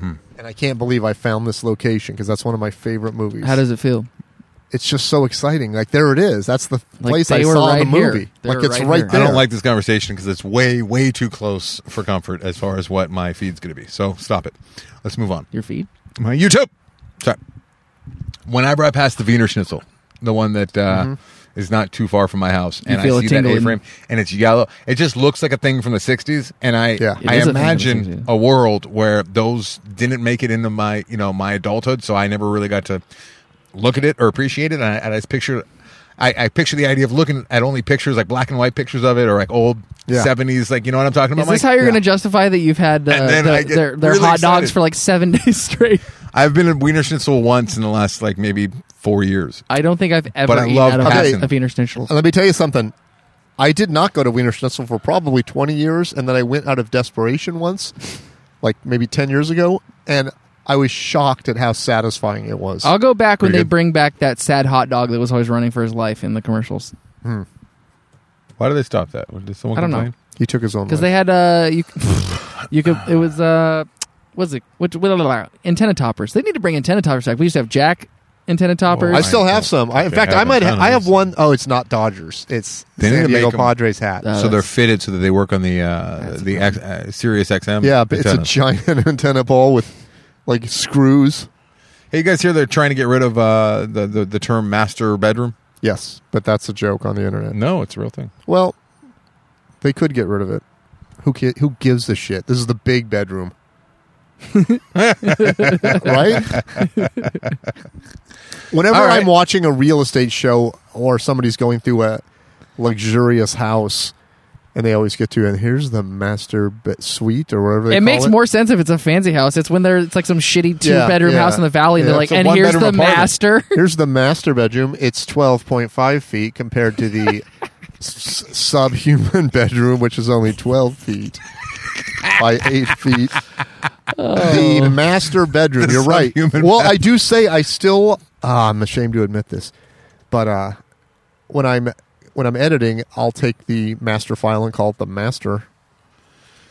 Speaker 1: And I can't believe I found this location because that's one of my favorite movies.
Speaker 3: How does it feel?
Speaker 1: it's just so exciting. Like, there it is. That's the
Speaker 3: Like,
Speaker 1: place
Speaker 3: they
Speaker 1: I
Speaker 3: were
Speaker 1: saw
Speaker 3: right
Speaker 1: in the
Speaker 3: here.
Speaker 1: movie.
Speaker 3: They were
Speaker 1: Like, it's
Speaker 3: right
Speaker 1: right,
Speaker 3: here.
Speaker 1: there.
Speaker 2: I don't like this conversation because it's way, way too close for comfort as far as what my feed's going to be. So stop it. Let's move on.
Speaker 3: Your feed?
Speaker 2: My YouTube. Uh, Sorry. Whenever I pass the Wiener Schnitzel, the one that uh, is not too far from my house, and I
Speaker 3: Mm-hmm. feel a
Speaker 2: see that
Speaker 3: tingle
Speaker 2: A
Speaker 3: in-
Speaker 2: frame, and it's yellow. It just looks like a thing from the '60s, and I,
Speaker 1: Yeah. It
Speaker 2: I
Speaker 3: is a thing from the 60s,
Speaker 2: imagine
Speaker 3: yeah.
Speaker 2: a world where those didn't make it into my, you know, my adulthood, so I never really got to look at it or appreciate it, and I, and I just picture. I, I picture the idea of looking at only pictures, like black and white pictures of it, or like old
Speaker 1: Yeah.
Speaker 2: '70s, like you know what I'm talking about.
Speaker 3: Is this
Speaker 2: Mike?
Speaker 3: how you're
Speaker 1: yeah.
Speaker 3: gonna justify that you've had uh,
Speaker 2: And then I
Speaker 3: the,
Speaker 2: get
Speaker 3: their, their
Speaker 2: really
Speaker 3: hot dogs
Speaker 2: excited.
Speaker 3: for like seven <laughs> days straight?
Speaker 2: I've been at Wiener Schnitzel once in the last like maybe four years.
Speaker 3: I don't think I've ever
Speaker 2: I
Speaker 3: eaten
Speaker 2: love
Speaker 3: out of
Speaker 2: passion.
Speaker 3: a Wiener Schnitzel.
Speaker 1: And let me tell you something. I did not go to Wiener Schnitzel for probably 20 years, and then I went out of desperation once, like maybe 10 years ago, and I was shocked at how satisfying it was.
Speaker 3: I'll go back when
Speaker 2: Pretty
Speaker 3: they
Speaker 2: good.
Speaker 3: bring back that sad hot dog that was always running for his life in the commercials.
Speaker 2: Why did they stop that? Did someone
Speaker 3: I don't
Speaker 2: complain?
Speaker 3: know.
Speaker 1: he took his own
Speaker 3: <sighs>
Speaker 1: life.
Speaker 3: because they had uh you you could it was uh what's it? What, blah, blah, blah, antenna toppers. They need to bring antenna toppers back. We used to have Jack antenna toppers.
Speaker 1: I still have some. I, in
Speaker 2: They
Speaker 1: fact,
Speaker 2: have
Speaker 1: I might. Ha-
Speaker 2: antennas.
Speaker 1: I have one oh it's not Dodgers. It's
Speaker 2: They need
Speaker 1: San
Speaker 2: to make
Speaker 1: Diego
Speaker 2: 'em-
Speaker 1: Padres hat.
Speaker 3: Uh,
Speaker 2: so they're
Speaker 3: that's-
Speaker 2: fitted so that they work on the uh, the X, uh, Sirius XM.
Speaker 1: yeah, but it's a
Speaker 2: antennas.
Speaker 1: giant <laughs> antenna ball with like screws.
Speaker 2: hey, you guys hear they're trying to get rid of uh, the, the the term master bedroom?
Speaker 1: Yes, but that's a joke on the internet.
Speaker 2: No, it's a real thing.
Speaker 1: Well, they could get rid of it. Who ki- who gives a shit? This is the big
Speaker 3: <laughs>
Speaker 1: bedroom. right? Whenever
Speaker 2: All right.
Speaker 1: I'm watching a real estate show or somebody's going through a luxurious house and they always get to and here's the master be- suite or whatever they
Speaker 3: it
Speaker 1: call
Speaker 3: makes more sense if it's a fancy house. It's when they're it's like some shitty two bedroom
Speaker 1: yeah.
Speaker 3: house in the valley. and
Speaker 1: Yeah,
Speaker 3: they're
Speaker 1: it's
Speaker 3: like,
Speaker 1: a
Speaker 3: and here's the
Speaker 1: one-bedroom apartment. <laughs>
Speaker 3: master.
Speaker 1: Here's the master bedroom. It's 12.5 feet compared to the s- subhuman <laughs> bedroom, which is only 12 feet by 8 feet. The master bedroom. you're right. Well,
Speaker 2: subhuman
Speaker 1: I do say I still. ah, I'm ashamed to admit this, but uh, when I'm when I'm editing, I'll take the master file and call it the master.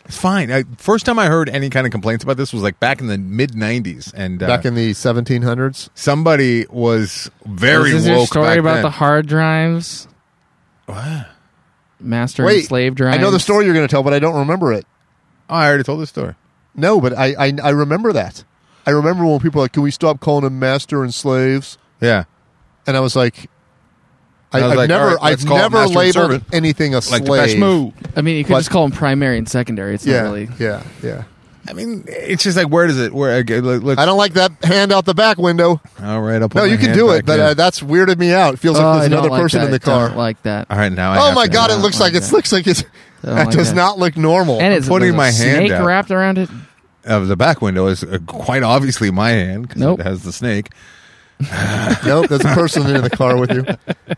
Speaker 2: It's fine. I, first time I heard any kind of complaints about this was like back in the mid '90s, and uh,
Speaker 1: Back in the 1700s,
Speaker 2: somebody was very
Speaker 3: this is
Speaker 2: woke.
Speaker 3: your story
Speaker 2: back
Speaker 3: about
Speaker 2: then.
Speaker 3: the hard drives. Master
Speaker 1: Wait,
Speaker 3: and slave drives.
Speaker 1: I know the story you're going to tell, but I don't remember it.
Speaker 2: Oh, I already told this story.
Speaker 1: No, but I, I I remember that. I remember when people were like, "Can we stop calling them master and slaves?"
Speaker 2: Yeah,
Speaker 1: And I was like, I,
Speaker 2: I was
Speaker 1: have
Speaker 2: like, all
Speaker 1: never
Speaker 2: right, let's
Speaker 1: I've
Speaker 2: call it
Speaker 1: never
Speaker 2: master and
Speaker 1: labeled
Speaker 2: servant.
Speaker 1: anything a
Speaker 2: like
Speaker 1: slave.
Speaker 2: the best move.
Speaker 3: I mean, you could
Speaker 1: But-
Speaker 3: just call them primary and secondary. It's
Speaker 1: Yeah,
Speaker 3: not really.
Speaker 1: yeah, yeah.
Speaker 2: I mean, it's just like where does it? Where okay, let- let's,
Speaker 1: I don't like that hand out the back window.
Speaker 2: All right, I'll put
Speaker 1: No,
Speaker 2: my
Speaker 1: you can
Speaker 2: hand
Speaker 1: do
Speaker 2: back
Speaker 1: it, but
Speaker 2: in.
Speaker 1: uh, that's weirded me out. It feels
Speaker 3: Oh,
Speaker 1: like
Speaker 3: I
Speaker 1: there's
Speaker 3: don't
Speaker 1: another
Speaker 3: like
Speaker 1: person
Speaker 3: that.
Speaker 1: in the
Speaker 3: Don't
Speaker 1: car.
Speaker 3: like that.
Speaker 2: all right now. I
Speaker 1: oh
Speaker 2: have
Speaker 1: my
Speaker 2: to-
Speaker 1: god,
Speaker 3: I
Speaker 1: it
Speaker 3: don't
Speaker 1: looks
Speaker 3: like
Speaker 1: like it
Speaker 3: that.
Speaker 1: looks like it's <laughs>
Speaker 3: Don't
Speaker 1: that
Speaker 3: like
Speaker 1: does
Speaker 3: that.
Speaker 1: not look normal.
Speaker 3: And it's
Speaker 2: putting
Speaker 3: there's a
Speaker 2: my hand
Speaker 3: snake
Speaker 2: out.
Speaker 3: wrapped around it.
Speaker 2: of the back window is uh, quite obviously my hand because
Speaker 3: Nope.
Speaker 2: it has the snake.
Speaker 1: <laughs> nope, there's a person in the car with you. <laughs>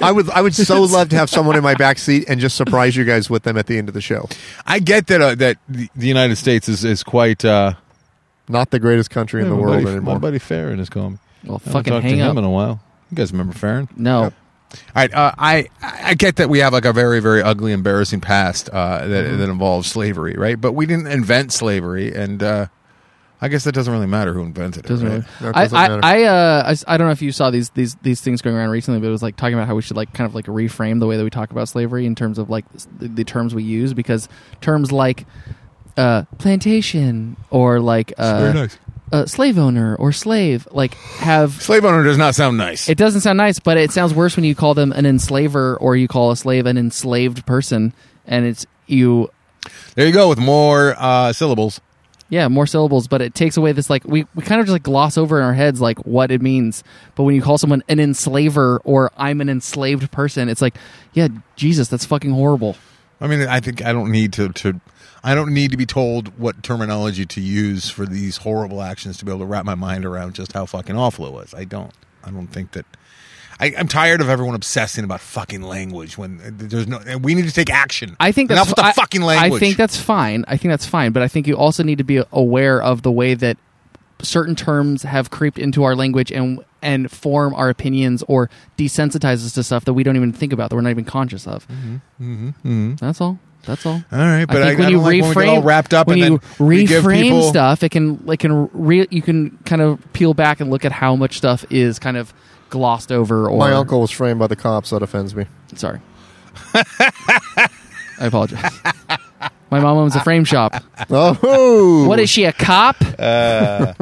Speaker 1: I would I would so love to have someone in my back seat and just surprise you guys with them at the end of the show.
Speaker 2: I get that uh, that the the United States is is quite uh,
Speaker 1: Not the greatest country in the
Speaker 2: my
Speaker 1: world
Speaker 2: buddy,
Speaker 1: anymore.
Speaker 2: My buddy Farron is calling. me.
Speaker 3: Well,
Speaker 2: I haven't
Speaker 3: fucking
Speaker 2: talked
Speaker 3: hang
Speaker 2: to
Speaker 3: up.
Speaker 2: him in a while. You guys remember Farron?
Speaker 3: No.
Speaker 2: All right, uh, I I get that we have like a very very ugly embarrassing past uh, that
Speaker 1: Mm-hmm.
Speaker 2: that involves slavery, right? But we didn't invent slavery, and uh, I guess that doesn't really matter who invented it.
Speaker 3: Doesn't
Speaker 2: right?
Speaker 3: really.
Speaker 1: No, it
Speaker 3: I,
Speaker 1: doesn't
Speaker 3: I,
Speaker 1: matter.
Speaker 3: I, uh, I s- I don't know if you saw these these these things going around recently, but it was like talking about how we should like kind of like reframe the way that we talk about slavery in terms of like s- the, the terms we use because terms like uh, plantation or like uh,
Speaker 2: Very nice.
Speaker 3: uh, slave owner or slave like have
Speaker 2: Slave owner does not sound nice.
Speaker 3: it doesn't sound nice, but it sounds worse when you call them an enslaver or you call a slave an enslaved person, and it's you
Speaker 2: there you go with more uh, syllables.
Speaker 3: Yeah, more syllables, but it takes away this like we, we kind of just like gloss over in our heads like what it means. But when you call someone an enslaver or I'm an enslaved person, it's like, yeah, Jesus, that's fucking horrible.
Speaker 2: I mean, I think I don't need to, to I don't need to be told what terminology to use for these horrible actions to be able to wrap my mind around just how fucking awful it was. I don't. I don't think that. I, I'm tired of everyone obsessing about fucking language when there's no. We need to take action.
Speaker 3: I think that's
Speaker 2: enough with the
Speaker 3: I-
Speaker 2: fucking language.
Speaker 3: I think that's fine. I think that's fine, but I think you also need to be aware of the way that certain terms have creeped into our language and and form our opinions or desensitize us to stuff that we don't even think about that we're not even conscious of. Mm-hmm, That's all. That's all.
Speaker 2: All right, but I,
Speaker 3: think
Speaker 2: I don't
Speaker 3: when you
Speaker 2: like
Speaker 3: reframe
Speaker 2: when we get all wrapped up
Speaker 3: when
Speaker 2: and
Speaker 3: you
Speaker 2: then we give
Speaker 3: reframe
Speaker 2: people-
Speaker 3: stuff, it can it can re, you can kind of peel back and look at how much stuff is kind of glossed over. Or
Speaker 1: My uncle was framed by the cops. That offends
Speaker 2: <laughs>
Speaker 1: me.
Speaker 3: sorry, <laughs> I apologize. My mom owns a frame shop.
Speaker 1: Oh,
Speaker 3: What is she a cop? <laughs>
Speaker 2: Uh,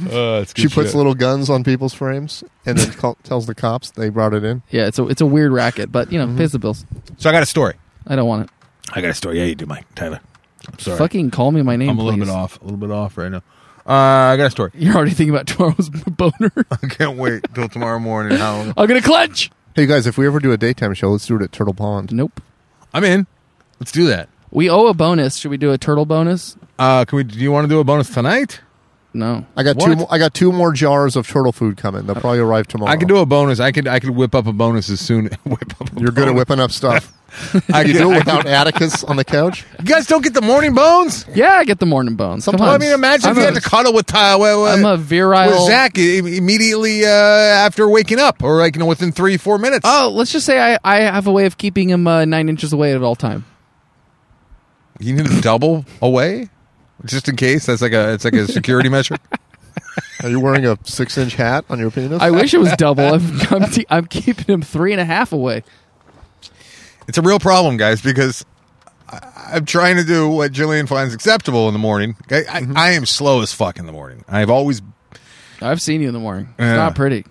Speaker 2: it's
Speaker 1: she
Speaker 2: good
Speaker 1: puts
Speaker 2: shit.
Speaker 1: little guns on people's frames and then call, <laughs> tells the cops they brought it in.
Speaker 3: Yeah, it's a it's a weird racket, but you know
Speaker 2: Mm-hmm.
Speaker 3: pays the bills.
Speaker 2: So I got a story.
Speaker 3: I don't want it.
Speaker 2: I got a story. Yeah, you do, Mike Tyler. I'm sorry.
Speaker 3: Fucking call me my name.
Speaker 2: I'm a little
Speaker 3: please.
Speaker 2: bit off. A little bit off right now. Uh, I got a story.
Speaker 3: You're already thinking about <laughs> tomorrow's boner.
Speaker 2: I <laughs> can't wait till tomorrow morning. How
Speaker 3: I'm gonna clench.
Speaker 1: Hey guys, if we ever do a daytime show, let's do it at Turtle Pond.
Speaker 3: Nope.
Speaker 2: I'm in. Let's do that.
Speaker 3: We owe a bonus. Should we do a turtle bonus?
Speaker 2: Uh, can we? Do you want to do a bonus tonight?
Speaker 3: No.
Speaker 1: I got two.
Speaker 2: What?
Speaker 1: mo- I got two more jars of turtle food coming. They'll probably arrive tomorrow.
Speaker 2: I could do a bonus. I could. I could whip up a bonus as soon. <laughs> whip up. A
Speaker 1: You're good at
Speaker 2: bonus.
Speaker 1: whipping up stuff.
Speaker 2: <laughs> I
Speaker 1: You
Speaker 2: could,
Speaker 1: do it
Speaker 2: I
Speaker 1: without Atticus on the couch.
Speaker 2: could- you guys don't get the morning bones.
Speaker 3: Yeah, I get the morning bones. Come
Speaker 2: Well, I
Speaker 3: on.
Speaker 2: mean, imagine
Speaker 3: I'm
Speaker 2: if you
Speaker 3: a-
Speaker 2: had to cuddle with Ty. With,
Speaker 3: I'm a virile.
Speaker 2: with Zach i- immediately uh, after waking up, or like you know, within three four minutes.
Speaker 3: Oh, let's just say I, I have a way of keeping him uh, nine inches away at all time.
Speaker 2: you need to double away. just in case. That's like a it's like a security <laughs> measure.
Speaker 1: Are you wearing a six inch hat on your penis?
Speaker 3: I wish it was double. I'm I'm, t- I'm keeping him three and a half away.
Speaker 2: It's a real problem, guys, because I, I'm trying to do what Jillian finds acceptable in the morning. I, I,
Speaker 1: Mm-hmm.
Speaker 2: I am slow as fuck in the morning. I've always,
Speaker 3: I've seen you in the morning. It's
Speaker 2: Yeah.
Speaker 3: not pretty.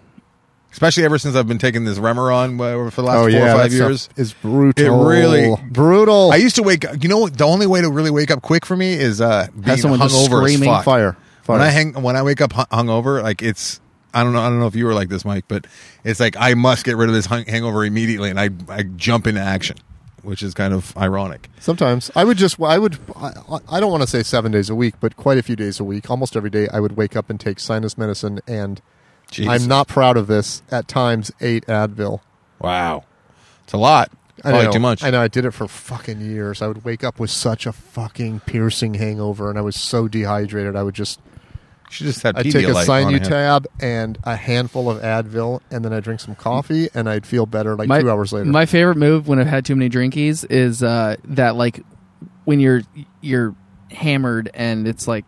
Speaker 2: especially ever since I've been taking this Remeron uh, for the last
Speaker 1: oh
Speaker 2: four
Speaker 1: yeah,
Speaker 2: or
Speaker 1: that
Speaker 2: five
Speaker 1: stuff
Speaker 2: years.
Speaker 1: is brutal.
Speaker 2: It really-
Speaker 1: brutal.
Speaker 2: I used to wake. You know what? The only way to really wake up quick for me is uh, being
Speaker 3: someone just
Speaker 2: hungover as
Speaker 3: screaming
Speaker 2: fuck.
Speaker 1: fire. Fire.
Speaker 2: When I hang, when I wake up hun- hungover, like it's, I don't know, I don't know if you were like this, Mike, but it's like I must get rid of this hung- hangover immediately, and I I jump into action, which is kind of ironic.
Speaker 1: Sometimes I would just I would I, I don't want to say seven days a week, but quite a few days a week, almost every day, I would wake up and take sinus medicine, and
Speaker 2: Jeez.
Speaker 1: I'm not proud of this. At times, eight Advil.
Speaker 2: Wow, it's a lot.
Speaker 1: I
Speaker 2: Probably
Speaker 1: know,
Speaker 2: too much.
Speaker 1: I know. I did it for fucking years. I would wake up with such a fucking piercing hangover, and I was so dehydrated. I would just
Speaker 2: She just had
Speaker 1: I would take a
Speaker 2: Pedialyte
Speaker 1: Sinu
Speaker 2: on hand.
Speaker 1: tab and a handful of Advil, and then I would drink some coffee, and I'd feel better like two hours later.
Speaker 3: My favorite move when I've had too many drinkies is uh, that like when you're you're hammered and it's like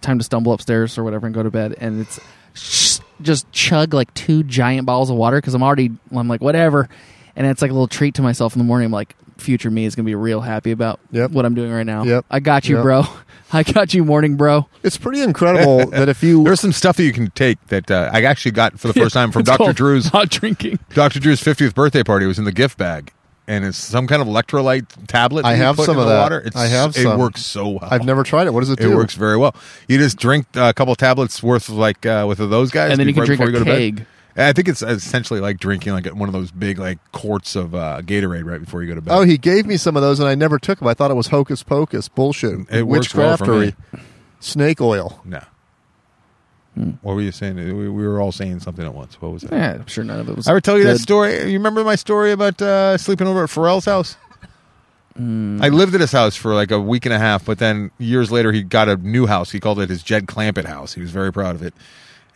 Speaker 3: time to stumble upstairs or whatever and go to bed and it's sh- just chug like two giant bottles of water because I'm already I'm like whatever and it's like a little treat to myself in the morning. I'm like future me is gonna be real happy about
Speaker 1: Yep.
Speaker 3: what I'm doing right now.
Speaker 1: Yep.
Speaker 3: I got you,
Speaker 1: Yep.
Speaker 3: bro. <laughs> I got you, morning, bro.
Speaker 1: it's pretty
Speaker 2: <laughs>
Speaker 1: incredible that if you
Speaker 2: There's some stuff that you can take that uh, I actually got for the first time from
Speaker 3: It's
Speaker 2: Dr.
Speaker 3: called <laughs>
Speaker 2: Drew's
Speaker 3: not drinking.
Speaker 2: Dr. Drew's 50th birthday party was in the gift bag. And it's some kind of electrolyte tablet.
Speaker 1: I
Speaker 2: that you
Speaker 1: have
Speaker 2: put
Speaker 1: some
Speaker 2: in
Speaker 1: of
Speaker 2: the
Speaker 1: that.
Speaker 2: Water. It's,
Speaker 1: I have
Speaker 2: It
Speaker 1: some.
Speaker 2: works so well.
Speaker 1: I've never tried it. What does it
Speaker 2: It
Speaker 1: do?
Speaker 2: works very well. You just drink uh, a couple tablets worth of like uh, with of those guys,
Speaker 3: And then you can
Speaker 2: before-
Speaker 3: drink
Speaker 2: before
Speaker 3: a
Speaker 2: you go to
Speaker 3: keg.
Speaker 2: bed. And I think it's essentially like drinking like one of those big like quarts of uh, Gatorade right before you go to bed.
Speaker 1: Oh, he gave me some of those, and I never took them. I thought it was hocus pocus bullshit,
Speaker 2: It works well for
Speaker 1: witchcraftery, snake oil.
Speaker 2: no. What were you saying? We, we were all saying something at once. What was that?
Speaker 3: Yeah, I'm sure none of it was.
Speaker 2: I ever tell you that
Speaker 3: good.
Speaker 2: story? You remember my story about uh, sleeping over at Pharrell's house? I lived at his house for like a week and a half, but then years later he got a new house. He called it his Jed Clampett house. He was very proud of it,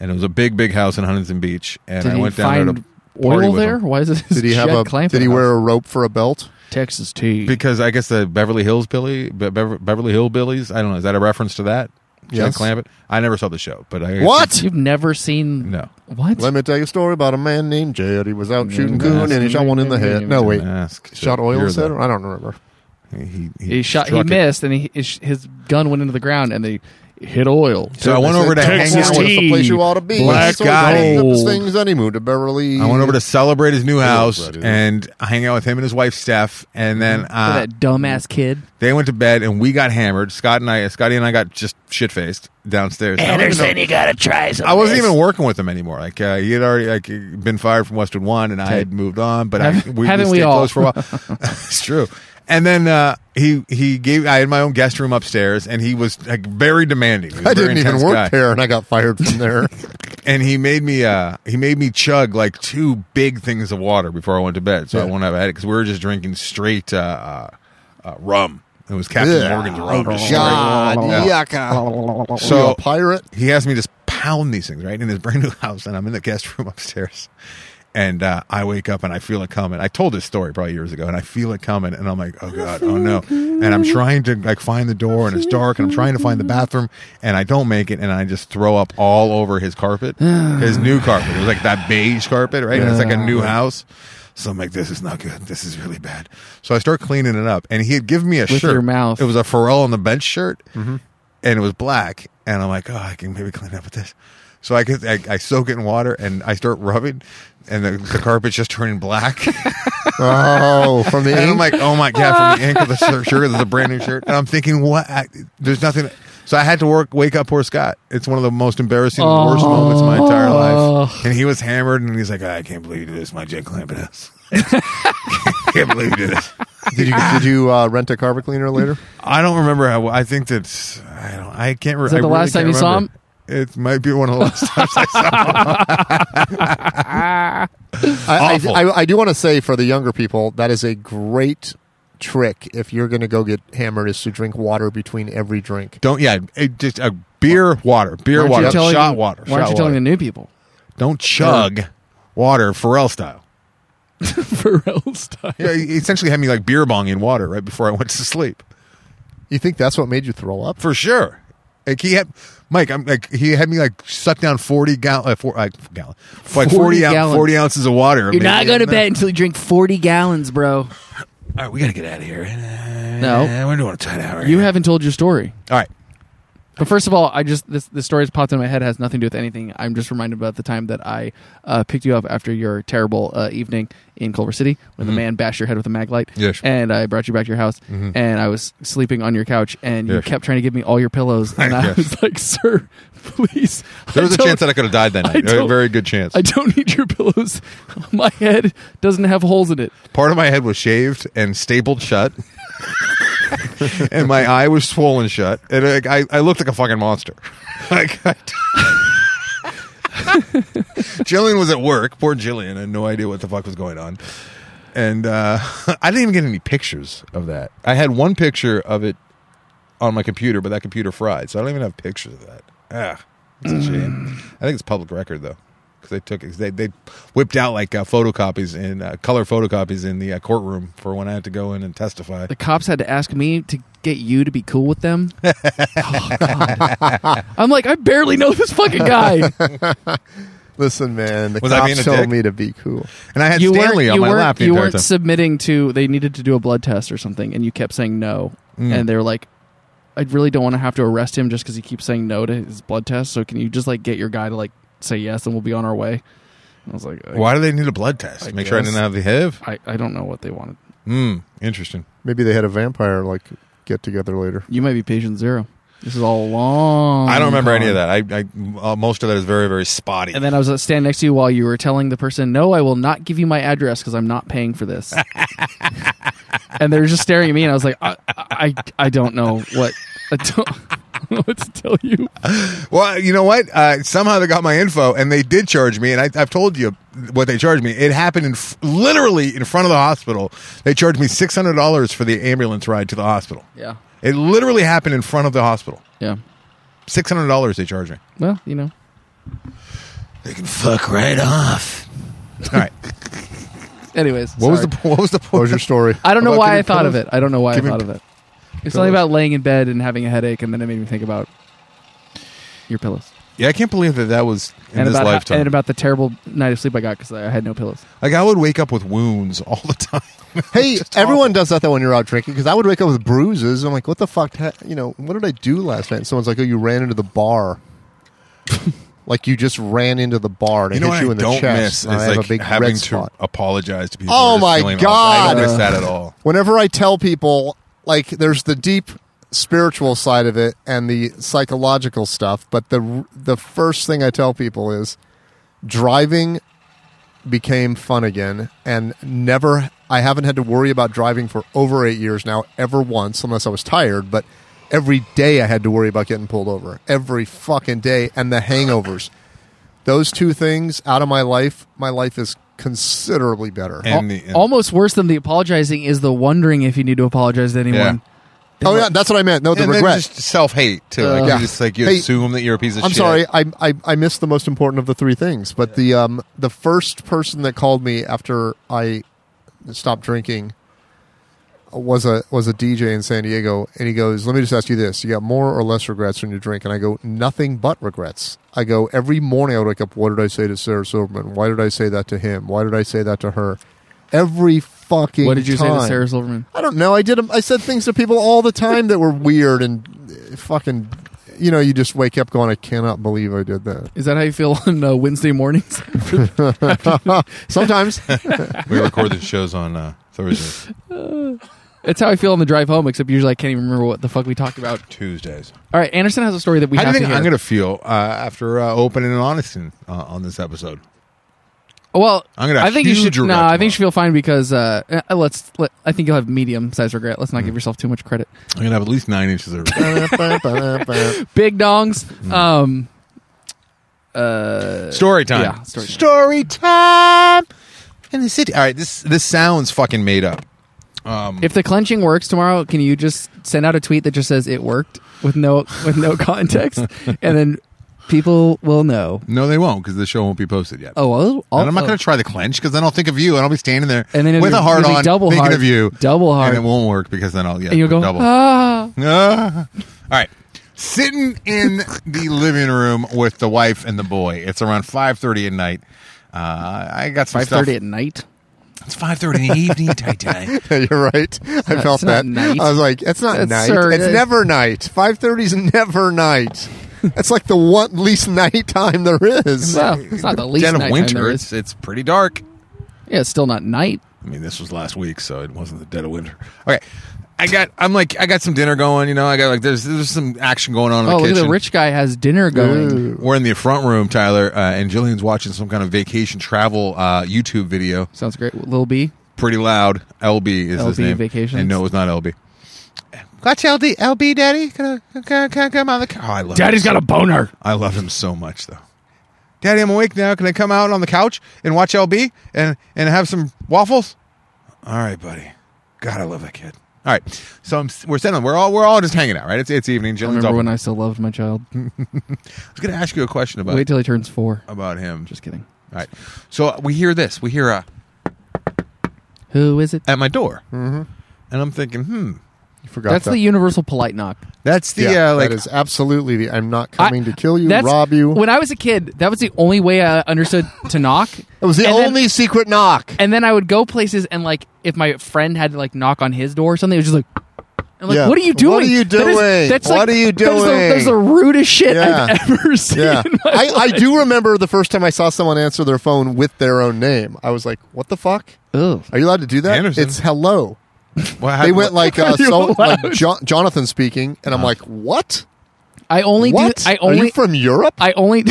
Speaker 2: and it was a big, big house in Huntington Beach. And
Speaker 3: Did
Speaker 2: I
Speaker 3: he
Speaker 2: went down
Speaker 3: find
Speaker 2: there to party
Speaker 3: oil
Speaker 2: with
Speaker 3: there?
Speaker 2: him.
Speaker 3: Why is it?
Speaker 1: Did he have
Speaker 3: Jed
Speaker 1: a?
Speaker 3: Clampett
Speaker 1: Did he
Speaker 3: house?
Speaker 1: wear a rope for a belt?
Speaker 3: Texas tea?
Speaker 2: because I guess the Beverly Hills Billy, Be- Bever- Beverly Hillbillies. I don't know. Is that a reference to that?
Speaker 1: Yes.
Speaker 2: Jed Clampett. I never saw the show, but I
Speaker 1: What?
Speaker 3: You've never seen
Speaker 2: No.
Speaker 3: what?
Speaker 1: Let me tell you a story about a man named Jed. He was out
Speaker 3: Yeah,
Speaker 1: shooting
Speaker 3: that's
Speaker 1: coon, and he shot one in the head. No, Oh, wait,
Speaker 2: Ask
Speaker 1: shot
Speaker 2: to
Speaker 1: oil
Speaker 2: hear
Speaker 1: instead.
Speaker 2: that.
Speaker 1: I don't remember.
Speaker 2: He, he,
Speaker 3: he shot. He
Speaker 2: struck it.
Speaker 3: missed, and he, his, his gun went into the ground, and they hit oil.
Speaker 2: So I went over to hang
Speaker 1: Texas
Speaker 2: out with
Speaker 1: is the place you ought to be.
Speaker 2: Black
Speaker 1: so he packed up his
Speaker 3: gold.
Speaker 1: things and he moved to Beverly.
Speaker 2: I went over to celebrate his new house
Speaker 1: buddy.
Speaker 2: and hang out with him and his wife Steph, and then
Speaker 3: For
Speaker 2: uh,
Speaker 3: that dumbass kid.
Speaker 2: they went to bed and we got hammered. Scott and I, Scotty and I, got just shit faced downstairs. I don't even know-
Speaker 6: you gotta try some.
Speaker 2: I wasn't even working with him anymore. Like uh, he had already like been fired from Westwood One, and I had moved on. But I,
Speaker 3: Haven't-
Speaker 2: we, we
Speaker 3: haven't we
Speaker 2: stayed
Speaker 3: all?
Speaker 2: close for a
Speaker 3: <laughs>
Speaker 2: while. <laughs> it's true. And then uh, he he gave. I had my own guest room upstairs, and he was like very demanding. He was
Speaker 1: <laughs>
Speaker 2: a
Speaker 1: I
Speaker 2: very
Speaker 1: didn't even
Speaker 2: intense
Speaker 1: work
Speaker 2: guy.
Speaker 1: there, and I got fired from
Speaker 2: <laughs>
Speaker 1: there.
Speaker 2: and he made me uh he made me chug like two big things of water before I went to bed, so I
Speaker 1: Yeah.
Speaker 2: won't have a headache because we were just drinking straight uh, uh, uh, rum. It was Captain
Speaker 1: Ugh. Oh,
Speaker 2: Morgan's rum. just straight.
Speaker 1: God,
Speaker 2: Yeah.
Speaker 3: <laughs>
Speaker 1: yucca.
Speaker 2: So-
Speaker 1: So a pirate.
Speaker 2: He has me just pound these things right in his <laughs> brand new house, and I'm in the guest room upstairs. And uh, I wake up and I feel it coming. I told this story probably years ago, and I feel it coming, and I'm like, "Oh god, oh no!" And I'm trying to like find the door, and it's dark, and I'm trying to find the bathroom, and I don't make it, and I just throw up all over his
Speaker 3: <sighs>
Speaker 2: carpet, his new carpet. It was like that beige carpet, right? And it's like a new house, so I'm like, "This is not good. This is really bad." So I start cleaning it up, and he had given me a
Speaker 3: With
Speaker 2: shirt.
Speaker 3: your mouth. Mm-hmm.
Speaker 2: It was a Pharrell on the bench shirt, and it was black. And I'm like, oh, I can maybe clean up with this. So I get, I, I soak it in water, and I start rubbing, and the, the carpet's just turning black. <laughs>
Speaker 1: Oh, from the
Speaker 2: and I'm
Speaker 1: ink.
Speaker 2: like, oh my god, from the ink
Speaker 3: <laughs>
Speaker 2: of the shirt, shirt, there's a brand new shirt. And I'm thinking, what? I, there's nothing. So I had to work, wake up poor Scott. It's one of the most embarrassing, worst moments of my entire
Speaker 3: Oh.
Speaker 2: life. And he was hammered, and he's like, "Ah, I can't believe you did this, my Jake Clampett house. <laughs> can't believe you did this.
Speaker 1: Did you did you uh, rent a carpet cleaner later?
Speaker 2: I don't remember how. I think that's. I don't. I can't. Re-
Speaker 3: Is that
Speaker 2: I
Speaker 3: the
Speaker 2: really
Speaker 3: last time
Speaker 2: can't
Speaker 3: you saw
Speaker 2: remember. It might be one of the
Speaker 3: <laughs>
Speaker 2: last times.
Speaker 1: I,
Speaker 2: Awful.
Speaker 1: I, I, I do want to say for the younger people, that is a great trick if you're going to go get hammered is to drink water between every drink.
Speaker 2: Don't. Yeah. It just a beer, water, beer,
Speaker 3: Why
Speaker 2: water,
Speaker 3: aren't you telling-
Speaker 2: shot water.
Speaker 3: Why aren't
Speaker 2: shot
Speaker 3: you telling
Speaker 2: water.
Speaker 3: the new <laughs> people?
Speaker 2: Don't chug water, Pharrell style.
Speaker 3: Pharrell style.
Speaker 2: Yeah. He essentially had me like beer bonging water right before I went to sleep.
Speaker 1: You think that's what made you throw up?
Speaker 2: for sure. Like he had Mike. I'm like he had me like suck down forty gallon, uh, four, uh, gallon, like
Speaker 3: 40
Speaker 2: 40, ou-
Speaker 3: gallon.
Speaker 2: forty ounces of water.
Speaker 3: You're not
Speaker 2: Maybe-
Speaker 3: going to bed until you drink 40 gallons, bro.
Speaker 2: All right, we gotta get out of here.
Speaker 3: No.
Speaker 2: Uh, we're doing a ten hour.
Speaker 3: You haven't told your story.
Speaker 2: all right.
Speaker 3: But first of all, I just this the story that's popped in my head has nothing to do with anything. I'm just reminded about the time that I uh, picked you up after your terrible uh, evening in Culver City when the man bashed your head with a mag light.
Speaker 2: Mm-hmm. Yes. Mm-hmm.
Speaker 3: And I brought you back to your house, and I was sleeping on your couch, and you
Speaker 2: Yes.
Speaker 3: kept trying to give me all your pillows, and
Speaker 2: <laughs>
Speaker 3: I
Speaker 2: Yes.
Speaker 3: was like, "Sir, please."
Speaker 2: There was
Speaker 3: I
Speaker 2: a
Speaker 3: don't-
Speaker 2: chance that I could have died that
Speaker 3: I
Speaker 2: night. A
Speaker 3: don't-
Speaker 2: very good chance.
Speaker 3: I don't need your pillows. <laughs> My head doesn't have holes in it.
Speaker 2: Part of my head was shaved and stapled shut, <laughs> and my eye was swollen shut, and like, I, I looked like a fucking monster. <laughs> like, I, <laughs> Jillian was at work. Poor Jillian had no idea what the fuck was going on, and uh, <laughs> I didn't even get any pictures of that. I had one picture of it on my computer, but that computer fried, so I don't even have pictures of that. Ah, it's a shame. I think it's public record though, because they took it. They they whipped out like uh, photocopies and uh, color photocopies in the uh, courtroom for when I had to go in and testify.
Speaker 3: The cops had to ask me to get you to be cool
Speaker 2: <laughs>
Speaker 3: with them. oh, God. I'm like, I barely know this fucking
Speaker 2: <laughs>
Speaker 3: guy.
Speaker 1: Listen, man, the
Speaker 2: Was I being a
Speaker 1: cops told
Speaker 2: dick?
Speaker 1: me to be cool.
Speaker 2: And I had
Speaker 3: weren't-
Speaker 2: Stanley on
Speaker 3: you
Speaker 2: my
Speaker 3: weren't-
Speaker 2: lap the
Speaker 3: you
Speaker 2: entire
Speaker 3: weren't
Speaker 2: time.
Speaker 3: submitting to. They needed to do a blood test or something, and you kept saying no.
Speaker 2: Mm.
Speaker 3: And they were like, "I really don't want to have to arrest him just because he keeps saying no to his blood test. So can you just like get your guy to like say yes, and we'll be on our way?" I was like, I,
Speaker 2: Why do they need a blood test?
Speaker 3: I
Speaker 2: Make sure I
Speaker 3: guess.
Speaker 2: didn't have the HIV.
Speaker 3: I, I don't know what they wanted.
Speaker 2: Hmm. Interesting.
Speaker 1: Maybe they had a vampire like get together later.
Speaker 3: You might be patient zero. This is all long.
Speaker 2: I don't remember any
Speaker 3: con.
Speaker 2: of that. I, I uh, most of that is very very spotty.
Speaker 3: Mm-hmm. And then I was uh, standing next to you while you were telling the person, "No, I will not give you my address because I'm not paying for
Speaker 2: <laughs>
Speaker 3: this." and they were just staring at me, and I was like, "I, I, I don't know what, I don't <laughs> know what to tell you."
Speaker 2: Well, you know what? Uh, somehow they got my info, and they did charge me. And I, I've told you what they charged me. It happened in f- literally in front of the hospital. They charged me six hundred dollars for the ambulance ride to the hospital.
Speaker 3: Yeah,
Speaker 2: It literally happened in front of the hospital.
Speaker 3: yeah.
Speaker 2: Six hundred dollars they charged me.
Speaker 3: Well, you know,
Speaker 2: They can fuck right off. All <laughs> right.
Speaker 3: anyways.
Speaker 2: What was
Speaker 3: sorry.
Speaker 2: the what was the
Speaker 1: What <laughs> was your story?
Speaker 3: I don't know
Speaker 2: about
Speaker 3: why I
Speaker 2: giving
Speaker 3: thought of
Speaker 2: pillows?
Speaker 3: it. I don't know why I
Speaker 2: Giving
Speaker 3: thought of it. It's something
Speaker 2: pillows.
Speaker 3: about laying in bed and having a headache, and then it made me think about your pillows
Speaker 2: Yeah, I can't believe that that was in
Speaker 3: and
Speaker 2: this
Speaker 3: about
Speaker 2: lifetime.
Speaker 3: and about the terrible night of sleep I got because I had no pillows.
Speaker 2: like I would wake up with wounds <laughs> all the time.
Speaker 1: <laughs> Hey, everyone does that though when you're out drinking because I would wake up with bruises. I'm like, what the fuck? Ha- you know, what did I do last night? And someone's like, oh, you ran into the
Speaker 2: <laughs>
Speaker 1: bar. like you just ran into the bar and
Speaker 2: You
Speaker 1: it hit
Speaker 2: know what
Speaker 1: you
Speaker 2: I
Speaker 1: in the
Speaker 2: don't
Speaker 1: chest.
Speaker 2: miss
Speaker 1: and
Speaker 2: is
Speaker 1: I have
Speaker 2: like
Speaker 1: a big
Speaker 2: having
Speaker 1: red
Speaker 2: to
Speaker 1: spot.
Speaker 2: apologize to people.
Speaker 1: Oh
Speaker 2: who are
Speaker 1: my
Speaker 2: stealing off. I don't miss
Speaker 1: God.
Speaker 2: that at all.
Speaker 1: Whenever I tell people, like, there's the deep spiritual side of it and the psychological stuff, but the the first thing I tell people is driving became fun again and never I haven't had to worry about driving for over 8 years now ever once unless I was tired but every day I had to worry about getting pulled over every fucking day and the hangovers those two things out of my life my life is considerably better
Speaker 2: And
Speaker 3: Al-
Speaker 2: the- and-
Speaker 3: almost worse than the apologizing is the wondering if you need to apologize to anyone.
Speaker 1: oh yeah that's what I meant no the
Speaker 2: and
Speaker 1: regret
Speaker 2: then just self hate too. like
Speaker 1: Yeah.
Speaker 2: you just like you
Speaker 1: Hey,
Speaker 2: assume that you're a piece of
Speaker 1: I'm
Speaker 2: shit.
Speaker 1: sorry, I, I I missed the most important of the three things. But the um the first person that called me after I stopped drinking was a was a DJ in San Diego, and he goes, "Let me just ask you this: You got more or less regrets when you drink?" And I go, "Nothing but regrets." I go every morning. I would wake up. What did I say to Sarah Silverman? Why did I say that to him? Why did I say that to her? Every fucking.
Speaker 3: What did you say to
Speaker 1: time.
Speaker 3: Sarah Silverman?
Speaker 1: I don't know. I did. I said things to people all the time that were weird and uh, fucking. You know, you just wake up going, "I cannot believe I did that."
Speaker 3: Is that how you feel <laughs> on uh, Wednesday mornings? <laughs>
Speaker 1: <laughs> Sometimes,
Speaker 2: We record the shows on uh,
Speaker 1: <laughs>
Speaker 2: Thursdays,
Speaker 3: That's how I feel on the drive home. Except usually I can't even remember what the fuck we talked about.
Speaker 2: Tuesdays.
Speaker 3: All right, Anderson has a story that we
Speaker 2: How do
Speaker 3: have
Speaker 2: you think
Speaker 3: to hear.
Speaker 2: I'm going to feel uh, after uh, opening and honest in, uh, on this episode?
Speaker 3: well,
Speaker 2: I'm gonna have
Speaker 3: I think you
Speaker 2: huge
Speaker 3: should. No,
Speaker 2: regret
Speaker 3: I think
Speaker 2: tomorrow.
Speaker 3: you should feel fine because uh, uh, let's. Let, I think you'll have medium sized regret. Let's not
Speaker 2: Mm.
Speaker 3: give yourself too much credit.
Speaker 2: I'm going to have at least nine inches of.
Speaker 1: <laughs>
Speaker 3: Big dongs.
Speaker 2: Mm.
Speaker 3: Um, uh,
Speaker 2: Story time.
Speaker 3: Yeah, story time.
Speaker 2: time in the city. All right, this this sounds fucking made up. Mm.
Speaker 3: if the clenching works tomorrow, can <laughs> you just send out a tweet that just says it worked with no with no context, and then people will know.
Speaker 2: No, they won't because the show won't be posted yet.
Speaker 3: Oh, well,
Speaker 2: and I'm not going to try the clench because then I'll think of you and I'll be standing there
Speaker 3: And then it'll
Speaker 2: with
Speaker 3: be-
Speaker 2: a heart
Speaker 3: it'll be
Speaker 2: on,
Speaker 3: double
Speaker 2: thinking
Speaker 3: heart,
Speaker 2: of you,
Speaker 3: double heart.
Speaker 2: and it won't work because then I'll yeah,
Speaker 3: And you'll go,
Speaker 2: double.
Speaker 3: ah.
Speaker 2: Ah. <laughs> All right. Sitting in the living room with the wife and the boy. It's around 5.30 at night. Uh, I got some
Speaker 3: Five
Speaker 2: stuff.
Speaker 3: thirty at night.
Speaker 2: It's 5.30 in the evening, Titan.
Speaker 1: You're right. I
Speaker 3: not-
Speaker 1: felt
Speaker 3: it's not
Speaker 1: that.
Speaker 3: night.
Speaker 1: I was like, "It's not
Speaker 3: That's
Speaker 1: night.
Speaker 3: sir-
Speaker 1: it's
Speaker 3: that-
Speaker 1: never night. Five thirty is never night. That's like the one least night time there is."
Speaker 3: Well, it's not the least
Speaker 2: Dead
Speaker 3: night
Speaker 2: of winter.
Speaker 3: There
Speaker 2: It's,
Speaker 3: is.
Speaker 2: it's pretty dark.
Speaker 3: Yeah, it's still not night.
Speaker 2: I mean, this was last week, so it wasn't the dead of winter. Okay. I got. I'm like. I got some dinner going. You know. I got like. There's. There's some action going on. In
Speaker 3: oh,
Speaker 2: the
Speaker 3: look at
Speaker 2: kitchen.
Speaker 3: the rich guy has dinner going.
Speaker 1: Ooh.
Speaker 2: We're in the front room, Tyler, uh, and Jillian's watching some kind of vacation travel uh, YouTube video.
Speaker 3: Sounds great. Lil B.
Speaker 2: pretty loud. LB is his
Speaker 3: LB
Speaker 2: name.
Speaker 3: Vacations.
Speaker 2: And no, it's not LB. Watch LD, LB, Daddy. Can I, can I, can I come out of the couch? Oh, I love Daddy's got a boner. I love him so much, though. Daddy, I'm awake now. Can I come out on the couch and watch LB and and have some waffles? All right, buddy. God, I love that kid. All right, so I'm, we're sitting. We're all we're all just hanging out, right? It's it's evening.
Speaker 3: I
Speaker 2: Jillian's
Speaker 3: remember
Speaker 2: off.
Speaker 3: when
Speaker 2: I
Speaker 3: I still loved my child.
Speaker 2: was going to ask you a question about
Speaker 3: Wait till he turns four.
Speaker 2: about him. Just
Speaker 3: Just kidding.
Speaker 2: all right. So uh, we hear this. We hear a
Speaker 3: Who is it?
Speaker 2: at my door, mm-hmm. and I'm thinking, hmm,
Speaker 1: You forgot
Speaker 3: That's
Speaker 1: that.
Speaker 3: the universal polite knock.
Speaker 2: that's the
Speaker 1: yeah,
Speaker 2: uh, like
Speaker 1: that is absolutely the. I'm not
Speaker 3: I-
Speaker 1: coming to kill you,
Speaker 3: that's-
Speaker 1: rob you.
Speaker 3: When I was a kid, that was the only way I understood to knock.
Speaker 1: it was the
Speaker 3: and then-
Speaker 1: only secret knock.
Speaker 3: and then I would go places and like if my friend had to like knock on his door or something, it was just like. I'm like,
Speaker 1: Yeah.
Speaker 3: what are you doing?
Speaker 1: What are you
Speaker 3: That is-
Speaker 1: doing?
Speaker 3: that's
Speaker 1: What
Speaker 3: like,
Speaker 1: are you
Speaker 3: That's the,
Speaker 1: doing?
Speaker 3: that's the rudest shit
Speaker 1: Yeah.
Speaker 3: I've ever <laughs> seen.
Speaker 1: Yeah,
Speaker 3: in my
Speaker 1: I, I
Speaker 3: life.
Speaker 1: do remember the first time I saw someone answer their phone with their own name. I was like, "What the fuck?
Speaker 3: Ugh.
Speaker 1: Are you allowed to do that?"
Speaker 2: Anderson.
Speaker 1: It's hello.
Speaker 2: Well, how-
Speaker 1: They went like uh,
Speaker 3: you
Speaker 1: so, like
Speaker 3: allowed?
Speaker 1: jo- Jonathan speaking, and I'm like, "What?
Speaker 3: I only
Speaker 1: What?
Speaker 3: do. I
Speaker 1: Are
Speaker 3: only.
Speaker 1: you from Europe?"
Speaker 3: I only.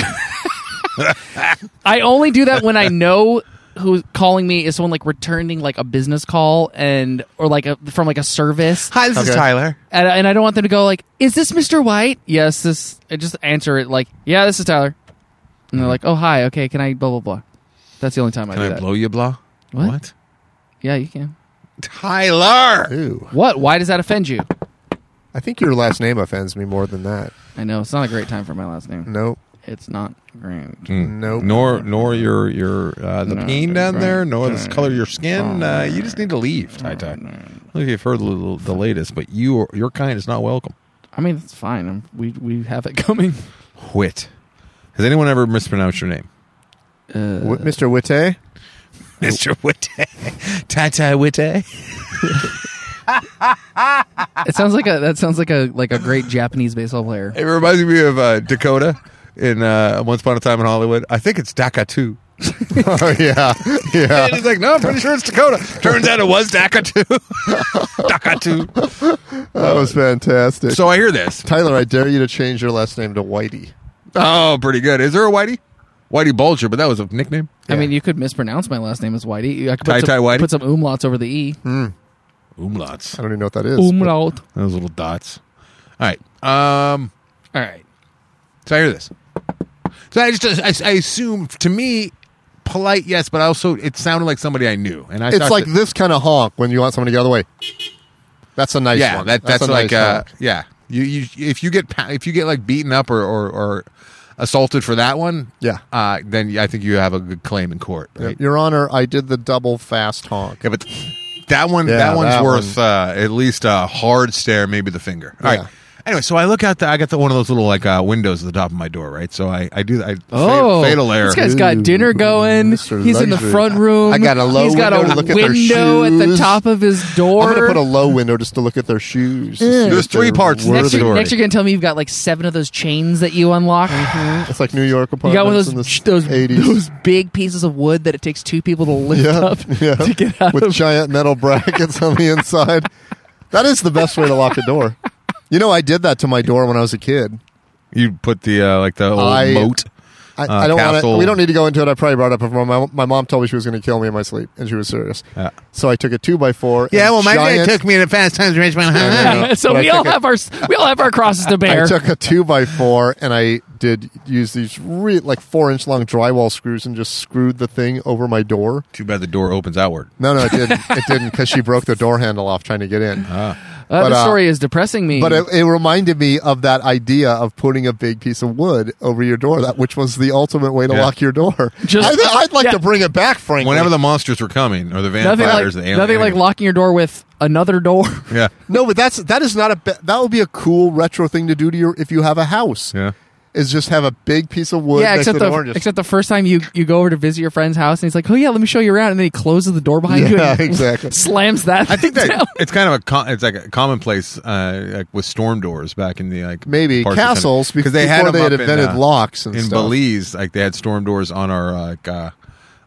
Speaker 3: <laughs> I only do that when I know who's calling me is someone like returning like a business call and or like a, from like a service.
Speaker 2: Hi, this is
Speaker 1: Okay.
Speaker 2: Tyler.
Speaker 3: and, and I don't want them to go like, "Is this Mr. White?" Yes, this. I just answer it like, "Yeah, this is Tyler." And they're like, "Oh, hi. Okay, can I blah blah blah?" That's the only time I
Speaker 2: Can
Speaker 3: do
Speaker 2: I
Speaker 3: that.
Speaker 2: blow you, blah?
Speaker 3: What? Yeah, you can.
Speaker 2: Tyler!
Speaker 1: Ooh,
Speaker 3: What? Why does that offend you?
Speaker 1: I think your last name offends me more than that.
Speaker 3: I know it's not a great time for my last name.
Speaker 1: Nope.
Speaker 3: It's not great.
Speaker 2: Mm.
Speaker 1: Nope.
Speaker 2: Nor, nor your your uh, the
Speaker 3: No,
Speaker 2: pain down
Speaker 3: right.
Speaker 2: there, nor the color of your skin. Uh, you just need to leave, Ty Ty. I don't know if you've heard the, the- the latest, but you are, your kind is not welcome.
Speaker 3: I mean, it's fine. I'm, we we have it coming.
Speaker 2: Whit. Has anyone ever mispronounced your name? <laughs>
Speaker 1: Wh- Mr. Witte?
Speaker 2: Mr. <laughs> Whit. Ty Ty Witte.
Speaker 3: uh, It sounds like a that sounds like a like a great Japanese baseball player.
Speaker 2: It reminds me of uh, Dakota in uh, Once Upon a Time in Hollywood. I think it's Daka 2.
Speaker 1: oh yeah, <laughs> yeah.
Speaker 2: And he's like, no, I'm pretty sure it's Dakota. Turns out it was Daka <laughs> 2. Daka 2.
Speaker 1: That was fantastic.
Speaker 2: So I hear this.
Speaker 1: Tyler, I dare you to change your last name to Whitey.
Speaker 2: Oh, pretty good. Is there a Whitey? Whitey Bulger, but that was a nickname.
Speaker 3: I mean, you could mispronounce my last name as Whitey. I could
Speaker 2: Ty
Speaker 3: put,
Speaker 2: Ty
Speaker 3: some,
Speaker 2: Whitey? Mm.
Speaker 3: put some umlauts over the e.
Speaker 2: Umlauts.
Speaker 1: I don't even know what that is.
Speaker 3: Umlaut.
Speaker 2: Those little dots. All right. Um.
Speaker 3: All right.
Speaker 2: So I hear this. So I just I, I assume to me, polite yes, but I also it sounded like somebody I knew, and I
Speaker 1: It's
Speaker 2: thought
Speaker 1: like
Speaker 2: that-
Speaker 1: this kind of honk when you want somebody to go the other way. That's a nice
Speaker 2: yeah,
Speaker 1: one.
Speaker 2: that that's,
Speaker 1: a
Speaker 2: like
Speaker 1: nice
Speaker 2: uh,
Speaker 1: honk.
Speaker 2: yeah. You you if you get pa- if you get like beaten up or or, or assaulted for that one,
Speaker 1: Yeah.
Speaker 2: uh, then I think you have a good claim in court. Right?
Speaker 1: Your Honor, I did the double fast honk.
Speaker 2: Yeah, but that one,
Speaker 1: Yeah,
Speaker 2: that one's
Speaker 1: that
Speaker 2: worth Uh, at least a hard stare, maybe the finger. All right.
Speaker 1: Yeah.
Speaker 2: Anyway, so I look out the, I got the one of those little like uh, windows at the top of my door, right? So I, I do that.
Speaker 3: Oh,
Speaker 2: Oh, fatal error.
Speaker 3: This guy's got
Speaker 1: Ooh,
Speaker 3: dinner going.
Speaker 1: Mr.
Speaker 3: He's in the
Speaker 1: Luxury.
Speaker 3: front room.
Speaker 1: I got a low
Speaker 3: He's got
Speaker 1: window
Speaker 3: a
Speaker 1: to look at their
Speaker 3: window at the
Speaker 1: shoes.
Speaker 3: top of his
Speaker 1: I'm going to
Speaker 3: door.
Speaker 1: put a low window just to look at their shoes. to
Speaker 3: Ugh.
Speaker 1: see if
Speaker 2: There's three
Speaker 1: they're
Speaker 2: parts to this
Speaker 1: worthy.
Speaker 3: next, you're,
Speaker 2: story.
Speaker 3: next, you're gonna tell me you've got like seven of those chains that you unlock.
Speaker 1: It's like New York <sighs>
Speaker 3: You
Speaker 1: apartments
Speaker 3: got one of
Speaker 1: in
Speaker 3: those
Speaker 1: the
Speaker 3: those,
Speaker 1: 80s.
Speaker 3: those big pieces of wood that it takes two people to lift
Speaker 1: <laughs> yeah,
Speaker 3: <laughs> up
Speaker 1: yeah.
Speaker 3: to get out
Speaker 1: with
Speaker 3: of.
Speaker 1: giant metal brackets on the inside. That is the best way to lock a door. You know, I did that to my door when I was a kid.
Speaker 2: you put the uh, like the old
Speaker 1: I-
Speaker 2: moat.
Speaker 1: I,
Speaker 2: Uh,
Speaker 1: I don't want to.
Speaker 2: castle.
Speaker 1: We don't need to go into it. I probably brought it up before. My, my mom told me she was going to kill me in my sleep, and she was serious.
Speaker 2: Yeah.
Speaker 1: So I took a two by four. and
Speaker 2: dad
Speaker 1: giant-
Speaker 2: uh, me to Fast Times at
Speaker 1: <laughs>
Speaker 2: Ridgemont
Speaker 1: Yeah.
Speaker 3: <laughs> so
Speaker 1: But I
Speaker 3: we all
Speaker 1: took it-
Speaker 3: have our we all have our crosses
Speaker 1: <laughs>
Speaker 3: to
Speaker 1: I
Speaker 3: bear.
Speaker 1: took a two by four, and I did use these re- like four inch long drywall screws and just screwed the thing over my door.
Speaker 2: Too bad the door opens outward.
Speaker 3: <laughs>
Speaker 1: No, no, it didn't. it didn't because she broke the door handle off trying to get in.
Speaker 3: Uh,
Speaker 1: But,
Speaker 3: the
Speaker 1: uh,
Speaker 3: story is depressing me.
Speaker 1: But it, it reminded me of that idea of putting a big piece of wood over your door, that which was the ultimate way to
Speaker 2: Yeah.
Speaker 1: lock your door.
Speaker 3: Just-
Speaker 1: I, would like
Speaker 3: yeah.
Speaker 1: to bring it back, frankly.
Speaker 2: Whenever the monsters were coming, or the
Speaker 3: nothing like
Speaker 2: vampires, the aliens.
Speaker 3: nothing like locking your door with another door. <laughs>
Speaker 2: Yeah.
Speaker 1: no, but that's that is not a ba- that would be a cool retro thing to do to your if you have a house.
Speaker 2: Yeah.
Speaker 1: Is just have a big piece of wood
Speaker 3: yeah,
Speaker 1: next to the
Speaker 3: except the
Speaker 1: door. and just-
Speaker 3: except the first time you you go over to visit your friend's house and he's like, oh yeah, let me show you around, and then he closes the door behind
Speaker 1: <laughs>
Speaker 3: you.
Speaker 1: Yeah,
Speaker 3: and
Speaker 1: exactly.
Speaker 3: <laughs> Slams that.
Speaker 2: I think
Speaker 3: down.
Speaker 1: <laughs>
Speaker 2: that it's kind of a com- it's like a commonplace uh, like with storm doors back in the like
Speaker 1: maybe
Speaker 2: parts of the
Speaker 1: castles
Speaker 2: country.
Speaker 1: because they
Speaker 2: had
Speaker 1: had, they
Speaker 2: them
Speaker 1: had
Speaker 2: up in,
Speaker 1: invented
Speaker 2: uh,
Speaker 1: locks and
Speaker 2: in
Speaker 1: stuff.
Speaker 2: Belize, like they had storm doors on our like uh,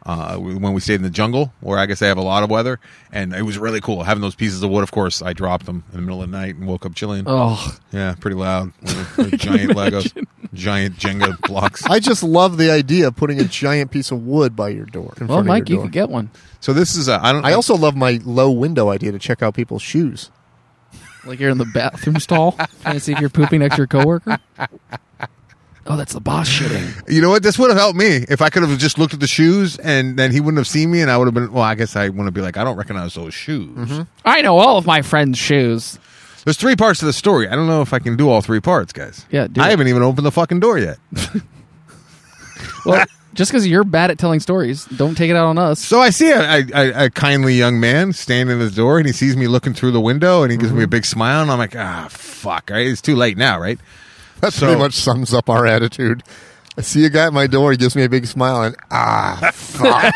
Speaker 2: uh, when we stayed in the jungle, where I guess they have a lot of weather, and it was really cool having those pieces of wood. Of course, I dropped them in the middle of the night and woke up chilling.
Speaker 3: <laughs> Oh,
Speaker 2: Yeah, pretty loud.
Speaker 1: <laughs>
Speaker 2: They're giant Legos, giant Jenga blocks.
Speaker 1: I just love the idea of putting a giant piece of wood by your door. In
Speaker 3: well,
Speaker 1: front
Speaker 3: Mike,
Speaker 1: of your
Speaker 3: you
Speaker 1: door.
Speaker 3: could get one
Speaker 2: So this is a, I don't
Speaker 1: I also love my low window idea to check out people's shoes. <laughs>
Speaker 3: like you're in the bathroom stall trying to see if you're pooping next to your coworker. Oh, that's the boss shitting.
Speaker 2: you know what this would have helped me if I could have just looked at the shoes and then he wouldn't have seen me and I would have been well I guess I want to be like I don't recognize those shoes.
Speaker 3: I know all of my friend's shoes.
Speaker 2: There's three parts to the story. I don't know if I can do all three parts, guys.
Speaker 3: Yeah, do
Speaker 2: I
Speaker 3: it.
Speaker 2: haven't even opened the fucking door yet.
Speaker 3: Well, just because you're bad at telling stories, don't take it out on us.
Speaker 2: So I see a, a- a, a kindly young man standing at the door, and he sees me looking through the window, and he gives me
Speaker 3: Mm-hmm.
Speaker 2: a big smile, and I'm like, ah, fuck, right? it's too late now, right?
Speaker 1: That
Speaker 2: So-
Speaker 1: pretty much sums up our attitude. I see a guy at my door. He gives me a big smile, and ah, fuck.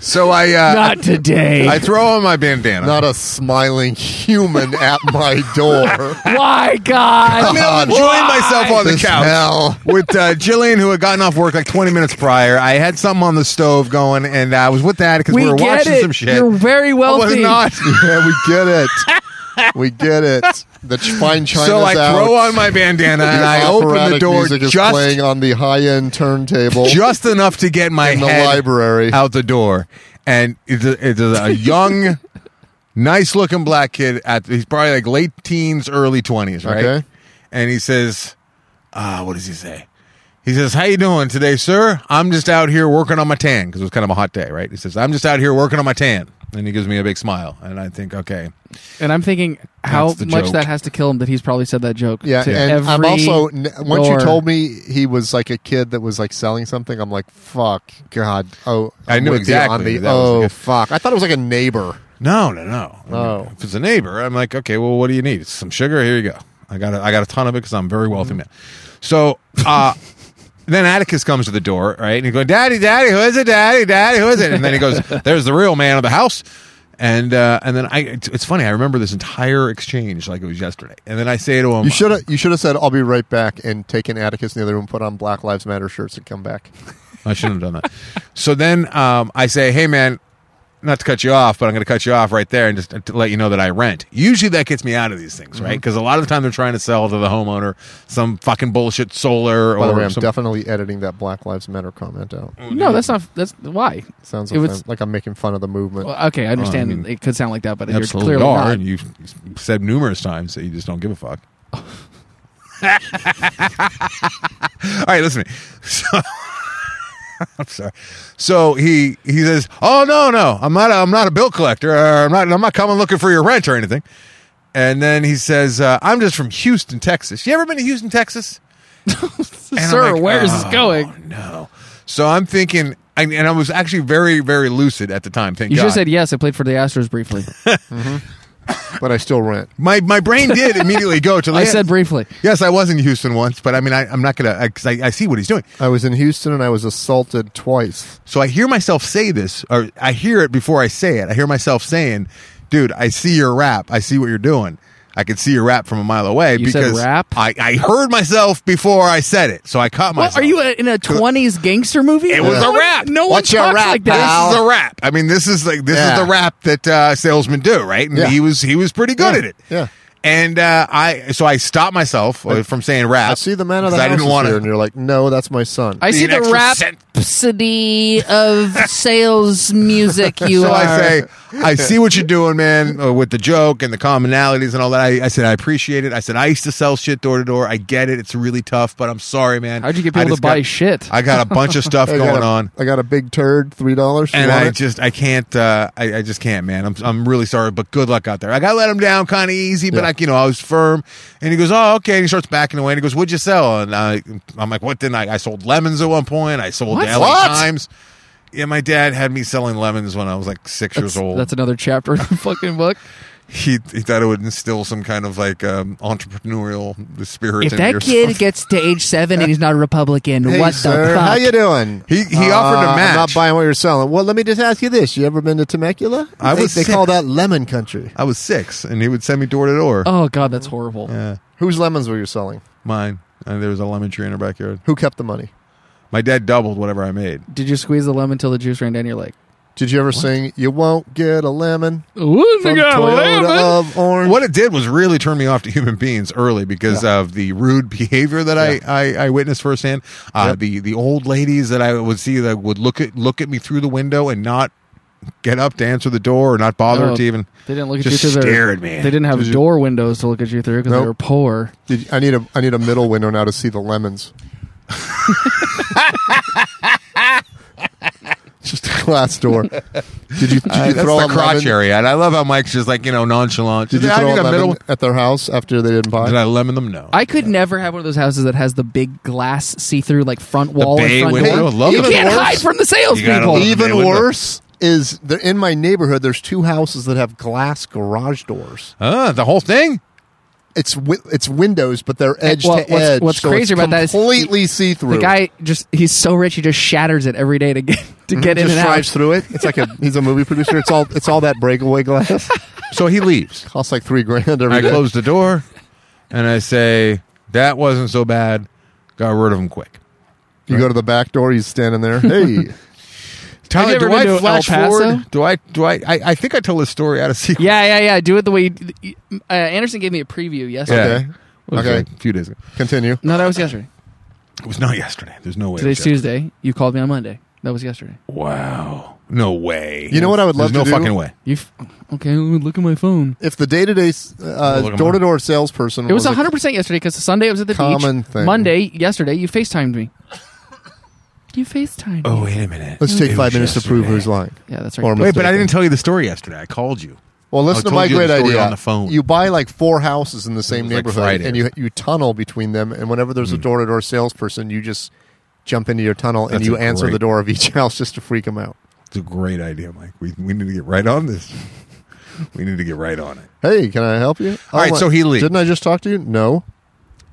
Speaker 2: So I uh,
Speaker 3: Not today.
Speaker 2: I throw on my bandana.
Speaker 1: not a smiling
Speaker 3: <laughs>
Speaker 1: human at my door.
Speaker 3: Why,
Speaker 2: I mean,
Speaker 3: God?
Speaker 2: I'm enjoying myself on the
Speaker 1: This
Speaker 2: couch
Speaker 1: hell. <laughs>
Speaker 2: with uh, Jillian, who had gotten off work like 20 minutes prior. I had something on the stove going, and I was with that because we,
Speaker 3: we
Speaker 2: were
Speaker 3: get
Speaker 2: watching
Speaker 3: it.
Speaker 2: some shit.
Speaker 3: You're very
Speaker 2: I was
Speaker 3: wealthy.
Speaker 2: not.
Speaker 1: yeah, we get it. We get it. The ch- fine China's
Speaker 2: So I
Speaker 1: out.
Speaker 2: throw on my bandana
Speaker 1: The
Speaker 2: and I open the
Speaker 1: operatic
Speaker 2: door
Speaker 1: music is
Speaker 2: just
Speaker 1: playing on the high-end turntable.
Speaker 2: just enough to get my
Speaker 1: In the
Speaker 2: head
Speaker 1: library.
Speaker 2: out the door, and it's a, it's a a young, nice looking black kid at he's probably like late teens, early twenties, right?
Speaker 1: Okay.
Speaker 2: And he says, "Ah, what does he say?" He says, "How you doing today, sir? I'm just out here working on my tan because it was kind of a hot day, right?" He says, "I'm just out here working on my tan," and he gives me a big smile, and I think, okay,
Speaker 3: And I'm thinking how
Speaker 2: That's the
Speaker 3: much
Speaker 2: joke.
Speaker 3: that has to kill him that he's probably said that joke.
Speaker 1: yeah,
Speaker 3: to
Speaker 1: and I'm
Speaker 3: every
Speaker 1: also n- once
Speaker 3: door.
Speaker 1: you told me he was like a kid that was like selling something, I'm like, fuck, God, oh,
Speaker 2: I
Speaker 1: I'm
Speaker 2: knew
Speaker 1: with you on
Speaker 2: exactly
Speaker 1: the-
Speaker 2: that was
Speaker 1: oh,
Speaker 2: like a-
Speaker 1: fuck, I thought it was like a neighbor.
Speaker 2: No, no, no. I mean,
Speaker 1: Oh.
Speaker 2: If it's a neighbor, I'm like, okay, well, what do you need? Some sugar? Here you go. I got a, I got a ton of it because I'm a very wealthy man. So uh, <laughs> then Atticus comes to the door, right? And he goes, Daddy, Daddy, who is it? Daddy, Daddy, who is it? And then he goes, <laughs> There's the real man of the house. And uh, and then I, it's, it's funny. I remember this entire exchange like it was yesterday. And then I say to him,
Speaker 1: You should have you should have said I'll be right back and taken Atticus in the other room, put on Black Lives Matter shirts, and come back.
Speaker 2: I shouldn't have done that. So then um, I say, hey, man, not to cut you off, but I'm going to cut you off right there and just uh, to let you know that I rent. Usually that gets me out of these things,
Speaker 1: Mm-hmm.
Speaker 2: right? Because a lot of the time they're trying to sell to the homeowner some fucking bullshit solar
Speaker 1: By the
Speaker 2: or
Speaker 1: way, I'm
Speaker 2: some.
Speaker 1: definitely editing that Black Lives Matter comment out.
Speaker 3: No, that's not. That's why.
Speaker 1: Sounds
Speaker 3: Mm. It
Speaker 1: like,
Speaker 3: was-
Speaker 1: I'm- like I'm making fun of the movement.
Speaker 3: Well, okay, I understand.
Speaker 2: I mean,
Speaker 3: it could sound like that, but you're
Speaker 2: absolutely
Speaker 3: clearly
Speaker 2: are.
Speaker 3: not.
Speaker 2: And you've said numerous times that you just don't give a
Speaker 3: <laughs>
Speaker 2: fuck. All right, listen to me. So, <laughs> I'm sorry. So he he says, "Oh no, no, I'm not. A, I'm not a bill collector. Or I'm not. I'm not coming looking for your rent or anything." And then he says, uh, "I'm just from Houston, Texas. You ever been to Houston,
Speaker 3: <laughs>
Speaker 2: Texas?" And I'm
Speaker 3: Sir,
Speaker 2: like,
Speaker 3: where is this
Speaker 2: "Oh,
Speaker 3: going?
Speaker 2: No. So I'm thinking, I, and I was actually very, very lucid at the time. Thank
Speaker 3: You should
Speaker 2: God.
Speaker 3: have said yes. I played for the Astros
Speaker 1: <laughs>
Speaker 3: briefly.
Speaker 1: but I still rent.
Speaker 2: my my brain
Speaker 3: <laughs>
Speaker 2: did immediately go to.
Speaker 3: I
Speaker 2: like-
Speaker 3: said briefly.
Speaker 2: Yes, I was in Houston once, but I mean, I, I'm not gonna because I, I, see what he's doing.
Speaker 1: I was in Houston and I was assaulted twice.
Speaker 2: So I hear myself say this, or I hear it before I say it. I hear myself saying, "Dude, I see your rap. I see what you're doing. I could see your rap from a mile away."
Speaker 3: You said
Speaker 2: because
Speaker 3: rap?
Speaker 2: I, I heard myself before I said it, so I caught myself.
Speaker 3: What, are you in a 20s gangster movie?
Speaker 2: It was
Speaker 3: No
Speaker 2: a
Speaker 3: one-
Speaker 2: rap.
Speaker 3: No one
Speaker 1: What's your
Speaker 3: talks
Speaker 1: rap,
Speaker 3: like
Speaker 2: This
Speaker 1: pal?
Speaker 3: that.
Speaker 2: is a rap. I mean, this is like this
Speaker 1: Yeah.
Speaker 2: is the rap that uh, salesmen do, right? And
Speaker 1: Yeah.
Speaker 2: he was he was pretty good
Speaker 1: Yeah.
Speaker 2: at it.
Speaker 1: Yeah.
Speaker 2: And uh, I so I stopped myself uh, from saying rap.
Speaker 1: I see the man of the
Speaker 2: because
Speaker 1: house
Speaker 2: I didn't
Speaker 1: is
Speaker 2: want
Speaker 1: here,
Speaker 2: to
Speaker 1: and you're like, no, that's my son.
Speaker 3: I see
Speaker 2: an
Speaker 3: the
Speaker 2: extra
Speaker 3: rap.
Speaker 2: cent.
Speaker 3: rhapsody
Speaker 2: <laughs>
Speaker 3: of sales music you
Speaker 2: so
Speaker 3: are.
Speaker 2: I say,
Speaker 3: <laughs>
Speaker 2: I see what you're doing, man, uh, with the joke and the commonalities and all that. I, I said, I appreciate it. I said, I used to sell shit door to door. I get it. It's really tough, but I'm sorry, man.
Speaker 3: How'd you get
Speaker 2: I
Speaker 3: people
Speaker 2: just
Speaker 3: to buy
Speaker 2: got-
Speaker 3: shit?
Speaker 2: I got a bunch of
Speaker 3: <laughs>
Speaker 2: stuff
Speaker 1: I got
Speaker 2: going
Speaker 1: a-
Speaker 2: on.
Speaker 1: I got a big turd, three dollars.
Speaker 2: And I just I can't uh, I, I just can't man I'm I'm really sorry but good luck out there like I let him down kind of easy but
Speaker 1: Yeah.
Speaker 2: I you know I was firm and he goes oh okay and he starts backing away and he goes what'd you sell and I I'm like what didn't I I sold lemons at one point I sold
Speaker 3: What?
Speaker 2: the LA
Speaker 3: What?
Speaker 2: Times yeah my dad had me selling lemons when I was like six years old
Speaker 3: That's another chapter in the fucking book.
Speaker 2: he he thought it would instill some kind of like um, entrepreneurial spirit.
Speaker 3: If
Speaker 2: in
Speaker 3: that
Speaker 1: <laughs>
Speaker 2: yourself.
Speaker 3: kid gets to age seven and he's not a Republican,
Speaker 1: Hey,
Speaker 3: what
Speaker 1: sir,
Speaker 3: the fuck?
Speaker 1: how you doing?
Speaker 2: He- he offered to
Speaker 1: "Uh, I'm
Speaker 2: match."
Speaker 1: not buying what you're selling. Well, let me just ask you this: You ever been to Temecula?
Speaker 2: I
Speaker 1: they,
Speaker 2: was
Speaker 1: They
Speaker 2: six.
Speaker 1: call that lemon country.
Speaker 2: I was six, and he would send me door to door.
Speaker 3: oh god, that's horrible.
Speaker 2: Yeah,
Speaker 1: Whose lemons were you selling?
Speaker 2: mine. And there was a lemon tree in our backyard.
Speaker 1: Who kept the money?
Speaker 2: My dad doubled whatever I made.
Speaker 3: Did you squeeze the lemon till the juice ran down your leg?
Speaker 1: Did you ever sing "You Won't Get a Lemon"
Speaker 3: Ooh,
Speaker 1: from Toyota of Orange?
Speaker 2: What it did was really turn me off to human beings early because of the rude behavior that I, I, I witnessed firsthand. Uh,
Speaker 1: Yep.
Speaker 2: The the old ladies that I would see that would look at look at me through the window and not get up to answer the door or not bother
Speaker 1: Oh.
Speaker 3: No.
Speaker 2: to even.
Speaker 3: They didn't look at
Speaker 2: Just
Speaker 3: you through
Speaker 2: stare
Speaker 3: their.
Speaker 2: at me.
Speaker 3: They didn't have
Speaker 2: Just-
Speaker 3: door windows to look at you through because
Speaker 1: Nope.
Speaker 3: they were poor.
Speaker 1: Did, I need a I need a middle window now to see the lemons. <laughs> Just a glass door. Did you, did you
Speaker 2: That's
Speaker 1: throw
Speaker 2: the
Speaker 1: a
Speaker 2: crotch
Speaker 1: lemon?
Speaker 2: area, and I love how Mike's just like you know nonchalant.
Speaker 1: Did you
Speaker 2: I
Speaker 1: throw a
Speaker 2: need a
Speaker 1: lemon
Speaker 2: middle-
Speaker 1: at their house after they didn't buy?
Speaker 2: Did I lemon them? No.
Speaker 3: I could never have one of those houses that has the big glass see-through like front wall and
Speaker 2: bay
Speaker 3: front
Speaker 2: window.
Speaker 3: door.
Speaker 2: I would love
Speaker 3: you
Speaker 2: it.
Speaker 3: can't
Speaker 1: Even
Speaker 3: hide
Speaker 1: worse.
Speaker 3: from the
Speaker 2: You gotta
Speaker 3: salespeople.
Speaker 2: leave
Speaker 1: Even
Speaker 2: Man, what the-
Speaker 1: worse is there in my neighborhood. There's two houses that have glass garage doors.
Speaker 2: Ah, the whole thing?
Speaker 1: It's wi- it's windows, but they're edge
Speaker 3: well,
Speaker 1: to
Speaker 3: what's-
Speaker 1: edge.
Speaker 3: what's
Speaker 1: so
Speaker 3: crazy
Speaker 1: it's
Speaker 3: about that is
Speaker 1: completely see through.
Speaker 3: The guy just—he's so rich, he just shatters it every day to get to get in
Speaker 1: Mm-hmm. just
Speaker 3: and
Speaker 1: drives
Speaker 3: out.
Speaker 1: through it. It's like a he's a movie producer. It's all it's all that breakaway glass. <laughs>
Speaker 2: So he leaves.
Speaker 1: Costs like three grand every day.
Speaker 2: I close the door and I say, that wasn't so bad. Got rid of him quick.
Speaker 1: You go to the back door. He's standing <laughs> there. Hey,
Speaker 2: Tyler,
Speaker 3: you ever
Speaker 2: do
Speaker 3: been
Speaker 2: I
Speaker 3: to
Speaker 2: flash
Speaker 3: El Paso?
Speaker 2: forward? Do I, do I, I, I think I told this story out of <laughs> sequence.
Speaker 3: Yeah, yeah, yeah. Do it the way uh, Anderson gave me a preview yesterday.
Speaker 1: Okay.
Speaker 2: It was
Speaker 1: Okay.
Speaker 2: like a few days ago.
Speaker 1: continue.
Speaker 3: No, that was yesterday.
Speaker 2: It was not yesterday. There's no way. it was
Speaker 3: Today's Tuesday. You called me on Monday. That was yesterday.
Speaker 2: yesterday. Wow. No way.
Speaker 1: You know what I would love
Speaker 2: There's
Speaker 1: to
Speaker 2: no
Speaker 1: do?
Speaker 2: fucking way.
Speaker 3: You f- okay? Look at my phone.
Speaker 1: If the day to day
Speaker 2: look at
Speaker 1: door to door salesperson,
Speaker 3: It was
Speaker 1: a
Speaker 3: 100 percent yesterday because Sunday I was at the
Speaker 1: Oh, Common
Speaker 3: beach.
Speaker 1: thing.
Speaker 3: Monday, yesterday, you Facetimed me. You Facetimed.
Speaker 2: Oh,
Speaker 3: me.
Speaker 2: wait a minute.
Speaker 1: Let's take
Speaker 2: It
Speaker 1: five
Speaker 2: was
Speaker 1: minutes to prove
Speaker 2: yesterday.
Speaker 1: who's lying.
Speaker 3: yeah, that's
Speaker 1: Or
Speaker 3: right.
Speaker 2: Wait, but I didn't tell you the story yesterday. I called you.
Speaker 1: Well, listen
Speaker 2: Oh, I
Speaker 1: to my
Speaker 2: told you the
Speaker 1: great
Speaker 2: story
Speaker 1: idea.
Speaker 2: on the phone.
Speaker 1: You buy like four houses in the same
Speaker 2: was like
Speaker 1: neighborhood,
Speaker 2: Friday. Hmm.
Speaker 1: and you you tunnel between them. And whenever there's a door to door salesperson, you just jump into your tunnel and
Speaker 2: That's
Speaker 1: you
Speaker 2: a
Speaker 1: answer
Speaker 2: great-
Speaker 1: the door of each <laughs> house just to freak them out.
Speaker 2: It's a great idea, Mike. We, we need to get right on this. <laughs> We need to get right on it.
Speaker 1: Hey, can I help you?
Speaker 2: All right,
Speaker 1: my-
Speaker 2: so he leaves.
Speaker 1: Didn't I just talk to you? No.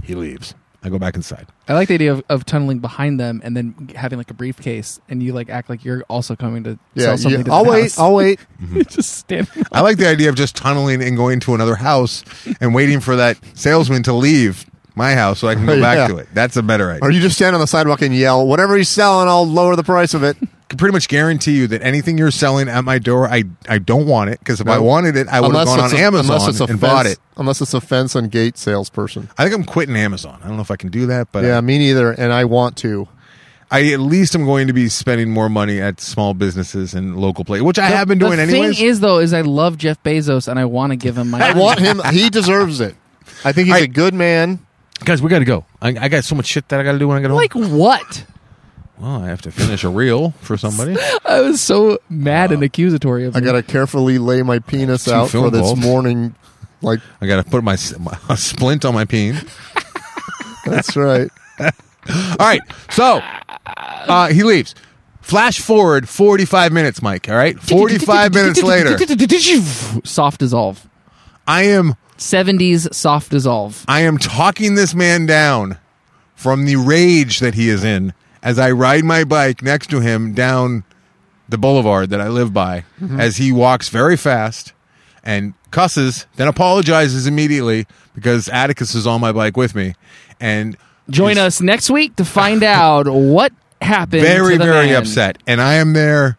Speaker 2: He leaves. I go back inside.
Speaker 3: I like the idea of, of tunneling behind them and then having like a briefcase and you like act like you're also coming to
Speaker 1: Yeah,
Speaker 3: sell something.
Speaker 1: yeah,
Speaker 3: To
Speaker 1: I'll
Speaker 3: the
Speaker 1: wait.
Speaker 3: house.
Speaker 1: I'll wait.
Speaker 3: <laughs> just stand.
Speaker 2: I like the idea of just tunneling and going to another house and waiting for that salesman to leave my house so I can go
Speaker 1: <laughs>
Speaker 2: back
Speaker 1: Yeah.
Speaker 2: to it. That's a better idea.
Speaker 1: Or you just stand on the sidewalk and yell, "Whatever he's selling, I'll lower the price of it."
Speaker 2: I can pretty much guarantee you that anything you're selling at my door, I I don't want it because if I
Speaker 1: No.
Speaker 2: wanted it, I would have gone on
Speaker 1: a-
Speaker 2: Amazon and
Speaker 1: fence,
Speaker 2: bought it.
Speaker 1: Unless it's a fence and gate salesperson.
Speaker 2: I think I'm quitting Amazon. I don't know if I can do that, but
Speaker 1: Yeah, me neither. And I want to.
Speaker 2: I at least am going to be spending more money at small businesses and local places, which I have been doing
Speaker 3: the
Speaker 2: anyways.
Speaker 3: thing is, though, is I love Jeff Bezos and I want to give
Speaker 1: <laughs>
Speaker 3: him my.
Speaker 1: I want him. He deserves it. <laughs> I think he's
Speaker 2: I-
Speaker 1: a good man.
Speaker 2: Guys, we got to go. I, I got so much shit that I got to do when I get home.
Speaker 3: like what?
Speaker 2: Well, I have to finish a reel for somebody.
Speaker 3: I was so mad and accusatory of.
Speaker 1: I
Speaker 3: him.
Speaker 1: gotta carefully lay my penis
Speaker 2: Some
Speaker 1: out for
Speaker 2: film
Speaker 1: this
Speaker 2: balls.
Speaker 1: morning. Like
Speaker 2: I got to put my, my a splint on my peen.
Speaker 1: <laughs> that's right.
Speaker 2: All right, so uh, he leaves. Flash forward forty five minutes, Mike. All right, forty five minutes later,
Speaker 3: <laughs> Soft dissolve.
Speaker 2: I am
Speaker 3: 70s soft dissolve.
Speaker 2: I am talking this man down from the rage that he is in as I ride my bike next to him down the boulevard that I live by
Speaker 3: Mm-hmm.
Speaker 2: as he walks very fast and cusses, then apologizes immediately because Atticus is on my bike with me. And
Speaker 3: Join
Speaker 2: is
Speaker 3: us next week to find out what happened.
Speaker 2: Very,
Speaker 3: to the
Speaker 2: very
Speaker 3: man.
Speaker 2: upset. And I am there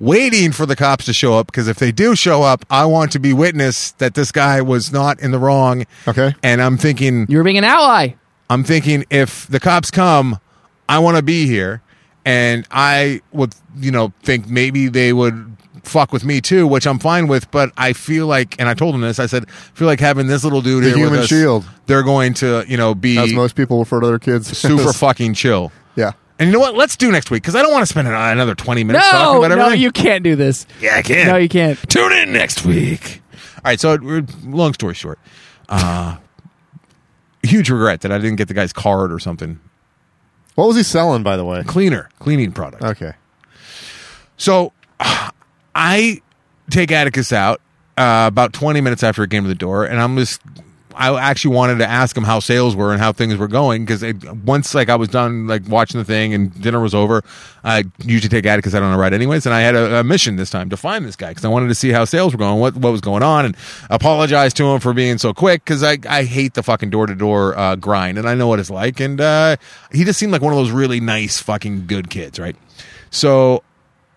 Speaker 2: waiting for the cops to show up because if they do show up, I want to be witness that this guy was not in the wrong.
Speaker 1: Okay.
Speaker 2: And I'm thinking,
Speaker 3: You're being an ally.
Speaker 2: I'm thinking if the cops come, I want to be here. and I would, you know, think maybe they would fuck with me too, which I'm fine with. But I feel like, and I told them this, I said, I feel like having this little dude
Speaker 1: The
Speaker 2: here with
Speaker 1: human
Speaker 2: us,
Speaker 1: shield.
Speaker 2: they're going to, you know, be
Speaker 1: as most people refer to their kids. <laughs>
Speaker 2: super fucking chill.
Speaker 1: yeah.
Speaker 2: And you know what? Let's do next week because I don't want to spend an- another 20 minutes talking
Speaker 3: No,
Speaker 2: about
Speaker 3: no,
Speaker 2: everything.
Speaker 3: you can't do this.
Speaker 2: yeah, I can.
Speaker 3: No, you can't.
Speaker 2: Tune in next week. All right. So, we're- long story short, uh, huge regret that I didn't get the guy's card or something.
Speaker 1: What was he selling, by the way?
Speaker 2: Cleaner, cleaning product.
Speaker 1: Okay.
Speaker 2: So <sighs> I take Atticus out uh, about 20 minutes after it came to the door, and I'm just. I actually wanted to ask him how sales were and how things were going because once like I was done like watching the thing and dinner was over, I usually take Atticus out on a ride anyways, and I had a, a mission this time to find this guy because I wanted to see how sales were going, what what was going on, and apologize to him for being so quick because I I hate the fucking door to door grind and I know what it's like, and uh, he just seemed like one of those really nice fucking good kids, right? So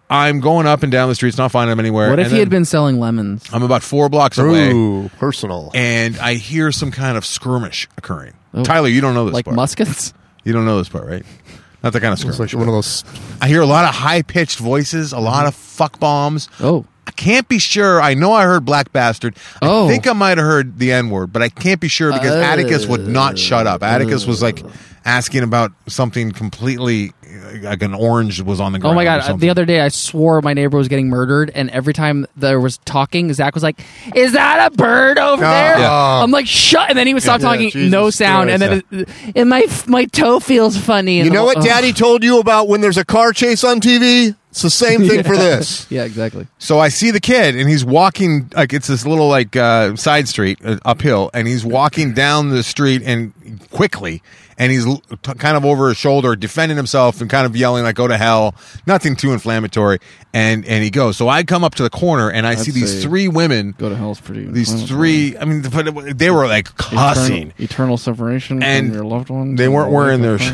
Speaker 2: I'm going up and down the streets, not finding him anywhere.
Speaker 3: What if
Speaker 2: and
Speaker 3: he
Speaker 2: then
Speaker 3: had been selling lemons?
Speaker 2: I'm about four blocks away,
Speaker 1: Ooh, personal.
Speaker 2: and I hear some kind of skirmish occurring. Tyler, you don't know this
Speaker 3: Oh. Like
Speaker 2: part.
Speaker 3: muskets?
Speaker 2: You don't know this part, right? Not that kind of skirmish.
Speaker 1: It's like one of those.
Speaker 2: I hear a lot of high pitched voices, a lot of fuck bombs.
Speaker 3: Mm-hmm. Oh.
Speaker 2: I can't be sure. I know I heard black bastard.
Speaker 3: Oh.
Speaker 2: I think I might have heard the N word, but I can't be sure because
Speaker 3: Uh,
Speaker 2: Atticus would not shut up. Atticus was like asking about something completely like an orange was on the ground.
Speaker 3: Oh my
Speaker 2: or
Speaker 3: god! uh,
Speaker 2: something.
Speaker 3: The other day, I swore my neighbor was getting murdered, and every time there was talking, Zach was like, "Is that a bird over
Speaker 1: Oh.
Speaker 3: there?"
Speaker 1: Yeah.
Speaker 3: I'm like, "Shut!" And then he would stop
Speaker 1: Yeah,
Speaker 3: talking,
Speaker 1: Jesus
Speaker 3: no sound, and then
Speaker 1: Christ.
Speaker 3: it, and my my toe feels funny. And
Speaker 1: You know
Speaker 3: I'm
Speaker 1: what
Speaker 3: like,
Speaker 1: Daddy told you about when there's a car chase on TV? It's the same <laughs> thing for this.
Speaker 3: "Ugh." Yeah, exactly.
Speaker 2: So I see the kid, and he's walking like it's this little like uh, side street uh, uphill, and he's walking down the street and quickly, and he's l- t- kind of over his shoulder, defending himself and kind of yelling like "Go to hell!" Nothing too inflammatory, and and he goes. So I come up to the corner, and I see these
Speaker 3: say-
Speaker 2: three women.
Speaker 3: Go to hell's pretty.
Speaker 2: These three, I mean, but it- they were like cussing.
Speaker 3: eternal separation
Speaker 2: And your
Speaker 3: loved ones.
Speaker 2: They weren't wearing their. sh-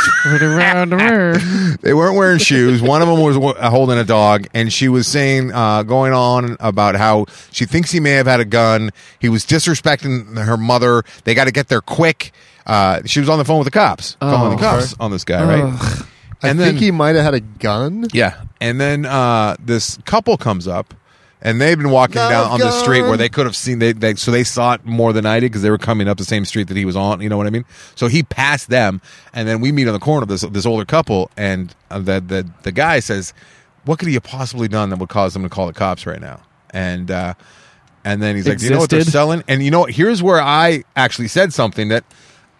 Speaker 2: <laughs> They weren't wearing shoes. One of them was wa- uh, holding a dog, and she was saying, uh, going on about how she thinks he may have had a gun. He was disrespecting her mother. They got to get there quick. Uh, she was on the phone with the cops, calling the cops on this guy, right?
Speaker 3: Ugh.
Speaker 1: Oh, I
Speaker 2: And
Speaker 1: think he might have had a gun.
Speaker 2: yeah, and then uh, this couple comes up, and they've been walking
Speaker 1: Love
Speaker 2: down on the street
Speaker 1: gun.
Speaker 2: where they could have seen they, they so they saw it more than I did because they were coming up the same street that he was on. You know what I mean? So he passed them, and then we meet on the corner of this this older couple, and uh, the the the guy says, "What could he have possibly done that would cause them to call the cops right now?" And uh, and then he's like, "Do you know what they're
Speaker 3: Existed.
Speaker 2: selling?" And you know, what? here's where I actually said something that.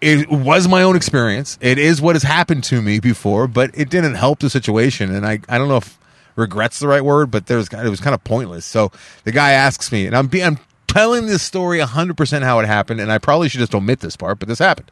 Speaker 2: It was my own experience. It is what has happened to me before, but it didn't help the situation. And I, I don't know if regrets the right word, but there's it was kind of pointless. So the guy asks me, and I'm be, I'm telling this story 100 percent how it happened, and I probably should just omit this part, but this happened.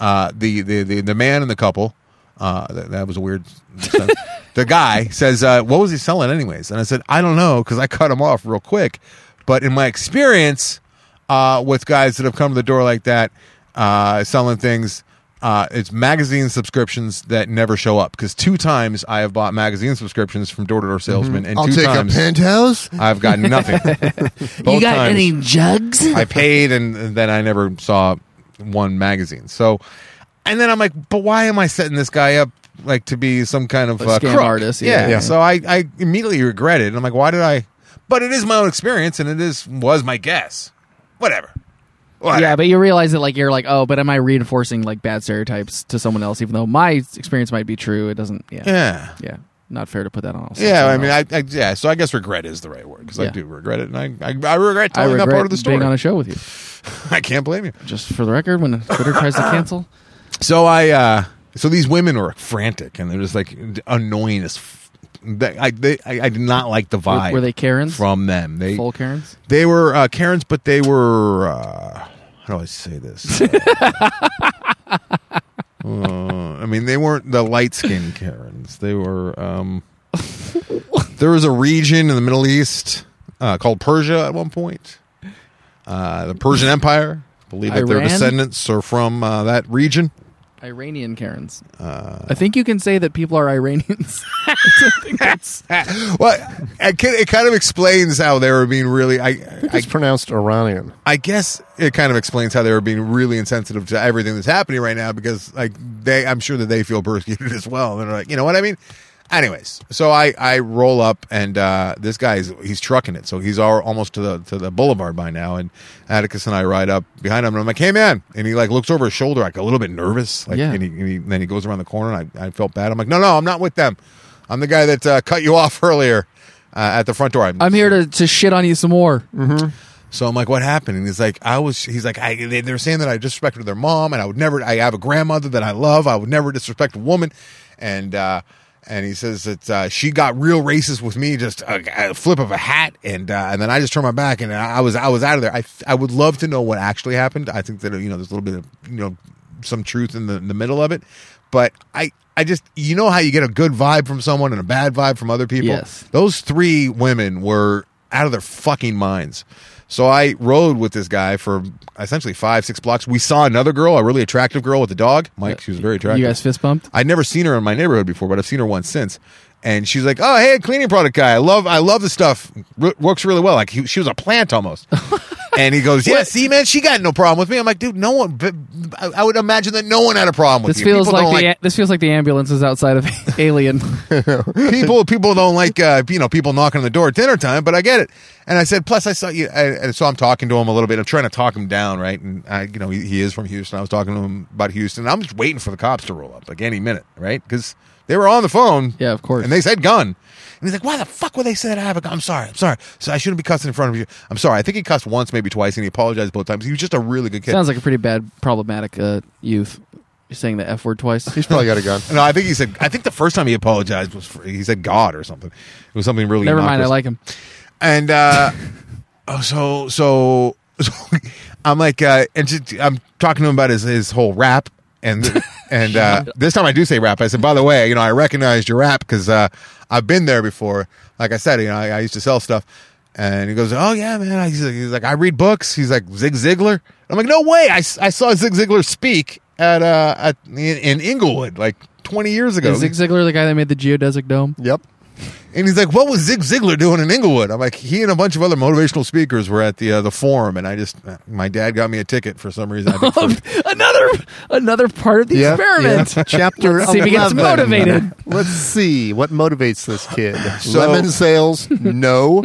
Speaker 2: Uh, the, the the the man and the couple. Uh, that, that was a weird. sentence. the guy says, uh, "What was he selling, anyways?" And I said, "I don't know, because I cut him off real quick." But in my experience, uh, with guys that have come to the door like that, uh, selling things. Uh, it's magazine subscriptions that never show up because two times I have bought magazine subscriptions from door to door salesmen, and
Speaker 1: I'll
Speaker 2: two
Speaker 1: take
Speaker 2: times
Speaker 1: a penthouse.
Speaker 2: I've got nothing. Both
Speaker 3: You got
Speaker 2: times
Speaker 3: any jugs?
Speaker 2: I paid, and, and then I never saw one magazine. So, and then I'm like, but why am I setting this guy up like to be some kind of
Speaker 3: A
Speaker 2: uh,
Speaker 3: scam
Speaker 2: crook?
Speaker 3: artist,
Speaker 2: Yeah.
Speaker 3: yeah. Yeah.
Speaker 2: So I, I immediately regret it, and I'm like, why did I? But it is my own experience, and it is was my guess. Whatever. Whatever.
Speaker 3: Yeah, but you realize that like you're like, oh, but am I reinforcing like bad stereotypes to someone else? Even though my experience might be true, it doesn't. Yeah,
Speaker 2: yeah.
Speaker 3: yeah. not fair to put that on. us.
Speaker 2: Yeah, I mean, I, I yeah. So I guess regret is the right word because I
Speaker 3: Yeah.
Speaker 2: do regret it, and I I, I regret
Speaker 3: I
Speaker 2: telling
Speaker 3: regret
Speaker 2: that part of the story.
Speaker 3: being on a show with
Speaker 2: <laughs>
Speaker 3: you.
Speaker 2: I can't blame you.
Speaker 3: Just for the record, when Twitter tries to
Speaker 2: <laughs>
Speaker 3: cancel,
Speaker 2: So I, uh, so these women are frantic and they're just like annoying as. F- they, I, they, I I did not like the vibe.
Speaker 3: were they Karens?
Speaker 2: from them? They
Speaker 3: full Karens.
Speaker 2: they were uh, Karens, but they were. Uh, how do I say
Speaker 3: <laughs>
Speaker 2: this? Uh, I mean, they weren't the light skinned Karens. They were.
Speaker 3: <laughs>
Speaker 2: Um, there was a region in the Middle East uh, called Persia at one point. Uh, the Persian Empire. I believe that their
Speaker 3: Iran?
Speaker 2: descendants are from uh, that region.
Speaker 3: Iranian Karens.
Speaker 2: Uh.
Speaker 3: I think you can say that people are Iranians. <laughs> I don't
Speaker 2: <laughs>
Speaker 3: think that's.
Speaker 2: well, it, can- it kind of explains how they were being really. I, I,
Speaker 1: It's pronounced Iranian.
Speaker 2: I guess it kind of explains how they were being really insensitive to everything that's happening right now because, like, they, I'm sure that they feel persecuted <laughs> as well. And they're like, you know what I mean? Anyways, so I, I roll up and uh, this guy is he's trucking it, so he's al- almost to the to the boulevard by now. And Atticus and I ride up behind him, and I'm like, "Hey, man!" And he like looks over his shoulder, like a little bit nervous, like,
Speaker 3: Yeah.
Speaker 2: and, he, and he- then he goes around the corner, and I, I felt bad. I'm like, "No, no, I'm not with them. I'm the guy that uh, cut you <laughs> off earlier uh, at the front door.
Speaker 3: I'm here to, to shit on you some more.
Speaker 2: so I'm like, what happened? And he's like, I was, he's like, I, they, they're saying that I disrespected their mom and I would never, I have a grandmother that I love. I would never disrespect a woman. And, uh, and he says that uh, she got real racist with me, just a, a flip of a hat, and uh, and then I just turned my back, and I, I was I was out of there. I, I would love to know what actually happened. I think that you know there's a little bit of you know some truth in the in the middle of it, but I I just you know how you get a good vibe from someone and a bad vibe from other people people.
Speaker 3: Yes.
Speaker 2: Those three women were out of their fucking minds. So I rode with this guy for essentially five, six blocks. We saw another girl, a really attractive girl with a dog. Mike, she was very attractive.
Speaker 3: You guys fist bumped?
Speaker 2: I'd never seen her in my neighborhood before, but I've seen her once since. And she's like, "Oh, hey, cleaning product guy. I love, I love the stuff. R- works really well. Like he, she was a plant almost."
Speaker 3: <laughs>
Speaker 2: and he goes, "Yeah, see, man, she got no problem with me." I'm like, "Dude, no one. But I, I would imagine that no one had a problem with
Speaker 3: This
Speaker 2: you.
Speaker 3: feels
Speaker 2: People
Speaker 3: like
Speaker 2: don't
Speaker 3: the this feels like the ambulance is outside of <laughs> Alien. <laughs>
Speaker 2: people people don't like uh, you know people knocking on the door at dinner time, but I get it. And I said, plus I saw you, I, and so I'm talking to him a little bit. I'm trying to talk him down, right? And I, you know, he, he is from Houston. I was talking to him about Houston. I'm just waiting for the cops to roll up like any minute, right? Because they were on the phone,
Speaker 3: Yeah, of course.
Speaker 2: and they said gun. And he's like, why the fuck would they say that I have a gun? I'm sorry, I'm sorry. So I shouldn't be cussing in front of you. I'm sorry. I think he cussed once, maybe twice, and he apologized both times. He was just a really good kid.
Speaker 3: Sounds like a pretty bad problematic uh, youth. You're saying the f word <laughs> twice.
Speaker 1: He's probably got a gun.
Speaker 2: no, I think he said. I think the first time he apologized was for, he said God or something. It was something really.
Speaker 3: Never mind. I
Speaker 2: innocuous.
Speaker 3: like him.
Speaker 2: and uh, oh, so so so <laughs> I'm like, uh, and just, I'm talking to him about his his whole rap, and and uh, this time I do say rap. I said, by the way, you know, I recognized your rap because uh, I've been there before. Like I said, you know, I, I used to sell stuff, and he goes, oh yeah, man. I- He's like, he's like, I read books. He's like Zig Ziglar. I'm like, no way. I, s- I saw Zig Ziglar speak at uh at in, in Inglewood like 20 years ago.
Speaker 3: Is Zig Ziglar the guy that made the geodesic dome?
Speaker 1: Yep.
Speaker 2: And he's like, "What was Zig Ziglar doing in Inglewood?" I'm like, "He and a bunch of other motivational speakers were at the uh, the forum, and I just my dad got me a ticket for some reason. I
Speaker 3: <laughs>
Speaker 2: think for-
Speaker 3: <laughs> Oh, another another part of the
Speaker 1: Yep,
Speaker 3: experiment.
Speaker 1: yep. Chapter
Speaker 3: Let's see if he gets
Speaker 1: 11.
Speaker 3: motivated.
Speaker 1: Let's see what motivates this kid.
Speaker 2: So-
Speaker 1: Lemon sales? No.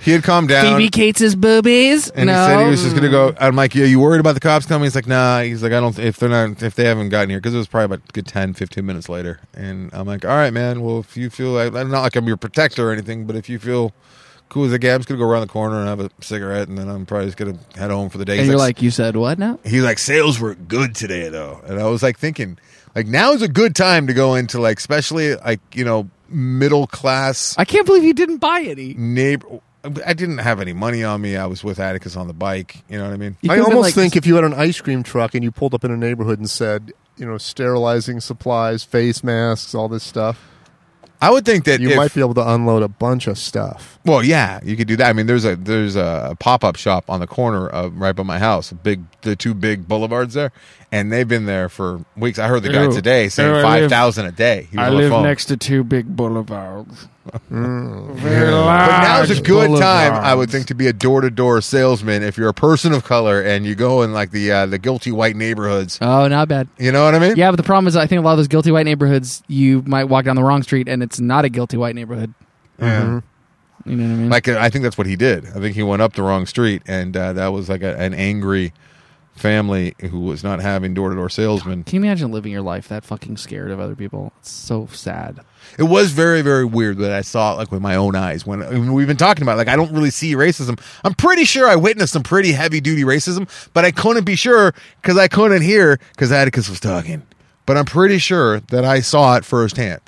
Speaker 2: he had calmed down,
Speaker 3: <laughs> Phoebe Cates's boobies.
Speaker 2: and
Speaker 3: no,
Speaker 2: he said he was just gonna go. I'm like, "Yeah, you worried about the cops coming?" He's like, "Nah." He's like, "I don't. If they're not, if they haven't gotten here, because it was probably about a good 10, 15 minutes later." And I'm like, "All right, man. Well, if you feel, like, I'm not like I'm your protector or anything, but if you feel." Cool as a gap. I'm just gonna go around the corner and have a cigarette, and then I'm probably just gonna head home for the day.
Speaker 3: and
Speaker 2: He's
Speaker 3: you're like, you said what now?
Speaker 2: He's like, sales were good today though, and I was like thinking, like now is a good time to go into like, especially like you know middle class
Speaker 3: I can't believe you didn't buy any.
Speaker 2: neighbor. I didn't have any money on me. I was with Atticus on the bike. <laughs> You know what I mean?
Speaker 3: You
Speaker 1: I
Speaker 3: could've been
Speaker 1: almost
Speaker 3: like-
Speaker 1: think if you had an ice cream truck and you pulled up in a neighborhood and said, you know, sterilizing supplies, face masks, all this stuff,
Speaker 2: I would think that
Speaker 1: you
Speaker 2: if-
Speaker 1: might be able to unload a bunch of stuff.
Speaker 2: Well, yeah, you could do that. I mean, there's a there's a pop up shop on the corner of right by my house. a Big the two big boulevards there, and they've been there for weeks. I heard the guy
Speaker 6: Ew.
Speaker 2: today
Speaker 6: Ew,
Speaker 2: saying
Speaker 6: I live-
Speaker 2: five thousand a day. He was
Speaker 6: I
Speaker 2: on the
Speaker 6: live
Speaker 2: phone. Mm.
Speaker 6: next to two big boulevards. Very large
Speaker 2: But now's a good time, I would
Speaker 6: boulevards.
Speaker 2: think, to be a door to door salesman if you're a person of color and you go in like the uh, the guilty white neighborhoods.
Speaker 3: Oh, not bad.
Speaker 2: You know what I mean?
Speaker 3: Yeah, but the problem is, I think a lot of those guilty white neighborhoods, you might walk down the wrong street and it's not a guilty white neighborhood. You know what I mean?
Speaker 2: Mm-hmm. Like uh, I think that's what he did. I think he went up the wrong street, and uh, that was like a, an angry family who was not having door to door salesmen.
Speaker 3: Can you imagine living your life that fucking scared of other people? It's so sad. <laughs>
Speaker 2: It was very very weird that I saw it like with my own eyes. When, when we've been talking about it, like I don't really see racism. I'm pretty sure I witnessed some pretty heavy duty racism, but I couldn't be sure because I couldn't hear because Atticus was talking. But I'm pretty sure that I saw it firsthand.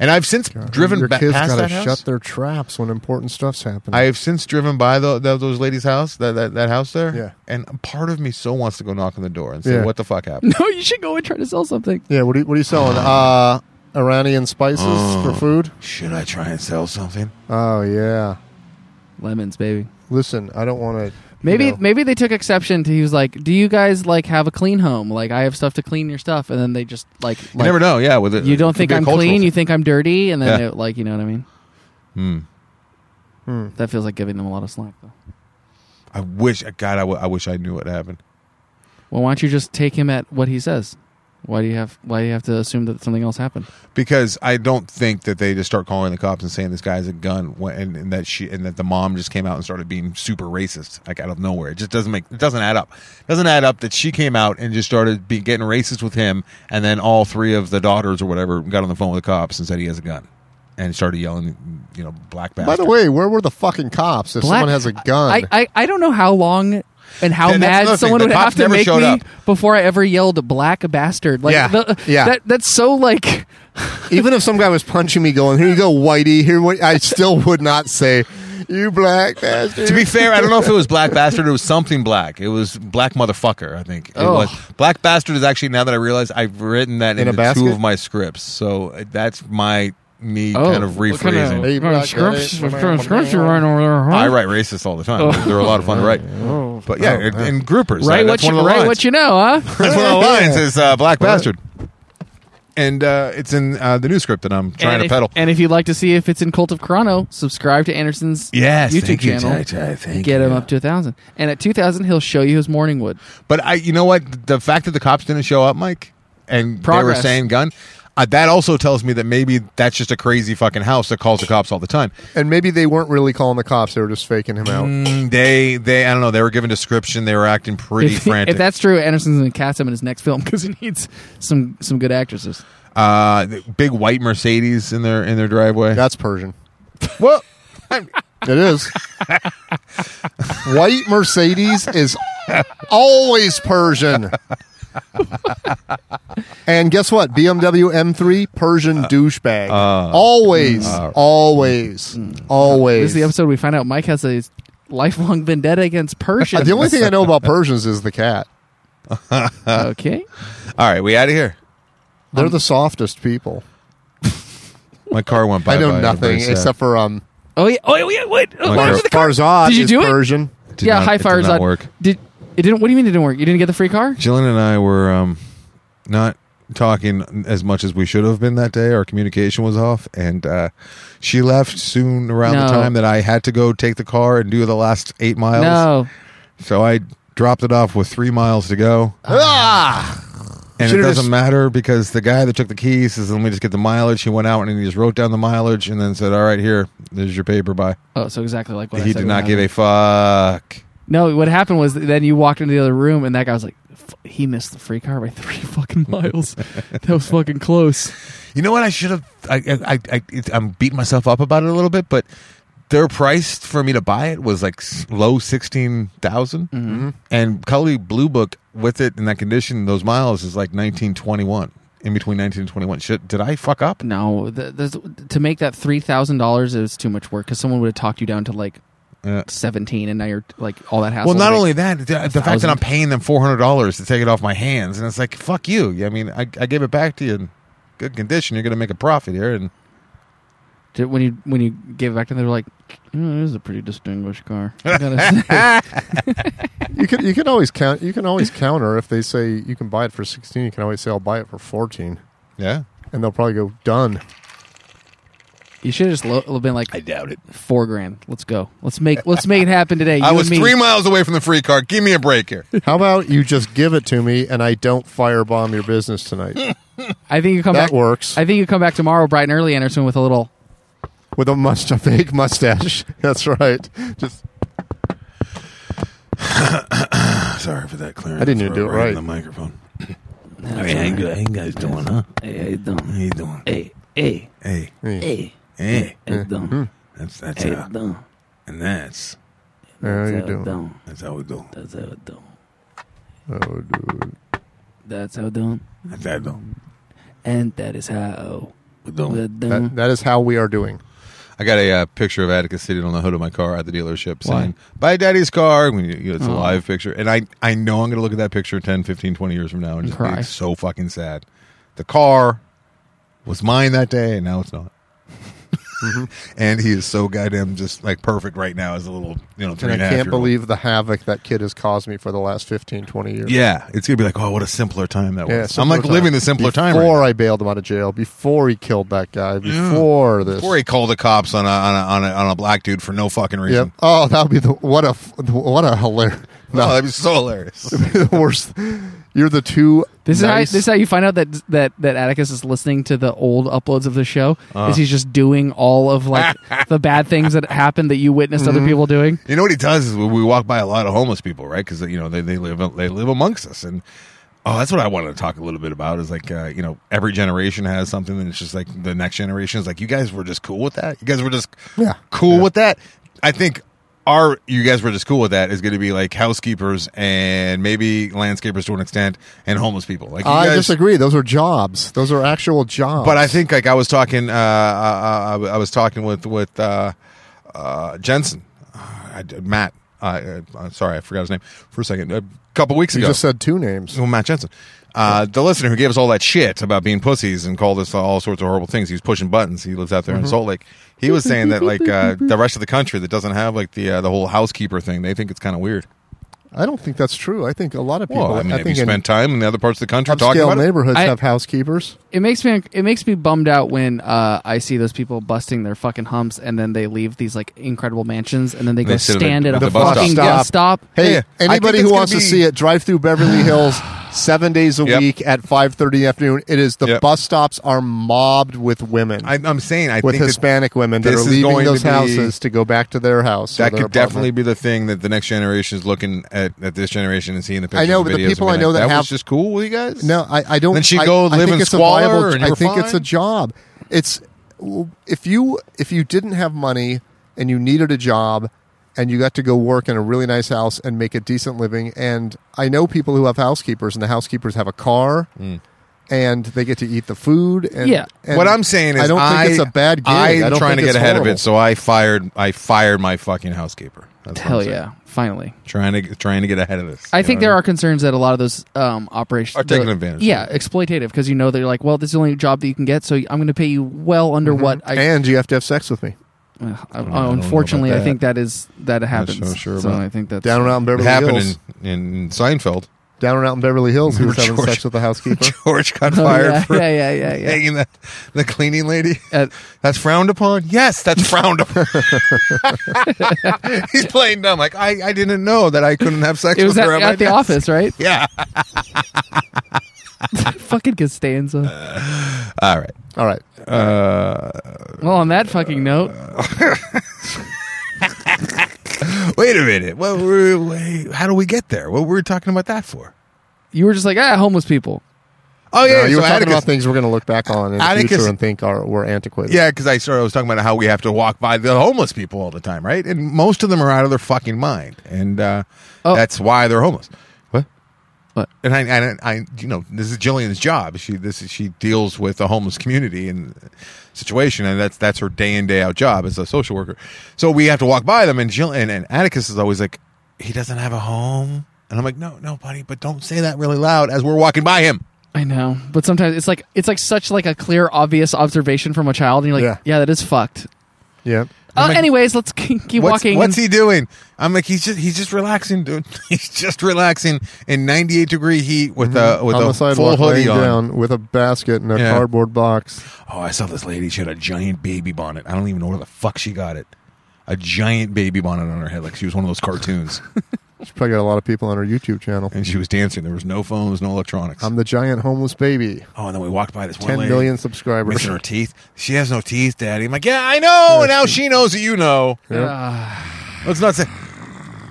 Speaker 2: And I've since driven
Speaker 1: Your
Speaker 2: ba-
Speaker 1: kids
Speaker 2: past
Speaker 1: gotta
Speaker 2: that house.
Speaker 1: shut their traps when important stuff's happening.
Speaker 2: I have since driven by the, the, those ladies' house, that, that that house there.
Speaker 1: Yeah.
Speaker 2: And part of me so wants to go knock on the door and say,
Speaker 1: Yeah.
Speaker 2: "What the
Speaker 1: <laughs>
Speaker 2: fuck happened?"
Speaker 3: No, you should go and try to sell something.
Speaker 1: yeah, what are, you- what are you selling? Uh, Iranian spices
Speaker 2: Uh.
Speaker 1: for food?
Speaker 2: Should I try and sell something?
Speaker 1: Oh, yeah.
Speaker 3: Lemons, baby.
Speaker 1: Listen, I don't want to
Speaker 3: Maybe
Speaker 1: you know.
Speaker 3: maybe they took exception to he was like, "Do you guys like have a clean home? Like I have stuff to clean your stuff." And then they just like,
Speaker 2: you
Speaker 3: like
Speaker 2: never know. Yeah, with it,
Speaker 3: you don't
Speaker 2: it could
Speaker 3: think
Speaker 2: be a
Speaker 3: I'm
Speaker 2: cultural
Speaker 3: clean,
Speaker 2: thing.
Speaker 3: you think I'm dirty, and then
Speaker 2: Yeah.
Speaker 3: it, like you know what I mean?
Speaker 2: Hmm.
Speaker 3: That feels like giving them a lot of slack though.
Speaker 2: I wish, God, I, w- I wish I knew what happened.
Speaker 3: Well, why don't you just take him at what he says? Why do you have why do you have to assume that something else happened?
Speaker 2: because I don't think that they just start calling the cops and saying this guy has a gun when, and, and that she and that the mom just came out and started being super racist like out of nowhere. It just doesn't make it doesn't add up. doesn't add up that she came out and just started be, getting racist with him, and then all three of the daughters or whatever got on the phone with the cops and said he has a gun and started yelling, you know, black
Speaker 1: By
Speaker 2: bastard.
Speaker 1: the way, where were the fucking cops if someone has a gun?
Speaker 3: I, I I don't know how long and how
Speaker 2: Yeah, that's another
Speaker 3: mad
Speaker 2: thing.
Speaker 3: someone
Speaker 2: The
Speaker 3: would
Speaker 2: cops
Speaker 3: have to
Speaker 2: never
Speaker 3: make
Speaker 2: showed
Speaker 3: me
Speaker 2: up.
Speaker 3: before I ever yelled "black bastard." Like,
Speaker 1: Yeah,
Speaker 3: the-
Speaker 1: yeah.
Speaker 3: That that's so like
Speaker 1: Even if some guy was punching me, going, "Here you go, Whitey," here what, I still would not say, "You black bastard."
Speaker 2: to be fair, I don't know if it was black bastard. It was something black. It was black motherfucker. I think it
Speaker 3: Oh.
Speaker 2: was black bastard. Is actually now that I realize I've written that
Speaker 1: In a
Speaker 2: in into
Speaker 1: basket?
Speaker 2: two of my scripts. So uh, that's my me
Speaker 3: Oh,
Speaker 2: kind of
Speaker 3: what kind
Speaker 2: rephrasing.
Speaker 1: Hey,
Speaker 6: What kind
Speaker 1: black
Speaker 6: of scripts,
Speaker 1: guy.
Speaker 6: what kind of scripts you writing over there, huh?
Speaker 2: I write racist all the time. They're a lot of fun to write.
Speaker 6: Oh.
Speaker 2: But yeah,
Speaker 1: Oh,
Speaker 2: and-
Speaker 1: yeah.
Speaker 2: and groupers. uh,
Speaker 3: right
Speaker 2: That's
Speaker 3: what you
Speaker 2: one of the
Speaker 3: right
Speaker 2: lines.
Speaker 3: what you know, huh?
Speaker 2: That's one of the lines is uh, black bastard. And uh, it's in uh, the new script that I'm trying
Speaker 3: and
Speaker 2: to
Speaker 3: if,
Speaker 2: peddle.
Speaker 3: And if you'd like to see if it's in Cult of Chrono, subscribe to Anderson's
Speaker 2: Yes,
Speaker 3: YouTube
Speaker 2: thank you,
Speaker 3: channel.
Speaker 2: Jai Jai, thank
Speaker 3: Get him
Speaker 2: you.
Speaker 3: up to a thousand, and at two thousand, he'll show you his morning wood.
Speaker 2: But I, you know what? The fact that the cops didn't show up, Mike, and they were
Speaker 3: Progress.
Speaker 2: saying gun, uh, that also tells me that maybe that's just a crazy fucking house that calls the cops all the time.
Speaker 1: and maybe they weren't really calling the cops; they were just faking him out.
Speaker 2: Mm, they, they, I don't know. They were given description. They were acting pretty
Speaker 3: If,
Speaker 2: frantic.
Speaker 3: if that's true, Anderson's going to cast him in his next film <laughs> because he needs some some good actresses.
Speaker 2: uh, the big white Mercedes in their in their driveway.
Speaker 1: That's
Speaker 3: <laughs>
Speaker 1: Persian.
Speaker 2: well,
Speaker 1: It is. White Mercedes is always Persian. and guess what? BMW M3 Persian
Speaker 3: Uh,
Speaker 1: douchebag. always, always, always.
Speaker 3: mm. This is the episode we find out Mike has a lifelong vendetta against Persians.
Speaker 1: Uh, The only thing I know
Speaker 3: <laughs>
Speaker 1: about Persians is the cat.
Speaker 3: okay.
Speaker 2: all right, we out of here.
Speaker 1: They're the softest people.
Speaker 2: My car went by.
Speaker 1: I know
Speaker 2: by. I'm very
Speaker 1: nothing
Speaker 2: sad.
Speaker 1: except for um.
Speaker 3: Oh yeah. Oh yeah. Wait.
Speaker 2: My
Speaker 3: wait.
Speaker 2: car-
Speaker 1: Farzad
Speaker 3: Did you
Speaker 1: is
Speaker 3: do it?
Speaker 1: Persian.
Speaker 2: Did
Speaker 3: yeah.
Speaker 2: not-
Speaker 3: high
Speaker 2: it did
Speaker 3: fires
Speaker 2: not
Speaker 3: on.
Speaker 2: work.
Speaker 3: Did it didn't? What do you mean it didn't work? You didn't get the free car?
Speaker 2: Jillian and I were um, not talking as much as we should have been that day. Our communication was off, and uh, she left soon around the
Speaker 3: No.
Speaker 2: time that I had to go take the car and do the last eight miles.
Speaker 3: No.
Speaker 2: So I dropped it off with three miles to go.
Speaker 1: Ah!
Speaker 2: And it
Speaker 1: Should've
Speaker 2: doesn't
Speaker 1: just-
Speaker 2: matter because the guy that took the keys says, let me just get the mileage. He went out and he just wrote down the mileage and then said, all right, here, there's your paper. Bye.
Speaker 3: Oh, so exactly like what I
Speaker 2: he
Speaker 3: said
Speaker 2: did
Speaker 3: would
Speaker 2: not give
Speaker 3: happen.
Speaker 2: a fuck.
Speaker 3: No, what happened was then you walked into the other room and that guy was like, "F- he missed the free car by <laughs> three fucking miles. that was fucking close.
Speaker 2: You know what? I should have. I, I, I, I it's, I'm beating myself up about it a little bit, but their price for me to buy it was like s- low sixteen
Speaker 3: Mm-hmm.
Speaker 2: and Cully Blue Book with it in that condition, those miles is like nineteen twenty one. In between nineteen and twenty one. Shit, did I fuck up?
Speaker 3: No, th- there's- to make that three thousand dollars is too much work because someone would have talked you down to like
Speaker 2: Yeah.
Speaker 3: seventeen, and now you're like all that hassle.
Speaker 2: Uh, Well, not
Speaker 3: like-
Speaker 2: only that, the, the fact that I'm paying them four hundred dollars to take it off my hands, and it's like fuck you. I mean, I, I gave it back to you in good condition. You're going to make a profit here, and
Speaker 3: Did- when you when you gave it back to them, they were like, "Mm, "This is a pretty
Speaker 2: <laughs>
Speaker 3: distinguished car." I gotta <laughs> say.
Speaker 1: You can you can always count. You can always counter if they say you can buy it for sixteen. You can always say I'll buy it for fourteen,
Speaker 2: yeah,
Speaker 1: and they'll probably go done.
Speaker 3: you should have just lo- been like
Speaker 2: doubt it.
Speaker 3: four grand. Let's go. Let's make let's make it happen today.
Speaker 2: I
Speaker 3: You
Speaker 2: was
Speaker 3: and me.
Speaker 2: three miles away from the free car. Give me a break here.
Speaker 1: How about you just give it to me and I don't firebomb your business
Speaker 3: <laughs>
Speaker 1: tonight?
Speaker 3: I think you come
Speaker 1: that
Speaker 3: back.
Speaker 1: works.
Speaker 3: I think you come back tomorrow, bright and early, Anderson, with a little.
Speaker 1: With a must a fake
Speaker 3: <laughs>
Speaker 1: mustache. That's right. Just
Speaker 2: Sorry for that clearance.
Speaker 1: I didn't even do it Right in right. the
Speaker 2: microphone. Hey, how you how you guys doing, huh? Hey, how you doing? How you doing?
Speaker 7: Hey, hey,
Speaker 2: Hey,
Speaker 7: hey,
Speaker 2: hey.
Speaker 7: it's done.
Speaker 2: That's that's
Speaker 7: Hey, it's done.
Speaker 2: and that's
Speaker 1: how
Speaker 7: That's
Speaker 1: you
Speaker 7: how it's
Speaker 1: doing?
Speaker 7: done.
Speaker 2: that's how we do.
Speaker 7: That's how it's done.
Speaker 1: Oh, dude.
Speaker 7: That's how it's done.
Speaker 2: That's how we do.
Speaker 7: And that is how
Speaker 2: We
Speaker 7: we're
Speaker 3: Mm-hmm.
Speaker 1: That,
Speaker 7: done.
Speaker 1: that is how we are doing.
Speaker 2: I got a uh, picture of Atticus sitting on the hood of my car at the dealership saying, buy daddy's car. When you, you know, it's a
Speaker 1: Oh.
Speaker 2: live picture. And I, I know I'm going to look at that picture 10, 15, 20 years from now and just
Speaker 3: Cry.
Speaker 2: be so fucking sad. The car was mine that day and now it's not.
Speaker 1: Mm-hmm.
Speaker 2: <laughs> and he is so goddamn just like perfect right now as a little you know three
Speaker 1: And I
Speaker 2: and a half
Speaker 1: can't
Speaker 2: year old.
Speaker 1: believe the havoc that kid has caused me for the last 15, 20 years.
Speaker 2: yeah it's gonna be like oh what a simpler time that
Speaker 1: Yeah,
Speaker 2: was I'm
Speaker 1: simpler
Speaker 2: like living
Speaker 1: time.
Speaker 2: the simpler time right
Speaker 1: Before I bailed him out of jail, before he killed that guy, before this.
Speaker 2: Before he called the cops on a on a on a, on a black dude for no fucking reason. <laughs>
Speaker 1: Yep. Oh, that would be the what a f- what a hilarious.
Speaker 2: No, that'd be
Speaker 1: <laughs>
Speaker 2: so hilarious.
Speaker 1: the worst. You're the two.
Speaker 3: This
Speaker 1: nice,
Speaker 3: is how this is how you find out that that that Atticus is listening to the old uploads of the show. is he's just doing all of like the bad things that happened that you witnessed other people doing.
Speaker 2: you know what he does is we- we walk by a lot of homeless people, right? Because you know they, they live they live amongst us, and oh, that's what I wanted to talk a little bit about. Is like uh, you know every generation has something, and it's just like the next generation is like you guys were just cool with that. You guys were just
Speaker 1: Yeah.
Speaker 2: cool with that. I think our you guys were just cool with that is going to be like housekeepers and maybe landscapers to an extent, and homeless people. Like you
Speaker 1: I
Speaker 2: guys,
Speaker 1: disagree. Those are jobs. Those are actual jobs.
Speaker 2: But I think like I was talking, uh, uh, I was talking with with uh, uh, Jensen, uh, I did- Matt. Uh, uh, sorry, I forgot his name for a second. A couple weeks
Speaker 1: you
Speaker 2: ago,
Speaker 1: just said two names.
Speaker 2: well, Matt Jensen, uh, the listener who gave us all that shit about being pussies and called us all sorts of horrible things. He was pushing buttons. He lives out there
Speaker 1: Mm-hmm.
Speaker 2: in Salt Lake. He was saying that like uh, the rest of the country that doesn't have like the uh, the whole housekeeper thing, they think it's kind of weird.
Speaker 1: I don't think that's true. I think a lot of people.
Speaker 2: Well, I mean, have you
Speaker 1: think in
Speaker 2: spent time in the other parts of the country talking
Speaker 1: upscale
Speaker 2: about it?
Speaker 1: neighborhoods
Speaker 3: I-
Speaker 1: have housekeepers.
Speaker 3: It makes me it makes me bummed out when uh, I see those people busting their fucking humps and then they leave these like incredible mansions and then they go
Speaker 2: they sit at
Speaker 3: stand
Speaker 2: the-
Speaker 3: at a
Speaker 2: the bus
Speaker 3: fucking
Speaker 1: stop.
Speaker 3: bus stop.
Speaker 1: Hey,
Speaker 2: Yeah, I
Speaker 1: anybody
Speaker 2: think
Speaker 1: who
Speaker 2: it's
Speaker 1: wants
Speaker 2: gonna
Speaker 1: to
Speaker 2: be-
Speaker 1: see it, drive through
Speaker 2: <sighs>
Speaker 1: Beverly Hills seven days a
Speaker 2: Yep.
Speaker 1: week at five thirty afternoon. It is the
Speaker 2: Yep.
Speaker 1: bus stops are mobbed with women,
Speaker 2: I, I'm saying I
Speaker 1: with
Speaker 2: think that-
Speaker 1: Hispanic women that
Speaker 2: this
Speaker 1: are
Speaker 2: is
Speaker 1: leaving
Speaker 2: going to
Speaker 1: those
Speaker 2: be-
Speaker 1: houses to go back to their house. or
Speaker 2: that
Speaker 1: their
Speaker 2: could definitely
Speaker 1: apartment.
Speaker 2: be the thing that the next generation is looking at, at this generation and seeing the pictures.
Speaker 1: I know,
Speaker 2: and
Speaker 1: but the
Speaker 2: videos and
Speaker 1: people
Speaker 2: being
Speaker 1: I know
Speaker 2: like,
Speaker 1: that have-
Speaker 2: was just cool with you guys.
Speaker 1: No, I, I don't.
Speaker 2: Then she'd
Speaker 1: I-
Speaker 2: go
Speaker 1: I
Speaker 2: live
Speaker 1: think
Speaker 2: in
Speaker 1: it's a viable-
Speaker 2: squalor and you
Speaker 1: I
Speaker 2: were
Speaker 1: think it's a
Speaker 2: fine?
Speaker 1: job. It's if you if you didn't have money and you needed a job and you got to go work in a really nice house and make a decent living. And I know people who have housekeepers and the housekeepers have a car. And they get to eat the food. And,
Speaker 3: Yeah.
Speaker 1: and
Speaker 2: Mm. what I'm saying is,
Speaker 1: I don't think it's a bad gig. I
Speaker 2: I'm
Speaker 1: don't
Speaker 2: trying
Speaker 1: think
Speaker 2: to get
Speaker 1: it's
Speaker 2: ahead of
Speaker 1: horrible.
Speaker 2: it, so I fired. I fired my fucking housekeeper. That's what I'm
Speaker 3: Hell
Speaker 2: saying.
Speaker 3: yeah! Finally,
Speaker 2: Trying to trying to get ahead of this.
Speaker 3: I
Speaker 2: you
Speaker 3: think
Speaker 2: know
Speaker 3: there
Speaker 2: what
Speaker 3: are concerns that a lot of those um, operations
Speaker 2: Um, Are taking advantage of
Speaker 3: Yeah, exploitative because you know they're like, well, this is the only job that you can get, so I'm going to pay you well under
Speaker 2: Mm-hmm.
Speaker 3: what I.
Speaker 1: and you have to have sex with me.
Speaker 3: Uh, I-
Speaker 2: know about
Speaker 3: unfortunately, I
Speaker 2: that.
Speaker 3: think that is that happens.
Speaker 2: so sure
Speaker 3: so
Speaker 2: about-
Speaker 3: I think that's
Speaker 1: Down and out in
Speaker 2: I mean?
Speaker 1: Beverly
Speaker 2: It
Speaker 1: Hills.
Speaker 2: happened in, in Seinfeld.
Speaker 1: Down and out in Beverly Hills. He was
Speaker 2: Remember
Speaker 1: having
Speaker 2: <laughs> George-
Speaker 1: sex with the
Speaker 2: <laughs>
Speaker 1: housekeeper.
Speaker 2: George got
Speaker 3: <laughs> Oh,
Speaker 2: fired
Speaker 3: yeah,
Speaker 2: for
Speaker 3: yeah, yeah, yeah, yeah.
Speaker 2: hanging the, the cleaning lady. <laughs>
Speaker 3: At-
Speaker 2: That's frowned upon. Yes, that's frowned
Speaker 3: <laughs>
Speaker 2: upon. <laughs> He's playing dumb. Like I, I didn't know that I couldn't have sex
Speaker 3: it was
Speaker 2: with
Speaker 3: at,
Speaker 2: her. my
Speaker 3: at the
Speaker 2: desk." <laughs>
Speaker 3: office, right? <laughs>
Speaker 2: Yeah.
Speaker 3: fucking Costanza.
Speaker 2: All right.
Speaker 1: All right.
Speaker 2: Uh,
Speaker 3: Well, on that fucking note,
Speaker 2: Wait a minute. What were, wait, how do we get there? What were we talking about that for?
Speaker 3: you were just like, ah, homeless people.
Speaker 2: Oh yeah,
Speaker 1: No, you
Speaker 2: so
Speaker 1: were talking
Speaker 2: Atticus-
Speaker 1: about things we're going to look back on in the
Speaker 2: Atticus-
Speaker 1: future and think are were antiquated.
Speaker 2: Yeah, because I started. I was talking about how we have to walk by the homeless people all the time, right? And most of them are out of their fucking mind, and uh,
Speaker 3: Oh.
Speaker 2: that's why they're homeless. What?
Speaker 3: What?
Speaker 2: And I, and I, I, you know, this is Jillian's job. She this is, she deals with the homeless community and situation, and that's that's her day in day out job as a social worker. So we have to walk by them, and Jill and, and Atticus is always like, he doesn't have a home, and I'm like, no, no, buddy, but don't say that really loud as we're walking by him.
Speaker 3: I know, but sometimes it's like it's like such like a clear, obvious observation from a child, and you're like, yeah, that is fucked.
Speaker 1: Yeah.
Speaker 3: Uh,
Speaker 2: like-
Speaker 3: anyways, let's <laughs> keep, keep
Speaker 2: what's,
Speaker 3: walking.
Speaker 2: What's
Speaker 3: and-
Speaker 2: he doing? I'm like, he's just he's just relaxing, dude. <laughs> He's just relaxing in 98 degree heat with a
Speaker 1: Mm-hmm. on
Speaker 2: with
Speaker 1: the
Speaker 2: a full
Speaker 1: sidewalk,
Speaker 2: hoodie
Speaker 1: laying
Speaker 2: on.
Speaker 1: down with a basket and a
Speaker 2: Yeah.
Speaker 1: cardboard box.
Speaker 2: Oh, I saw this lady. She had a giant baby bonnet. I don't even know where the fuck she got it. A giant baby bonnet on her head, like she was one of
Speaker 1: <laughs>
Speaker 2: those cartoons.
Speaker 1: She's probably got a lot of people on her YouTube channel.
Speaker 2: and she was dancing. There was no phones, no electronics.
Speaker 1: I'm the giant homeless baby.
Speaker 2: oh, and then we walked by this one
Speaker 1: Um, Ten
Speaker 2: lady
Speaker 1: million subscribers.
Speaker 2: missing her teeth. She has no teeth, Daddy. I'm like, yeah, I know. now she knows that
Speaker 1: <laughs>
Speaker 2: you know.
Speaker 3: Uh,
Speaker 2: Let's not say.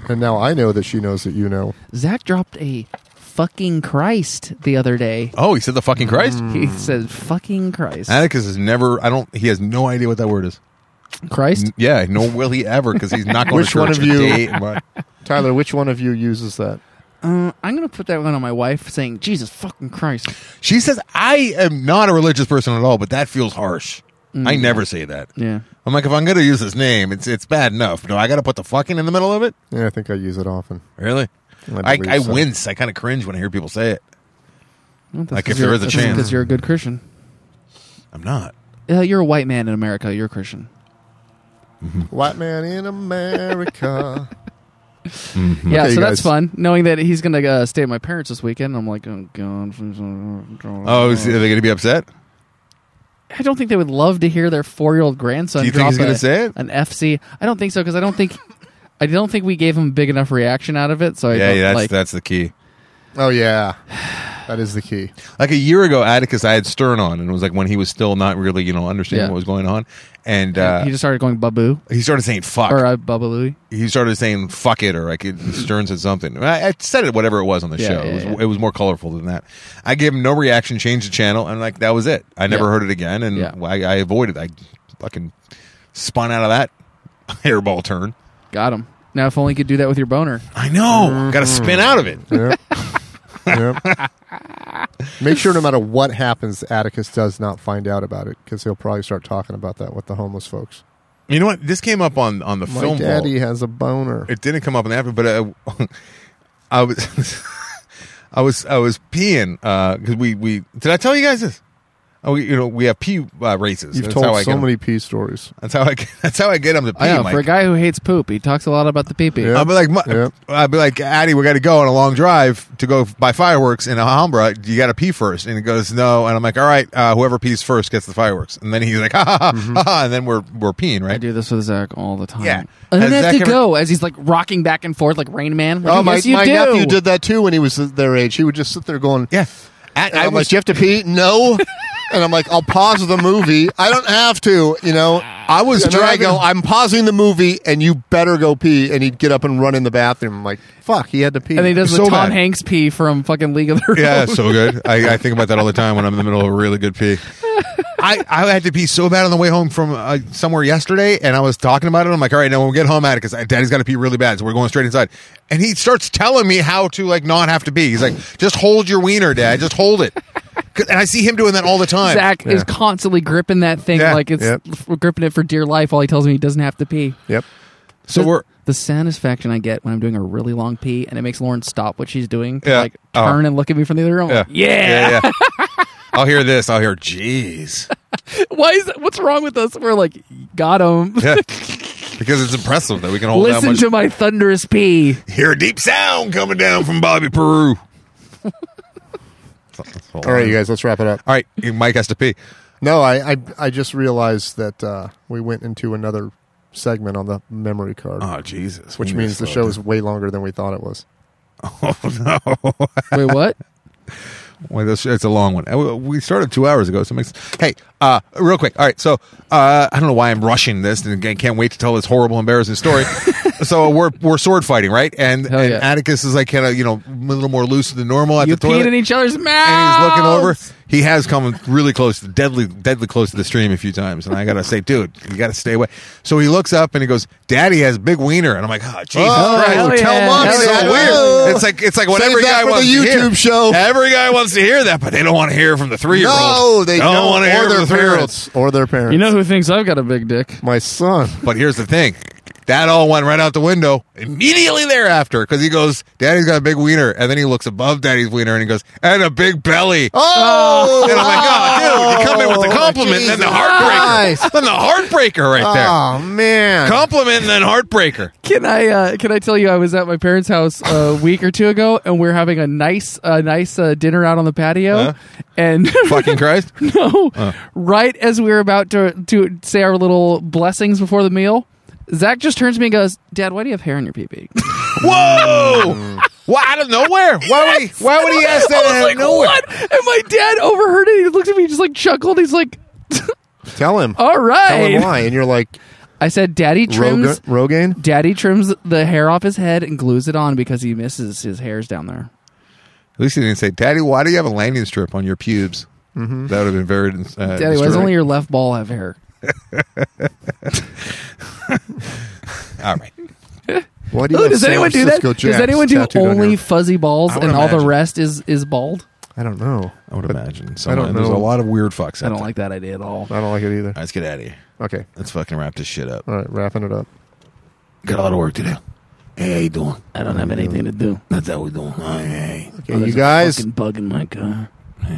Speaker 1: And now I know that she knows that you know.
Speaker 3: Zach dropped a fucking Christ the other day.
Speaker 2: Oh, he said the fucking Christ.
Speaker 1: Mm.
Speaker 3: He says fucking Christ.
Speaker 2: Atticus has never. I don't. He has no idea what that word is.
Speaker 3: Christ.
Speaker 2: N- Yeah, nor will he ever because he's not going
Speaker 1: Which
Speaker 2: to church
Speaker 1: one of you-
Speaker 2: Day and month.
Speaker 1: Tyler, which one of you uses that?
Speaker 3: Uh, I'm gonna put that one on my wife, saying Jesus fucking Christ.
Speaker 2: She says, I am not a religious person at all, but that feels harsh. I
Speaker 3: Mm.
Speaker 2: never say that.
Speaker 3: Yeah.
Speaker 2: I'm like, if I'm going to use this name, it's it's bad enough. No, I got to put the fucking in the middle of it?
Speaker 1: Yeah, I think I use it often.
Speaker 2: Really?
Speaker 1: I
Speaker 2: I, I,
Speaker 1: believe so.
Speaker 2: wince. I kind of cringe when I hear people say it.
Speaker 3: Well, that's
Speaker 2: Like,
Speaker 3: because
Speaker 2: if there
Speaker 3: you're-
Speaker 2: is a
Speaker 3: that's
Speaker 2: chance.
Speaker 3: because you're a good Christian.
Speaker 2: I'm not.
Speaker 3: Uh, you're a white man in America. You're a Christian.
Speaker 1: White man in
Speaker 2: <laughs>
Speaker 1: America.
Speaker 3: Yeah,
Speaker 1: Okay,
Speaker 3: so
Speaker 1: you
Speaker 3: that's
Speaker 1: guys.
Speaker 3: fun. Knowing that he's gonna uh, stay at my parents this weekend, I'm like, oh god.
Speaker 2: Oh, is, are they going to be upset?
Speaker 3: I don't think they would love to hear their four year old grandson.
Speaker 2: Do you think
Speaker 3: drop
Speaker 2: he's gonna
Speaker 3: a-
Speaker 2: say it?
Speaker 3: An FC? I don't think so because I don't think, I don't think we gave him a big enough reaction out of it. So I
Speaker 2: yeah,
Speaker 3: don't,
Speaker 2: yeah, that's
Speaker 3: like,
Speaker 2: that's the key.
Speaker 1: Oh yeah, that is the key.
Speaker 2: Like a year ago, Atticus, I had Stern on, and it was like when he was still not really, you know, understanding
Speaker 3: Yeah.
Speaker 2: what was going on, and uh,
Speaker 3: he
Speaker 2: he,
Speaker 3: just started going baboo
Speaker 2: started saying "fuck."
Speaker 3: or uh, babalooey.
Speaker 2: he started saying "fuck it" or like it, Stern said something. I, I said it, whatever it was on the
Speaker 3: Yeah,
Speaker 2: show.
Speaker 3: yeah,
Speaker 2: it, was,
Speaker 3: yeah.
Speaker 2: it was more colorful than that. I gave him no reaction, changed the channel, and like that was it. I never
Speaker 3: Yeah.
Speaker 2: heard it again, and
Speaker 3: Yeah.
Speaker 2: I, I avoided. I fucking spun out of that <laughs> hairball turn.
Speaker 3: Got him. Now if only you could do that with your boner.
Speaker 2: I know. Got to spin out of it.
Speaker 1: <laughs> Yep. Yep. Make sure no matter what happens, Atticus does not find out about it because he'll probably start talking about that with the homeless folks.
Speaker 2: You know what? This came up on on the
Speaker 1: My
Speaker 2: film. vault.
Speaker 1: daddy has a boner.
Speaker 2: It didn't come up in the after, but uh, <laughs> I was, <laughs> I was, I was peeing because we we did I tell you guys this? Oh, we, you know we have pee uh, races.
Speaker 1: You've
Speaker 2: that's
Speaker 1: told
Speaker 2: how I
Speaker 1: so
Speaker 2: get 'em.
Speaker 1: many pee stories.
Speaker 2: That's how I get, <laughs> that's how I get them to pee.
Speaker 3: I know
Speaker 2: Mike.
Speaker 3: Oh, for a guy who hates poop, he talks a lot about the pee pee.
Speaker 1: Yeah.
Speaker 2: I'll be like, "Mu-
Speaker 1: Yeah.
Speaker 2: I'll be like, Addy, we got to go on a long drive to go buy fireworks in Alhambra. You got to pee first, and he goes, no. And I'm like, all right, uh, whoever pees first gets the fireworks. And then he's like, ha ha ha, ha, ha, and then we're we're peeing,
Speaker 3: Mm-hmm. I
Speaker 2: right?
Speaker 3: do this with Zach all the time.
Speaker 2: Yeah.
Speaker 3: I
Speaker 2: Has
Speaker 3: don't have
Speaker 2: Zach
Speaker 3: to
Speaker 2: ever-
Speaker 3: go as he's like rocking back and forth like Rain Man. Like,
Speaker 1: oh, my,
Speaker 3: yes, you
Speaker 1: my
Speaker 3: do.
Speaker 1: nephew did that too when he was their age. He would just sit there going,
Speaker 2: Yeah, I,
Speaker 1: And I'm like, do you have to pee? No. And I'm like, I'll pause the movie. I don't have to, you know.
Speaker 2: I was
Speaker 1: And then I
Speaker 2: dragging.
Speaker 1: go, I'm pausing the movie, and you better go pee. And he'd get up and run in the bathroom. I'm like, fuck, he had to pee.
Speaker 3: And he does
Speaker 2: So
Speaker 3: the Tom
Speaker 2: bad.
Speaker 3: Hanks pee from fucking League of the Road.
Speaker 2: Yeah, so
Speaker 3: <laughs>
Speaker 2: good. I, I think about that all the time when I'm in the middle of a really good pee. I, I had to pee so bad on the way home from uh, somewhere yesterday, and I was talking about it. I'm like, all right, now when we get home, Atticus, uh, Daddy's got to pee really bad, so we're going straight inside. And he starts telling me how to like not have to pee. He's like, just hold your wiener, Dad. Just hold it. <laughs> 'Cause- And I see him doing that all the time.
Speaker 3: Zach is constantly gripping that thing
Speaker 2: Yeah,
Speaker 3: like it's
Speaker 1: yep.
Speaker 3: f- gripping it for dear life while he tells me he doesn't have to pee.
Speaker 1: Yep.
Speaker 2: So we're
Speaker 3: The satisfaction I get when I'm doing a really long pee and it makes Lauren stop what she's doing, to,
Speaker 2: Yeah.
Speaker 3: like turn and look at me from the other room.
Speaker 2: yeah,
Speaker 3: Like, yeah.
Speaker 2: yeah. yeah. <laughs> I'll hear this. I'll hear, jeez, <laughs>
Speaker 3: Why is that, what's wrong with us? We're like, got him.
Speaker 2: yeah, because it's impressive that we can hold that
Speaker 3: Listen
Speaker 2: much.
Speaker 3: to my thunderous pee.
Speaker 2: hear a deep sound coming down from Bobby Peru. <laughs>
Speaker 1: All right, you guys, let's wrap it up.
Speaker 2: All right, Mike has to pee.
Speaker 1: No, I, I, I just realized that uh, we went into another segment on the memory card,
Speaker 2: Oh Jesus!
Speaker 1: which
Speaker 2: We need
Speaker 1: means
Speaker 2: to
Speaker 1: the
Speaker 2: slow
Speaker 1: show is way longer than we thought it was.
Speaker 2: down. <laughs> Oh no!
Speaker 3: <laughs> Wait, what?
Speaker 2: Well, this, it's a long one. Uh, We started two hours ago, so it makes. Hey, uh, real quick. All right, so uh, I don't know why I'm rushing this, and I can't wait to tell this horrible, embarrassing story. so we're we're sword fighting, right? And,
Speaker 3: Hell
Speaker 2: and
Speaker 3: yeah.
Speaker 2: Atticus is like kind of you know a little more loose than normal at
Speaker 3: you
Speaker 2: the toilet.
Speaker 3: peed in each other's mouth.
Speaker 2: and he's looking over. He has come really close, deadly, deadly close to the stream a few times, and I gotta say, dude, you gotta stay away. So he looks up and he goes, "Daddy has big wiener," and I'm like, "Oh, Jesus
Speaker 1: Oh,
Speaker 3: hell
Speaker 2: Christ, tell
Speaker 3: yeah.
Speaker 2: mom
Speaker 3: Hell
Speaker 2: so
Speaker 1: yeah.
Speaker 2: weird." It's like it's like what
Speaker 1: Save
Speaker 2: every
Speaker 1: that
Speaker 2: guy
Speaker 1: for the
Speaker 2: wants to hear.
Speaker 1: YouTube show.
Speaker 2: Every guy wants to hear that, but they don't want to hear from the three year old.
Speaker 1: No, they
Speaker 2: don't, want to
Speaker 1: or
Speaker 2: hear from
Speaker 1: their
Speaker 2: the three year olds.
Speaker 1: parents, or their parents.
Speaker 3: You know who thinks I've got a big dick?
Speaker 1: my son.
Speaker 2: But here's the thing. That all went right out the window immediately thereafter because he goes, Daddy's got a big wiener. And then he looks above Daddy's wiener and he goes, and a big belly. <laughs>
Speaker 1: Oh,
Speaker 2: And I'm like, oh, dude, you come in with the
Speaker 1: Oh,
Speaker 2: compliment and then the
Speaker 1: Jesus
Speaker 2: heartbreaker.
Speaker 1: Christ.
Speaker 2: Then the heartbreaker right there.
Speaker 1: Oh man,
Speaker 2: <laughs> Compliment and then heartbreaker.
Speaker 3: Can I uh, can I tell you I was at my parents' house a week or two ago and we are having a nice a nice uh, dinner out on the patio
Speaker 2: Uh-huh.
Speaker 3: and <laughs>
Speaker 2: Fucking Christ.
Speaker 3: no right as we were about to to say our little blessings before the meal Zach just turns to me and goes Dad why do you have hair on your pee pee
Speaker 2: <laughs> Whoa! Why out of nowhere? Why would he? Why would he ask that
Speaker 3: I
Speaker 2: out
Speaker 3: was
Speaker 2: of
Speaker 3: like
Speaker 2: nowhere?
Speaker 3: what and my dad overheard it he looked at me just like chuckled he's like
Speaker 1: tell him.
Speaker 3: all
Speaker 1: Tell him
Speaker 3: right
Speaker 1: why, and you're like
Speaker 3: I said Daddy trims
Speaker 1: Roga- Rogaine.
Speaker 3: Daddy trims the hair off his head and glues it on because he misses his hairs down there
Speaker 2: At least he didn't say, "Daddy, why do you have a landing strip on your pubes?" That would have been very. Uh,
Speaker 3: Daddy why does
Speaker 2: disturbing.
Speaker 3: only your left ball have hair
Speaker 2: All right.
Speaker 1: Why do you
Speaker 3: Ooh,
Speaker 1: have
Speaker 3: Oh, does
Speaker 1: San
Speaker 3: anyone do that?
Speaker 1: Francisco
Speaker 3: Does
Speaker 1: Jacks
Speaker 3: anyone do
Speaker 1: tattooed on
Speaker 3: only
Speaker 1: your-
Speaker 3: fuzzy balls
Speaker 2: I would
Speaker 3: and all the
Speaker 2: imagine.
Speaker 3: rest is is bald?
Speaker 1: I don't know.
Speaker 2: I would imagine. So
Speaker 1: I don't
Speaker 2: There's a
Speaker 1: know.
Speaker 2: lot of weird fucks.
Speaker 3: I
Speaker 2: out
Speaker 3: don't
Speaker 2: there.
Speaker 3: like that idea at all.
Speaker 1: I don't like it either.
Speaker 2: All right, let's get out of here.
Speaker 1: Okay,
Speaker 2: Let's fucking wrap this shit up.
Speaker 1: all right, wrapping it up.
Speaker 2: Got a lot of work to do. Hey, how you doing?
Speaker 7: I don't have anything to do.
Speaker 2: That's how we doing. Hey, hey.
Speaker 7: Oh,
Speaker 1: Okay, you
Speaker 7: there's a
Speaker 1: guys,
Speaker 7: fucking bug in my car.
Speaker 1: How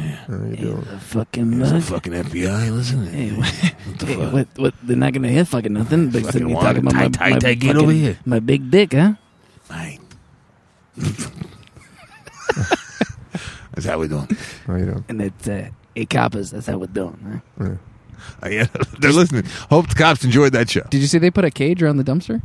Speaker 1: you doing?
Speaker 8: The fucking mug.
Speaker 2: fucking FBI, listen.
Speaker 8: Hey, what, <laughs> hey, what, what? They're not gonna hit fucking nothing. Big
Speaker 2: Fucking
Speaker 8: me
Speaker 2: want
Speaker 8: talking
Speaker 2: it.
Speaker 8: about my,
Speaker 2: Tight, tight,
Speaker 8: my,
Speaker 2: tight, get
Speaker 8: fucking-
Speaker 2: over here.
Speaker 8: my big dick, huh?
Speaker 2: Fine. <laughs> That's how we doing.
Speaker 1: How you doing?
Speaker 8: And it's uh, eight coppers. That's how we're doing. Huh?
Speaker 2: Uh, <laughs> yeah, they're listening. Hope the cops enjoyed that show.
Speaker 3: Did you see they put a cage around the dumpster?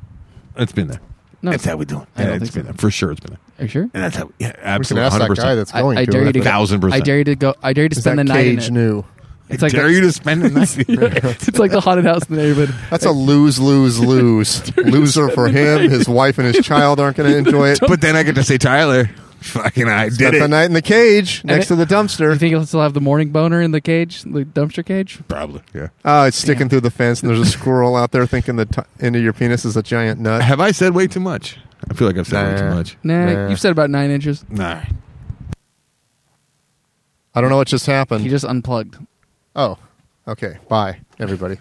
Speaker 2: It's been there.
Speaker 3: No.
Speaker 2: That's how we doing.
Speaker 3: I don't
Speaker 2: Yeah,
Speaker 3: think
Speaker 2: it's been
Speaker 3: so.
Speaker 2: there for sure. It's been there.
Speaker 3: Are you sure?
Speaker 2: And that's how. Yeah,
Speaker 1: We can
Speaker 2: absolutely.
Speaker 1: ask
Speaker 2: 100%.
Speaker 1: that guy that's
Speaker 3: I-
Speaker 1: going
Speaker 3: I
Speaker 1: to.
Speaker 3: dare you
Speaker 1: it.
Speaker 3: to
Speaker 2: Thousand
Speaker 3: I
Speaker 2: percent.
Speaker 3: dare you to go. I dare you to
Speaker 1: Is
Speaker 3: spend the
Speaker 1: that
Speaker 3: night in
Speaker 1: cage
Speaker 3: it.
Speaker 1: new?
Speaker 3: It's like
Speaker 2: dare
Speaker 3: the,
Speaker 2: you to spend the night.
Speaker 3: <laughs> it's like the haunted house in the neighborhood.
Speaker 1: That's a lose,
Speaker 3: <laughs>
Speaker 1: lose, lose. Loser for him. His wife and his child aren't
Speaker 3: <laughs>
Speaker 1: going to enjoy it.
Speaker 2: but then I get to say, Tyler, fucking I did
Speaker 1: Spent the
Speaker 2: it.
Speaker 1: night in the cage next
Speaker 3: it-
Speaker 1: to the
Speaker 3: You
Speaker 1: dumpster.
Speaker 3: think he'll still have the morning boner in the cage, the dumpster cage?
Speaker 2: Probably. Yeah.
Speaker 1: Oh, it's sticking through the fence, and there's a squirrel out there thinking the t- end of your penis is a giant nut.
Speaker 2: Have I said way too much? I feel like I've said way too
Speaker 1: Nah.
Speaker 2: much.
Speaker 3: Nah,
Speaker 1: Nah.
Speaker 3: you've said about nine inches.
Speaker 2: Nah.
Speaker 1: I don't know what just
Speaker 3: He
Speaker 1: happened.
Speaker 3: just unplugged. <laughs>
Speaker 1: oh, okay. Bye, everybody.